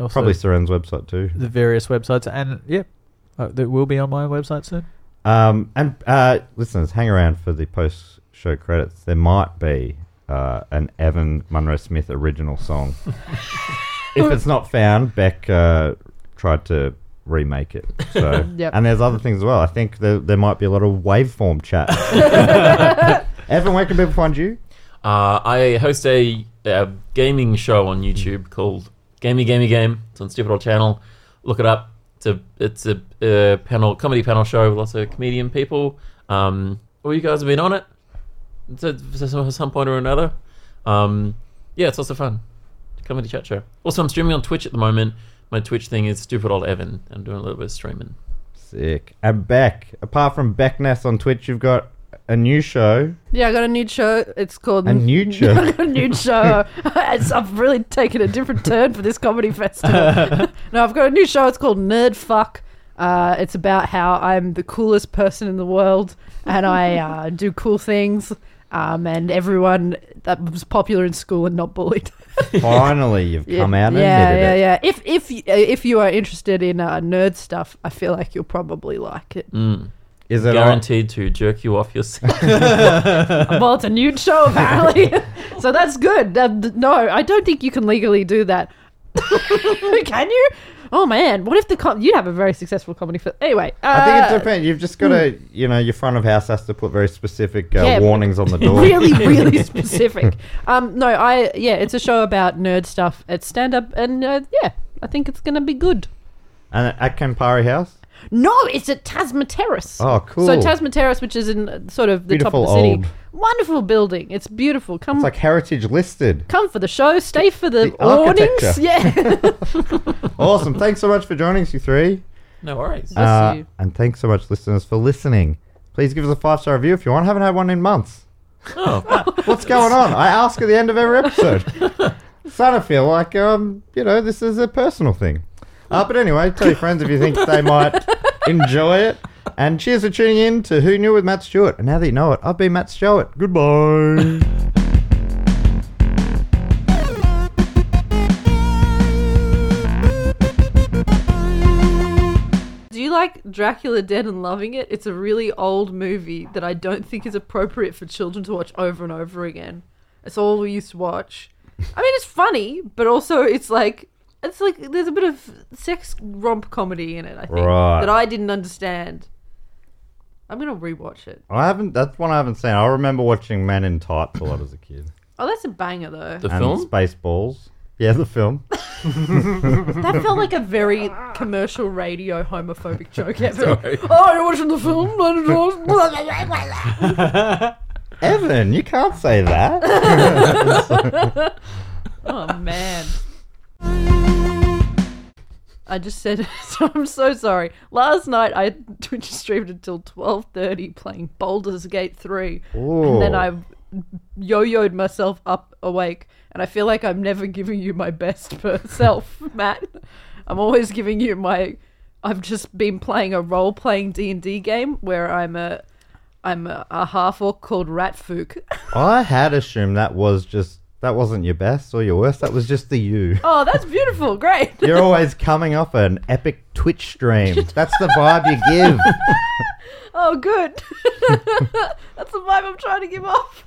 S5: Also
S2: probably Saran's website too.
S5: the various websites, and yeah, uh, that will be on my website soon. [laughs]
S2: Um, and uh, listeners, hang around for the post-show credits. There might be uh, an Evan Munro Smith original
S6: [laughs]
S2: song. if it's not found, Beck uh, tried to remake it. So,
S6: [laughs] Yep.
S2: and there's other things as well. I think there, there might be a lot of waveform
S6: [laughs]
S2: chat. Evan, where can people find you?
S4: Uh, I host a, uh gaming show on YouTube called Gamey Gamey Game. It's on Stupid Old Channel. Look it up. It's a it's a uh, panel comedy panel show with lots of comedian people. Um, all you guys have been on it It's at it's at some point or another. Um, yeah, it's lots of fun. Comedy chat show. Also, I'm streaming on Twitch at the moment. My Twitch thing is Stupid Old Evan. I'm doing a little bit of streaming.
S2: Sick. And Beck. Apart from Beckness on Twitch, you've got a new
S6: [laughs]
S2: show.
S6: Yeah, I got a new show. It's called
S2: A
S6: [laughs]
S2: nude show?
S6: I got a nude show. [laughs] It's- I've really taken a different turn for this
S2: [laughs]
S6: comedy [laughs] festival. no, I've got a new show. It's called Nerd Fuck. Uh, it's about how I'm the coolest person in the world and I uh, do cool things. Um, and everyone that was popular in school and not bullied.
S2: Finally, you've come out and
S6: yeah,
S2: admitted
S6: yeah,
S2: it.
S6: yeah. If if y- if you are interested in uh, nerd stuff, I feel like you'll probably like it.
S2: Is it on?
S4: guaranteed to jerk you off your [laughs] seat.
S6: well, it's a
S2: [laughs]
S6: nude show apparently, [laughs] so that's good. Uh, th- no, I don't think you can legally do that. [laughs] can you? Oh man, what if the com- you'd have a very successful comedy film? Anyway, uh, hmm.
S2: I think it depends. You've just got to, you know, your front of house has to put very specific uh,
S6: Yeah, but-
S2: warnings
S6: [laughs]
S2: on the door.
S6: really,
S2: [laughs]
S6: really specific. Um, no, I yeah, it's a show about nerd stuff. It's stand up, and uh, yeah, I think it's gonna be good.
S2: And at Campari House?
S6: No, it's at Tasma Terrace.
S2: Oh, cool.
S6: So Tasma Terrace, which is in uh, sort of the
S2: Beautiful
S6: top of the city,
S2: old-
S6: wonderful building. It's beautiful. Come,
S2: It's like heritage listed.
S6: come for the show. Stay for the,
S2: The
S6: awnings. [laughs]
S2: architecture.
S6: Yeah.
S2: Awesome. Thanks so much for joining us, you three.
S4: no worries.
S6: Bless you.
S2: Uh, and thanks so much, listeners, for listening. Please give us a five star review if you want. I haven't had one in months. [laughs] What's going on? I ask at the end of every episode. Starting to feel like, um, you know, this is a personal thing. Uh, but anyway, tell your friends if you think they might enjoy it. And cheers for tuning in to Who Knew with Matt Stewart. And now that you know it, I've been Matt Stewart. Goodbye.
S6: Do you like Dracula Dead and Loving It? It's a really old movie that I don't think is appropriate for children to watch over and over again. It's all we used to watch. I mean, it's funny, but also it's like it's like there's a bit of sex romp comedy in it. I think
S2: Right.
S6: that I didn't understand. I'm gonna rewatch it.
S2: I haven't. That's one I haven't seen. I remember watching Men in Tights a lot as a kid.
S6: Oh, that's a banger though.
S4: The
S2: and
S4: film?
S2: Spaceballs. Yeah, the film.
S6: That felt like a very commercial radio homophobic joke. Ever. Oh, you're watching the film?
S2: Evan, you can't say that.
S6: Oh man. I just said [laughs] so I'm so sorry. Last night I [laughs] Twitch streamed until 12:30 playing Baldur's Gate 3 and then
S2: Ooh.
S6: I yo-yoed myself up awake and I feel like I'm never giving you my best [laughs] per self, Matt. I'm always giving you my I've just been playing a role-playing D&D game where I'm a I'm a, a half orc called Ratfook.
S2: I had assumed that was just that wasn't your best or your worst. That was just the you.
S6: [laughs] Oh, that's beautiful. Great.
S2: You're always coming off an epic Twitch stream. That's the vibe you give.
S6: Oh, good. [laughs] That's the vibe I'm trying to give off.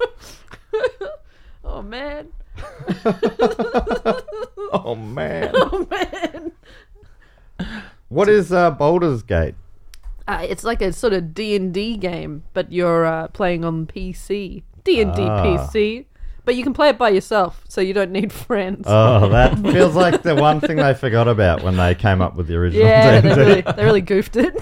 S6: [laughs] oh man.
S2: [laughs]
S6: [laughs]
S2: Oh man,
S6: Oh man.
S2: what is uh, Boulder's Gate?
S6: Uh, it's like a sort of D and D game, but you're uh, playing on PC. D and D PC. But you can play it by yourself, so you don't need [laughs] friends.
S2: Oh, that [laughs] feels like the one thing they forgot about when they came up with the original.
S6: yeah,
S2: [laughs]
S6: they
S2: D&D.
S6: really, they really goofed it.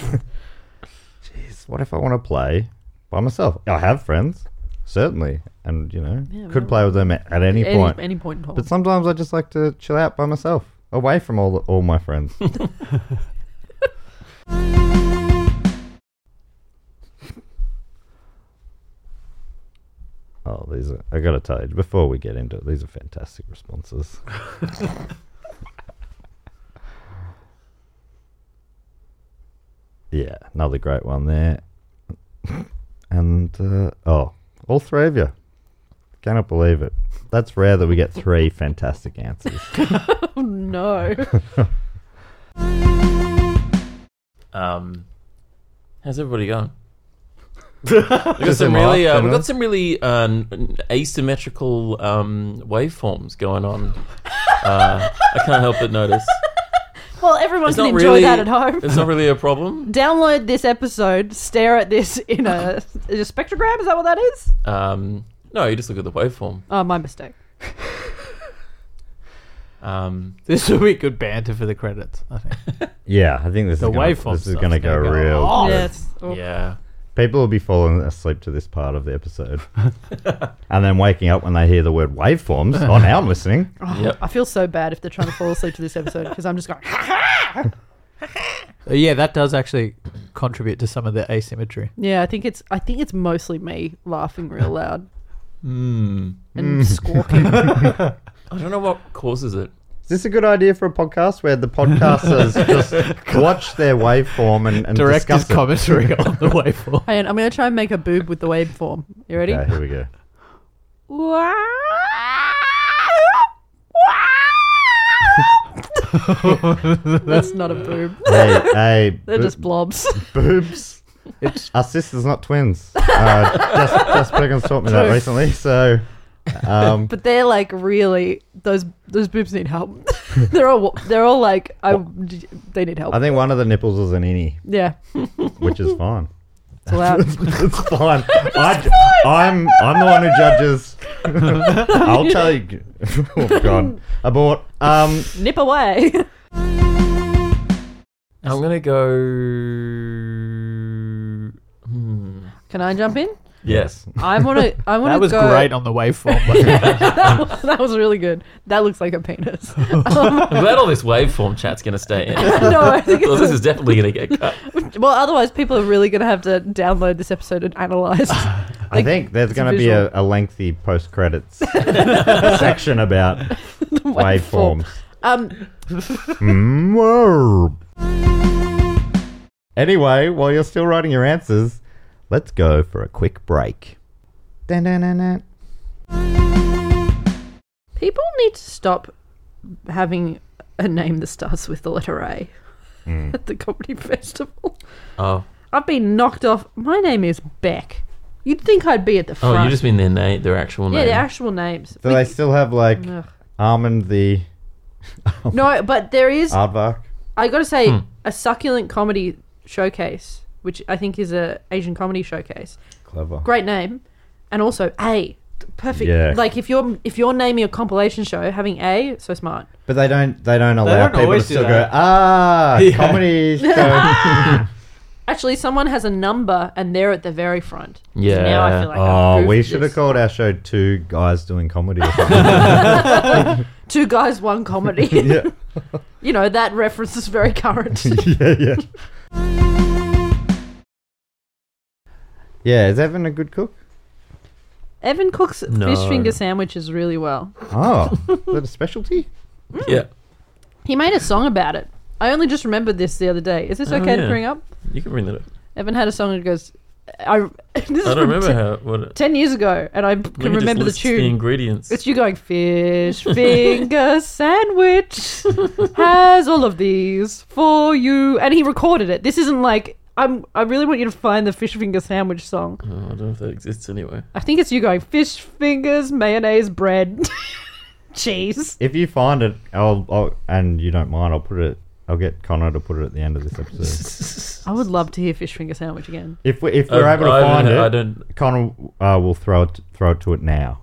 S2: what if I want to play by myself? I have friends, certainly, and you know, could play with them at, at any,
S6: any,
S2: point.
S6: any point in time.
S2: But sometimes I just like to chill out by myself, away from all all my friends. oh, these are, I gotta tell you before we get into it, these are fantastic responses. yeah, another great one there. and uh, oh, all three of you. Cannot believe it. That's rare that we get three fantastic answers.
S6: no.
S4: Um, how's everybody
S6: [laughs]
S4: going? We've got
S2: Just
S4: some
S2: in my
S4: really, uh,
S2: afternoon.
S4: we've got some really uh, n- n- asymmetrical um, waveforms going on.
S6: [laughs]
S4: uh, I can't help but notice.
S6: Well, everyone
S4: It's
S6: can
S4: not
S6: enjoy
S4: really
S6: that at home.
S4: It's not really a problem.
S6: [laughs] Download this episode, stare at this in a, is it a spectrogram. Is that what that is?
S4: Um, no, you just look at the waveform.
S6: Oh, my mistake.
S4: Um,
S5: This would be good banter for the credits, I think.
S2: [laughs] Yeah, I think this
S5: The
S2: is gonna,
S5: waveform
S2: this is
S5: stuff's
S2: going to go
S5: gonna go
S2: real.
S5: off.
S2: good.
S6: Yes. Oh,
S4: yeah.
S2: People will be falling asleep to this part of the episode, [laughs] and then waking up when they hear the word [laughs] waveforms. Oh, now I'm listening.
S6: I feel so bad if they're trying to fall asleep to this episode because I'm just going.
S5: Uh, yeah, that does actually contribute to some of the asymmetry.
S6: yeah, I think it's I think it's mostly me laughing real loud and squawking.
S4: I don't know what causes it.
S2: Is this a good idea for a podcast where the podcasters [laughs] just watch their waveform and, and
S5: Director's
S2: discuss it?
S5: commentary on the waveform.
S6: Hang on, I'm going to try and make a boob with the waveform. You ready?
S2: Okay, here we go.
S6: That's not a boob.
S2: Hey, hey,
S6: They're
S2: boo-
S5: [laughs]
S6: [laughs] just blobs. [laughs]
S2: boobs.
S5: It's
S2: Our sisters, not twins. Uh, just, just Perkins taught me that recently. So, um,
S6: But they're like really those those boobs need help. [laughs] they're all they're all like I they need help.
S2: I think one of the nipples is an innie,
S6: yeah, [laughs]
S2: which is fine.
S6: it's allowed.
S2: [laughs] it's
S6: [laughs]
S2: fine. I, am I'm the one who judges. I'll take. [laughs] oh God, abort. Um,
S6: Nip away. [laughs]
S4: I'm gonna go. Hmm.
S6: Can I jump in? [laughs]
S4: Yes.
S6: I want to. I want to.
S5: that was
S6: go,
S5: great on the waveform. But
S6: [laughs] that, was, that was really good. That looks like a penis. [laughs]
S4: I'm glad all this waveform chat's gonna stay in.
S6: no,
S4: [laughs]
S6: I think
S4: well, this
S6: it's,
S4: is definitely gonna get
S6: [laughs]
S4: cut.
S6: well, otherwise people are really going to have to download this episode and analyze.
S2: I think there's
S6: it's a
S2: going to be
S6: visual.
S2: a, a lengthy post credits
S6: [laughs]
S2: section about waveforms. Mm,
S6: Um,
S2: Mwah. Anyway, while you're still writing your answers, let's go for a quick break. Dun-dun-dun-dun.
S6: people need to stop having a name that starts with the letter A
S4: Hmm.
S6: at the comedy festival.
S4: Oh,
S6: I've been knocked off. My name is Beck. You'd think I'd be at the
S4: oh,
S6: front.
S4: you just mean their name, their actual
S6: yeah,
S4: name.
S6: the actual names.
S2: Do
S6: We-
S2: they still have like
S6: Ugh.
S2: almond the [laughs]
S6: no, but there is.
S2: aardvark?
S6: I got to say,
S4: Hmm.
S6: a succulent comedy showcase, which I think is a Asian comedy showcase.
S2: Clever.
S6: Great name, and also A, perfect.
S2: Yeah.
S6: Like if you're if you're naming a compilation show, having A, so smart.
S2: But they don't. They don't allow
S5: don't
S2: people to
S5: always do
S2: still go.
S5: that.
S2: Ah,
S5: Yeah.
S6: [laughs]
S2: comedy. show."
S6: Ah, Actually, someone has a number and they're at the very front.
S4: Yeah.
S6: So now I feel like I've
S2: oh,
S6: proved
S2: we should
S6: this.
S2: have called our show two guys doing comedy. Or something. [laughs]
S6: two guys, one comedy.
S4: [laughs]
S6: [laughs]
S2: yeah, [laughs]
S6: you know that reference is very current.
S2: yeah, yeah. Yeah, is Evan a good
S6: [laughs]
S2: cook?
S6: Evan cooks
S4: No.
S6: fish finger sandwiches really well.
S2: Oh, is that a specialty?
S4: yeah.
S6: He made a song about it. I only just remembered this the other day. Is this
S4: Oh,
S6: okay to
S4: yeah.
S6: bring up?
S4: You can bring that up.
S6: [laughs] Evan had a song that goes, I, [laughs] this is
S4: I
S6: from
S4: don't remember
S6: te-
S4: how what. It,
S6: 10 years ago, and I b-
S4: let
S6: can
S4: me just
S6: remember the
S4: list The
S6: tune.
S4: ingredients.
S6: it's you
S4: [laughs]
S6: going, fish finger sandwich has all of these for you. And he recorded it. This isn't like, I'm, I really want you to find the fish finger sandwich song.
S4: oh, I don't know if that exists anyway.
S6: [laughs] I think it's you going, fish fingers, mayonnaise, bread, [laughs] cheese.
S2: If you find it, I'll, I'll and you don't mind, I'll put it. I'll get Connor to put it at the end of this episode.
S4: [laughs]
S6: I would love to hear fish finger sandwich again.
S2: If we if we're
S4: I-
S2: able to
S4: Uh, I don't
S2: find
S4: know,
S2: it,
S4: I don't-
S2: Connor uh, will throw it throw it to it now.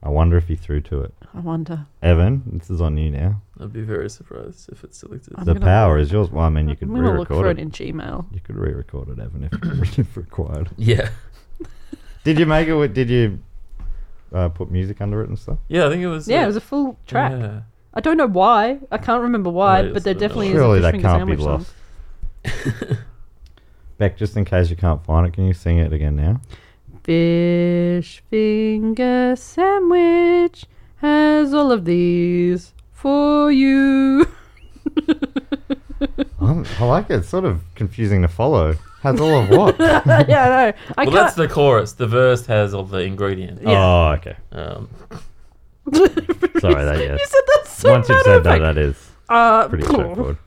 S2: I wonder if he threw to it.
S6: I wonder.
S2: Evan, this is on you now.
S4: I'd be very surprised if it's selected.
S6: I'm
S2: The
S6: gonna-
S2: power is yours. Well, I mean, you could
S6: I'm going to look for
S2: re-record
S6: it
S2: it.
S6: in Gmail.
S2: You could re-record it, [laughs] Evan, if, if required.
S4: Yeah.
S2: Did you make it? with- Did you uh, put music under it and stuff?
S4: Yeah, I think it was.
S6: Yeah, it was a full track.
S4: Yeah.
S6: I don't know why. I can't remember why,
S4: Right,
S6: but there
S4: it's a bit
S6: definitely is
S2: Surely
S6: a
S2: that
S6: fish finger
S2: can't be
S6: sandwich song.
S2: lost. [laughs] Beck, just in case you can't find it, can you sing it again now?
S6: Fish finger sandwich has all of these for you. [laughs]
S2: i Um, I like it. It's sort of confusing to follow. Has all of what?
S6: [laughs] yeah, I know. I
S4: Well, that's
S6: can't.
S4: the chorus. The verse has all the ingredients.
S2: Oh, okay.
S4: Um,
S2: Sorry, that yes.
S6: [laughs] You said that's so
S2: Once you've
S6: matter
S2: said
S6: of
S2: that,
S6: fact.
S2: that is
S6: Uh,
S2: pretty straightforward.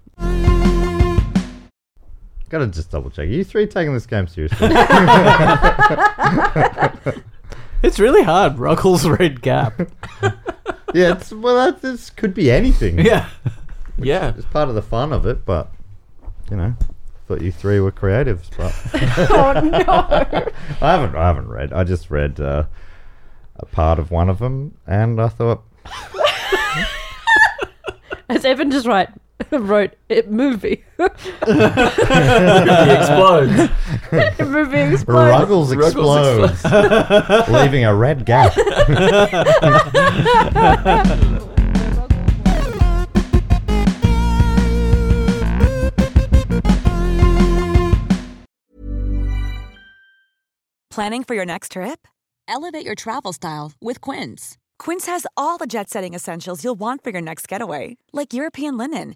S2: Gotta just double check. Are you three taking this game seriously? [laughs]
S5: it's really hard. Ruckles Red Gap.
S2: yeah, it's, well, that this could be anything.
S5: Yeah.
S4: yeah.
S6: [laughs]
S2: It's part of the fun of it, but, you know, thought you three were creatives,
S6: [laughs]
S2: but
S6: Oh,
S2: [laughs] I haven't, I haven't read. I just read uh, a part of one of them, and I thought,
S6: As Evan just right [laughs] wrote it movie. [laughs]
S4: He explodes.
S6: movie explodes.
S2: Ruggles
S4: Ruggles
S2: explodes, leaving a red
S6: [laughs]
S2: gap.
S9: Planning for your next trip? Elevate your travel style with Quince. Quince has all the jet setting essentials you'll want for your next getaway, like European linen,